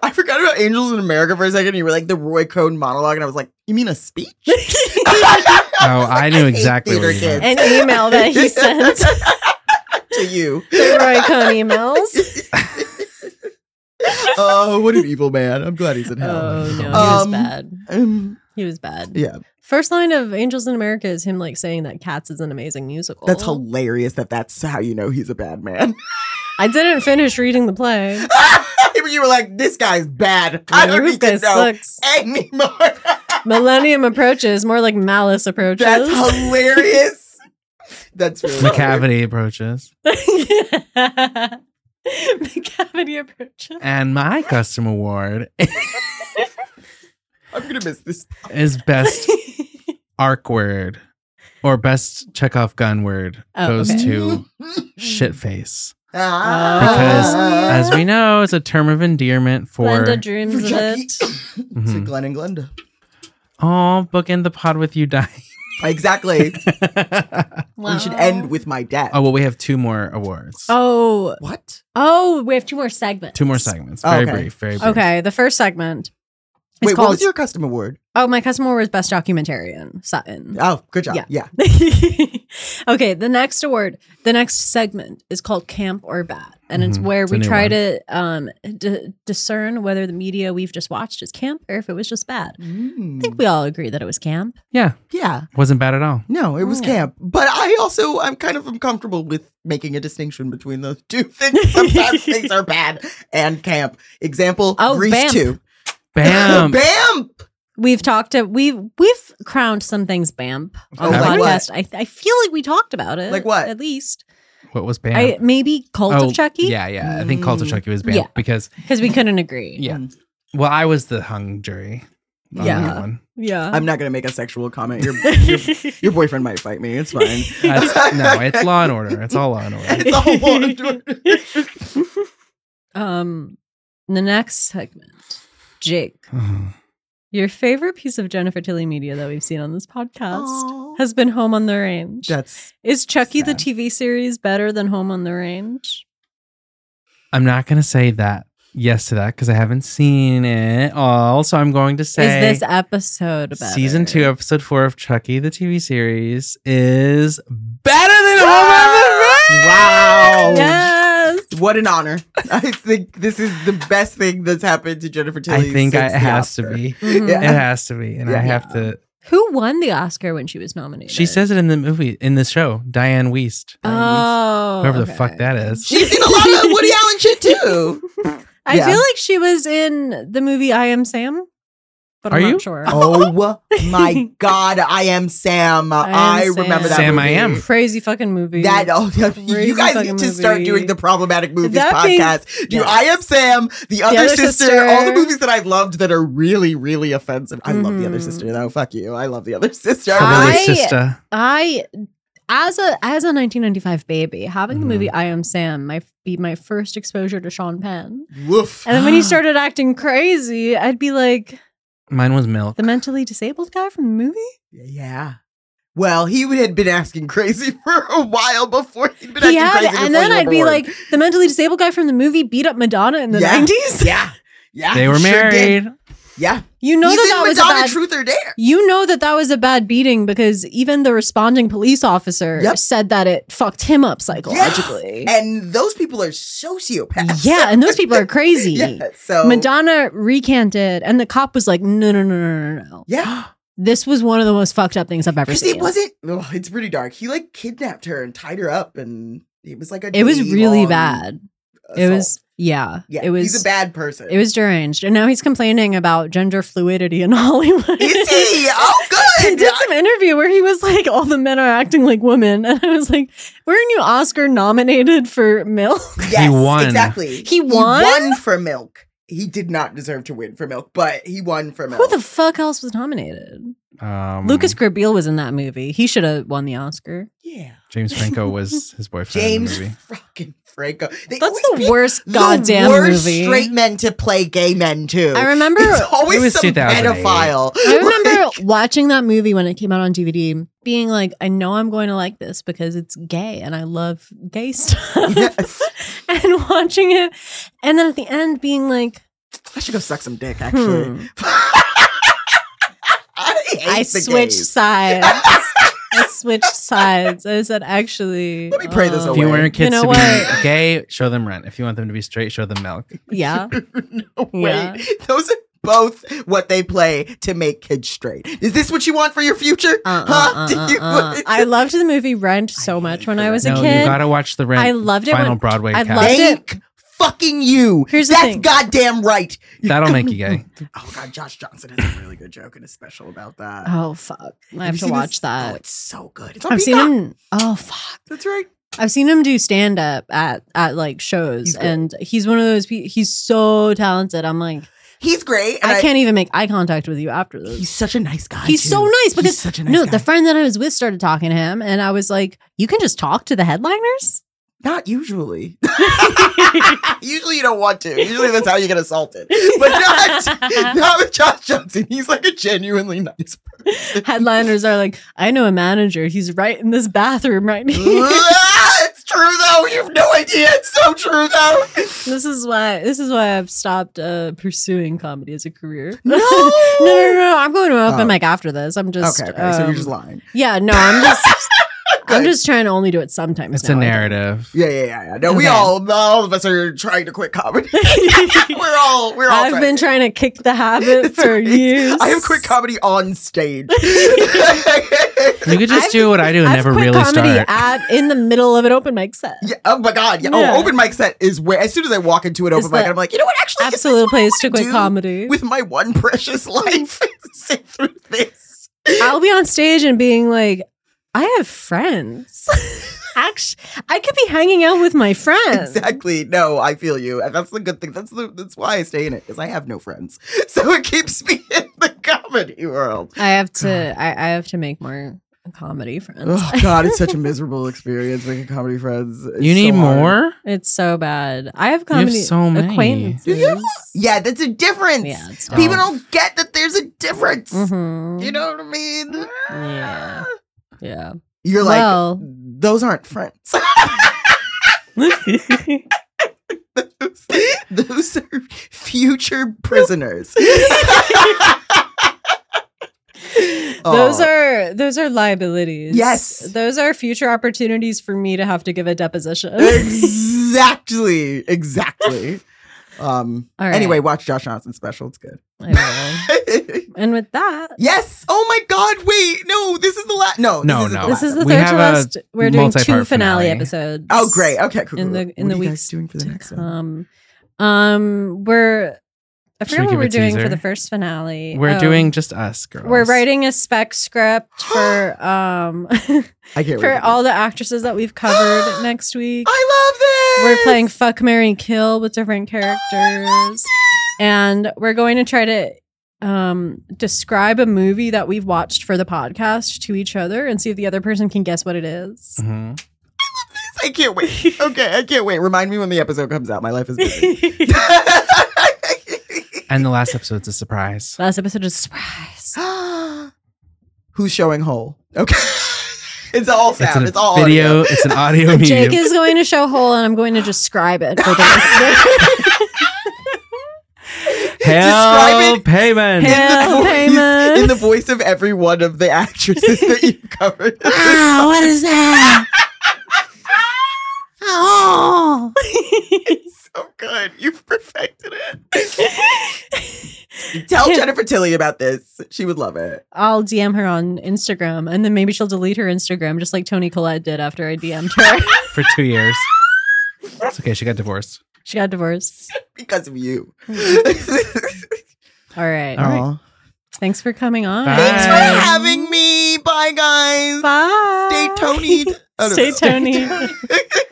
C: I forgot about Angels in America for a second. You were like the Roy Cohn monologue, and I was like, "You mean a speech?"
B: Oh, I knew
C: hate
B: exactly what
C: theater
B: you meant.
A: An email that he sent.
C: to you.
A: The Roy Cohn emails.
C: Oh, what an evil man! I'm glad he's in hell.
A: Oh, no. He was
C: Um,
A: bad.
C: Um,
A: He was bad.
C: yeah,
A: First line of Angels in America is him like saying that Cats is an amazing musical.
C: that's hilarious. That that's how you know he's a bad man.
A: I didn't finish reading the play.
C: you were like, "This guy's bad. I don't
A: this
C: need to
A: guy
C: know
A: sucks.
C: anymore."
A: Millennium approaches, more like malice approaches.
C: that's hilarious. that's really hilarious.
B: McCavity approaches.
A: McCavity approaches.
B: And my custom award
C: I'm gonna miss this.
B: is best arc word or best Chekhov gun word
A: Oh,
B: goes
A: okay.
B: to shit face.
A: Ah. Because
C: Ah.
B: As we know, it's a term of endearment for
A: Glenda dreams of
C: Chucky.
A: it.
C: to
B: Mhm.
C: Glenn and Glenda.
B: oh, bookend the pod with you dying.
C: Exactly.
A: Wow.
C: We should end with my dad.
B: oh well, we have two more awards.
A: Oh,
C: What?
A: oh, we have two more segments.
B: Two more segments. Very
C: Okay.
B: brief. Very brief.
A: Oh, Okay, the first segment. is
C: Wait,
A: called,
C: what was your custom award?
A: Oh, my customer was best documentarian, Sutton.
C: Oh, good job.
A: Yeah.
C: Yeah.
A: okay, the next award, the next segment is called Camp or Bad. And it's
B: Mhm,
A: where
B: it's a
A: we
B: new
A: try
B: one.
A: to um, d- discern whether the media we've just watched is camp or if it was just bad. I think we all agree that it was camp.
B: Yeah,
C: Yeah.
B: wasn't bad at all.
C: No, it was
A: Yeah.
C: camp. But I also, I'm kind of uncomfortable with making a distinction between those two things. Sometimes things are bad and camp. Example,
A: Oh,
C: Grease
A: Bamp.
C: 2.
B: Bam.
C: Bamp!
A: We've talked to we've we've crowned some things BAMP on the
B: Have
C: we?
A: podcast. I I feel like we talked about it.
C: Oh, Like what?
A: At least
B: What was banned?
A: I maybe Cult
B: Oh,
A: of Chucky
B: Yeah, yeah. I think Cult of
C: Mm.
B: Chucky was banned
A: Yeah.
B: because
A: because we couldn't agree.
B: yeah. Well, I was the hung jury. on
A: Yeah.
B: that one.
A: yeah.
C: I'm not gonna make a sexual comment. Your, your, your boyfriend might fight me. It's fine.
B: That's- no, it's Law and Order. It's all Law and Order.
C: It's all Law and Order.
A: um, the next segment, Jake.
B: Oh,
A: Your favorite piece of Jennifer Tilly media that we've seen on this podcast
C: Aw.
A: has been Home on the Range.
C: That's
A: Is Chucky
C: sad.
A: the TV series better than Home on the Range?
B: I'm not gonna say that yes to that because I haven't seen it all. So I'm going to say
A: Is this episode better?
B: season two, episode four of Chucky the TV series is better than Home on the Range.
C: wow.
A: Yes.
C: What an honor. I think this is the best thing that's happened to Jennifer Tilly.
B: I think
C: since
B: it
C: the
B: has to
C: Oscar.
B: be.
A: Mhm.
B: It
C: Yeah.
B: has to be, and I
C: Yeah.
B: have to.
A: Who won the Oscar when she was nominated?
B: She says it in the movie, in the show. Diane Weist,
A: "Oh,
B: whoever the
A: okay.
B: fuck that is.
C: She's in a lot of Woody Allen shit too.
A: I
C: Yeah.
A: feel like she was in the movie I Am Sam, but
B: Are
A: I'm
B: you?
A: not sure.
C: Oh my god, I am Sam. I,
A: I am
C: remember that.
B: Sam. Sam, I
C: movie.
B: am.
A: Crazy fucking movie.
C: That oh, yeah,
A: Crazy
C: you guys
A: fucking
C: need to start
A: movie.
C: doing the problematic movies
A: That being-
C: podcast. Do
A: Yes.
C: I am Sam, the other,
A: Other
C: sister,
A: Sister.
C: all the movies that I've loved that are really, really offensive. I love the other
A: Mhm.
C: sister though. Fuck you. I love the other sister.
A: I-
B: Her
C: I
B: little
C: really-
B: sister.
A: I as a as a 1995 baby, having
B: Mhm.
A: the movie I Am Sam might be my first exposure to Sean Penn.
C: woof.
A: And then when he started acting crazy, I'd be like
B: Mine was milk.
A: the mentally disabled guy from the movie.
C: Yeah. Well, he had been acting crazy for a while before he'd been
A: he
C: acting
A: had,
C: crazy.
A: and
C: before
A: then
C: you were
A: I'd be
C: born.
A: like the mentally disabled guy from the movie beat up Madonna in the
C: Yeah.
A: 90s.
C: yeah, yeah.
B: they
C: he
B: were
C: sure did.
B: married.
C: Yeah.
A: You know
C: He's
A: that that
C: in
A: was a
C: Madonna
A: bad
C: Truth or Dare.
A: You know that that was a bad beating because even the responding police officer
C: Yep.
A: said that it fucked him up psychologically.
C: And those people are sociopaths.
A: Yeah, and those people are crazy.
C: yeah. So
A: Madonna recanted, and the cop was like, "No, no, no, no, no, no.
C: Yeah.
A: This was one of the most fucked up things I've ever
C: Because it
A: seen."
C: wasn't. Oh, it's pretty dark. He like kidnapped her and tied her up, and it was like a.
A: It was
C: day
A: really
C: long
A: bad. It
C: assault.
A: was, yeah,
C: Yeah.
A: it was.
C: He's a bad person.
A: It was deranged, and now he's complaining about gender fluidity in Hollywood.
C: Is he? Oh,
A: He
C: good.
A: did some interview where he was like, "All the men are acting like women," and I was like, "Weren't you Oscar nominated for milk?"
C: Yes,
B: won.
C: Exactly. He
A: won?
C: for milk. He did not deserve to win for milk, but he won for milk.
A: Who the fuck else was nominated?
B: Um,
A: Lucas Grabeel was in that movie. He should have won the Oscar.
C: yeah.
B: James Franco was his boyfriend.
C: James
B: In the movie.
C: fucking Franco. They
A: That's
C: always
A: the
C: pick
A: worst
C: the
A: goddamn
C: worst
A: movie.
C: straight men to play gay men too.
A: I remember
C: It's always
B: It was
C: some
B: 2008.
C: pedophile.
A: I remember watching that movie when it came out on DVD, being like, I know I'm going to like this because it's gay and I love gay stuff.
C: Yes.
A: and watching it. And then at the end being like,
C: I should go suck some dick. Actually,
A: hmm,
C: I, hate
A: I
C: the
A: switched
C: gays.
A: sides. I switched sides. I said, actually.
C: Let me pray this
A: um,
B: If you
C: away.
B: want your kids
A: know
B: to
A: what?
B: be gay, show them rent. If you want them to be straight, show them milk.
A: Yeah.
C: no way.
A: Yeah.
C: Those are both what they play to make kids straight. Is this what you want for your future?
A: Uh,
C: Huh?
A: uh,
C: Do
A: uh,
C: you
A: uh, uh.
C: want-
A: I loved the movie Rent so
C: I
A: much
C: hate
A: when
C: the
A: I was a
B: no, you
A: kid.
B: gotta watch the rent.
A: I loved it
B: Final
A: when-
B: Broadway
A: I
B: cast.
A: loved it.
C: Thank fucking you.
A: Here's the
C: That's
A: thing.
C: goddamn right.
B: That'll make you gay.
C: Oh god, Josh Johnson has a really good joke in a special about that.
A: Oh fuck! I have
C: you
A: to
C: seen
A: watch
C: this? Oh,
A: that.
C: it's so good. It's on
A: I've seen
C: Peacock.
A: him. Oh fuck!
C: That's right.
A: I've seen him do stand up at at like shows,
C: He's great.
A: and he's one of those. Pe- he's so talented. I'm like,
C: He's great. and
A: I, can't even make eye contact with you after this.
C: He's such a nice guy.
A: He's
C: too.
A: so nice because
C: He's such a nice
A: no,
C: guy.
A: the friend that I was with started talking to him, and I was like, "You can just talk to the headliners."
C: Not usually. usually you don't want to. Usually that's how you get assaulted. But not, not with Josh Johnson. He's like a genuinely nice person.
A: Headliners are like, "I know a manager. He's right in this bathroom right here."
C: Ah, it's true though. You have no idea. It's so true though.
A: This is why this is why I've stopped uh, pursuing comedy as a career.
C: No!
A: no, no, no, no. I'm going to open
C: Oh.
A: mic after this. I'm just
C: okay, okay. so you're just
A: um,
C: lying.
A: Yeah, no, I'm just
C: good.
A: I'm just trying to only do it sometimes.
B: It's a
A: now, I think.
B: narrative.
C: Yeah, yeah, yeah. yeah. No, we
A: Okay.
C: all, all of us are trying to quit comedy. we're all, we're all.
A: I've been trying to kick the habit
C: That's
A: for
C: right.
A: years.
C: I have quit comedy on stage.
B: You could just
A: I've-
B: do what I do and
A: I've
B: never
A: quit
B: really
A: comedy
B: start.
A: at in the middle of an open mic set.
C: yeah, oh my god! Yeah.
A: Yeah.
C: Oh, open mic set is where as soon as I walk into an
A: Is
C: open mic,
A: the
C: I'm like, you know what? Actually, is this
A: Absolute
C: what I
A: place to
C: wanna
A: quit
C: do
A: comedy.
C: with my one precious life. Sit through this.
A: I'll be on stage and being like, I have friends. Actually, I could be hanging out with my friends.
C: Exactly. No, I feel you. And that's the good thing. That's the that's why I stay in it because I have no friends, so it keeps me in the comedy world.
A: I have to. I, I have to make more comedy friends.
C: Oh God, it's such a miserable experience making comedy friends. It's
B: You need
C: so hard.
B: more?
A: it's so bad. I have
B: You have
A: comedy
B: so many.
A: acquaintances.
C: Do you have Yeah, that's a difference.
A: Yeah, it's
B: Oh.
C: People don't get that there's a difference.
A: Mhm.
C: You know what I mean?
A: Yeah. Yeah.
C: You're like,
A: Well.
C: those aren't friends. those, those are future prisoners.
A: Those
C: Aw.
A: are those are liabilities.
C: Oh. Yes.
A: Those are future opportunities for me to have to give a deposition.
C: exactly, exactly. Um.
A: All right.
C: Anyway, watch Josh Johnson special. It's good.
A: I will. and with that,
C: yes. Oh my God. Wait. No. This is the last. No.
B: No,
C: This is
B: no.
A: this is the
B: We
A: third
B: have
A: to
B: a
A: last. We're doing two finale,
B: multi-part finale.
A: episodes.
C: Oh, great. Okay. Cool.
A: in
C: cool,
A: the-
C: cool.
A: in the
C: What are you
A: weeks
C: guys doing for the next one?
A: Um, um, we're I
B: Should we
A: forget what
B: give
A: we're
B: a
A: doing for
B: teaser?
A: the first finale.
B: We're
A: Oh,
B: doing just us, girls.
A: We're writing a spec script for um
C: I can't wait.
A: for all the actresses that we've covered next week.
C: I love this.
A: We're playing Fuck Mary Kill with different
E: Oh,
A: characters. And we're going to try to um describe a movie that we've watched for the podcast to each other and see if the other person can guess what it is.
B: Mhm.
C: I can't wait. Okay, I can't wait. Remind me when the episode comes out. My life is busy.
B: And the last episode's a surprise.
A: Last episode is surprise.
C: Who's showing hole? Okay. It's all
B: It's
C: sound.
B: a
C: It's, all
B: video.
C: audio.
B: It's an audio medium.
A: Jake is going to show hole and I'm going to describe it for the listener.
B: Hell
C: Describe it.
B: payment.
A: Hell-
C: in, the
A: Damon.
C: voice, in the voice of every one of the actresses that you covered.
E: Wow, Oh, what is that? oh.
C: so good. You've perfected it. Tell Jennifer Tilly about this. She would love it.
A: I'll DM her on Instagram and then maybe she'll delete her Instagram just like Tony Collette did after I DM'd her.
B: for two years. It's okay. She got divorced.
A: she got divorced.
C: Because of you.
A: All right.
B: All right.
C: Aw.
A: Thanks for coming on.
B: Bye.
C: Thanks for
B: Bye.
C: having me. Bye, guys.
A: Bye.
C: Stay tonied. Oh, no,
A: Stay
C: no.
A: tonied.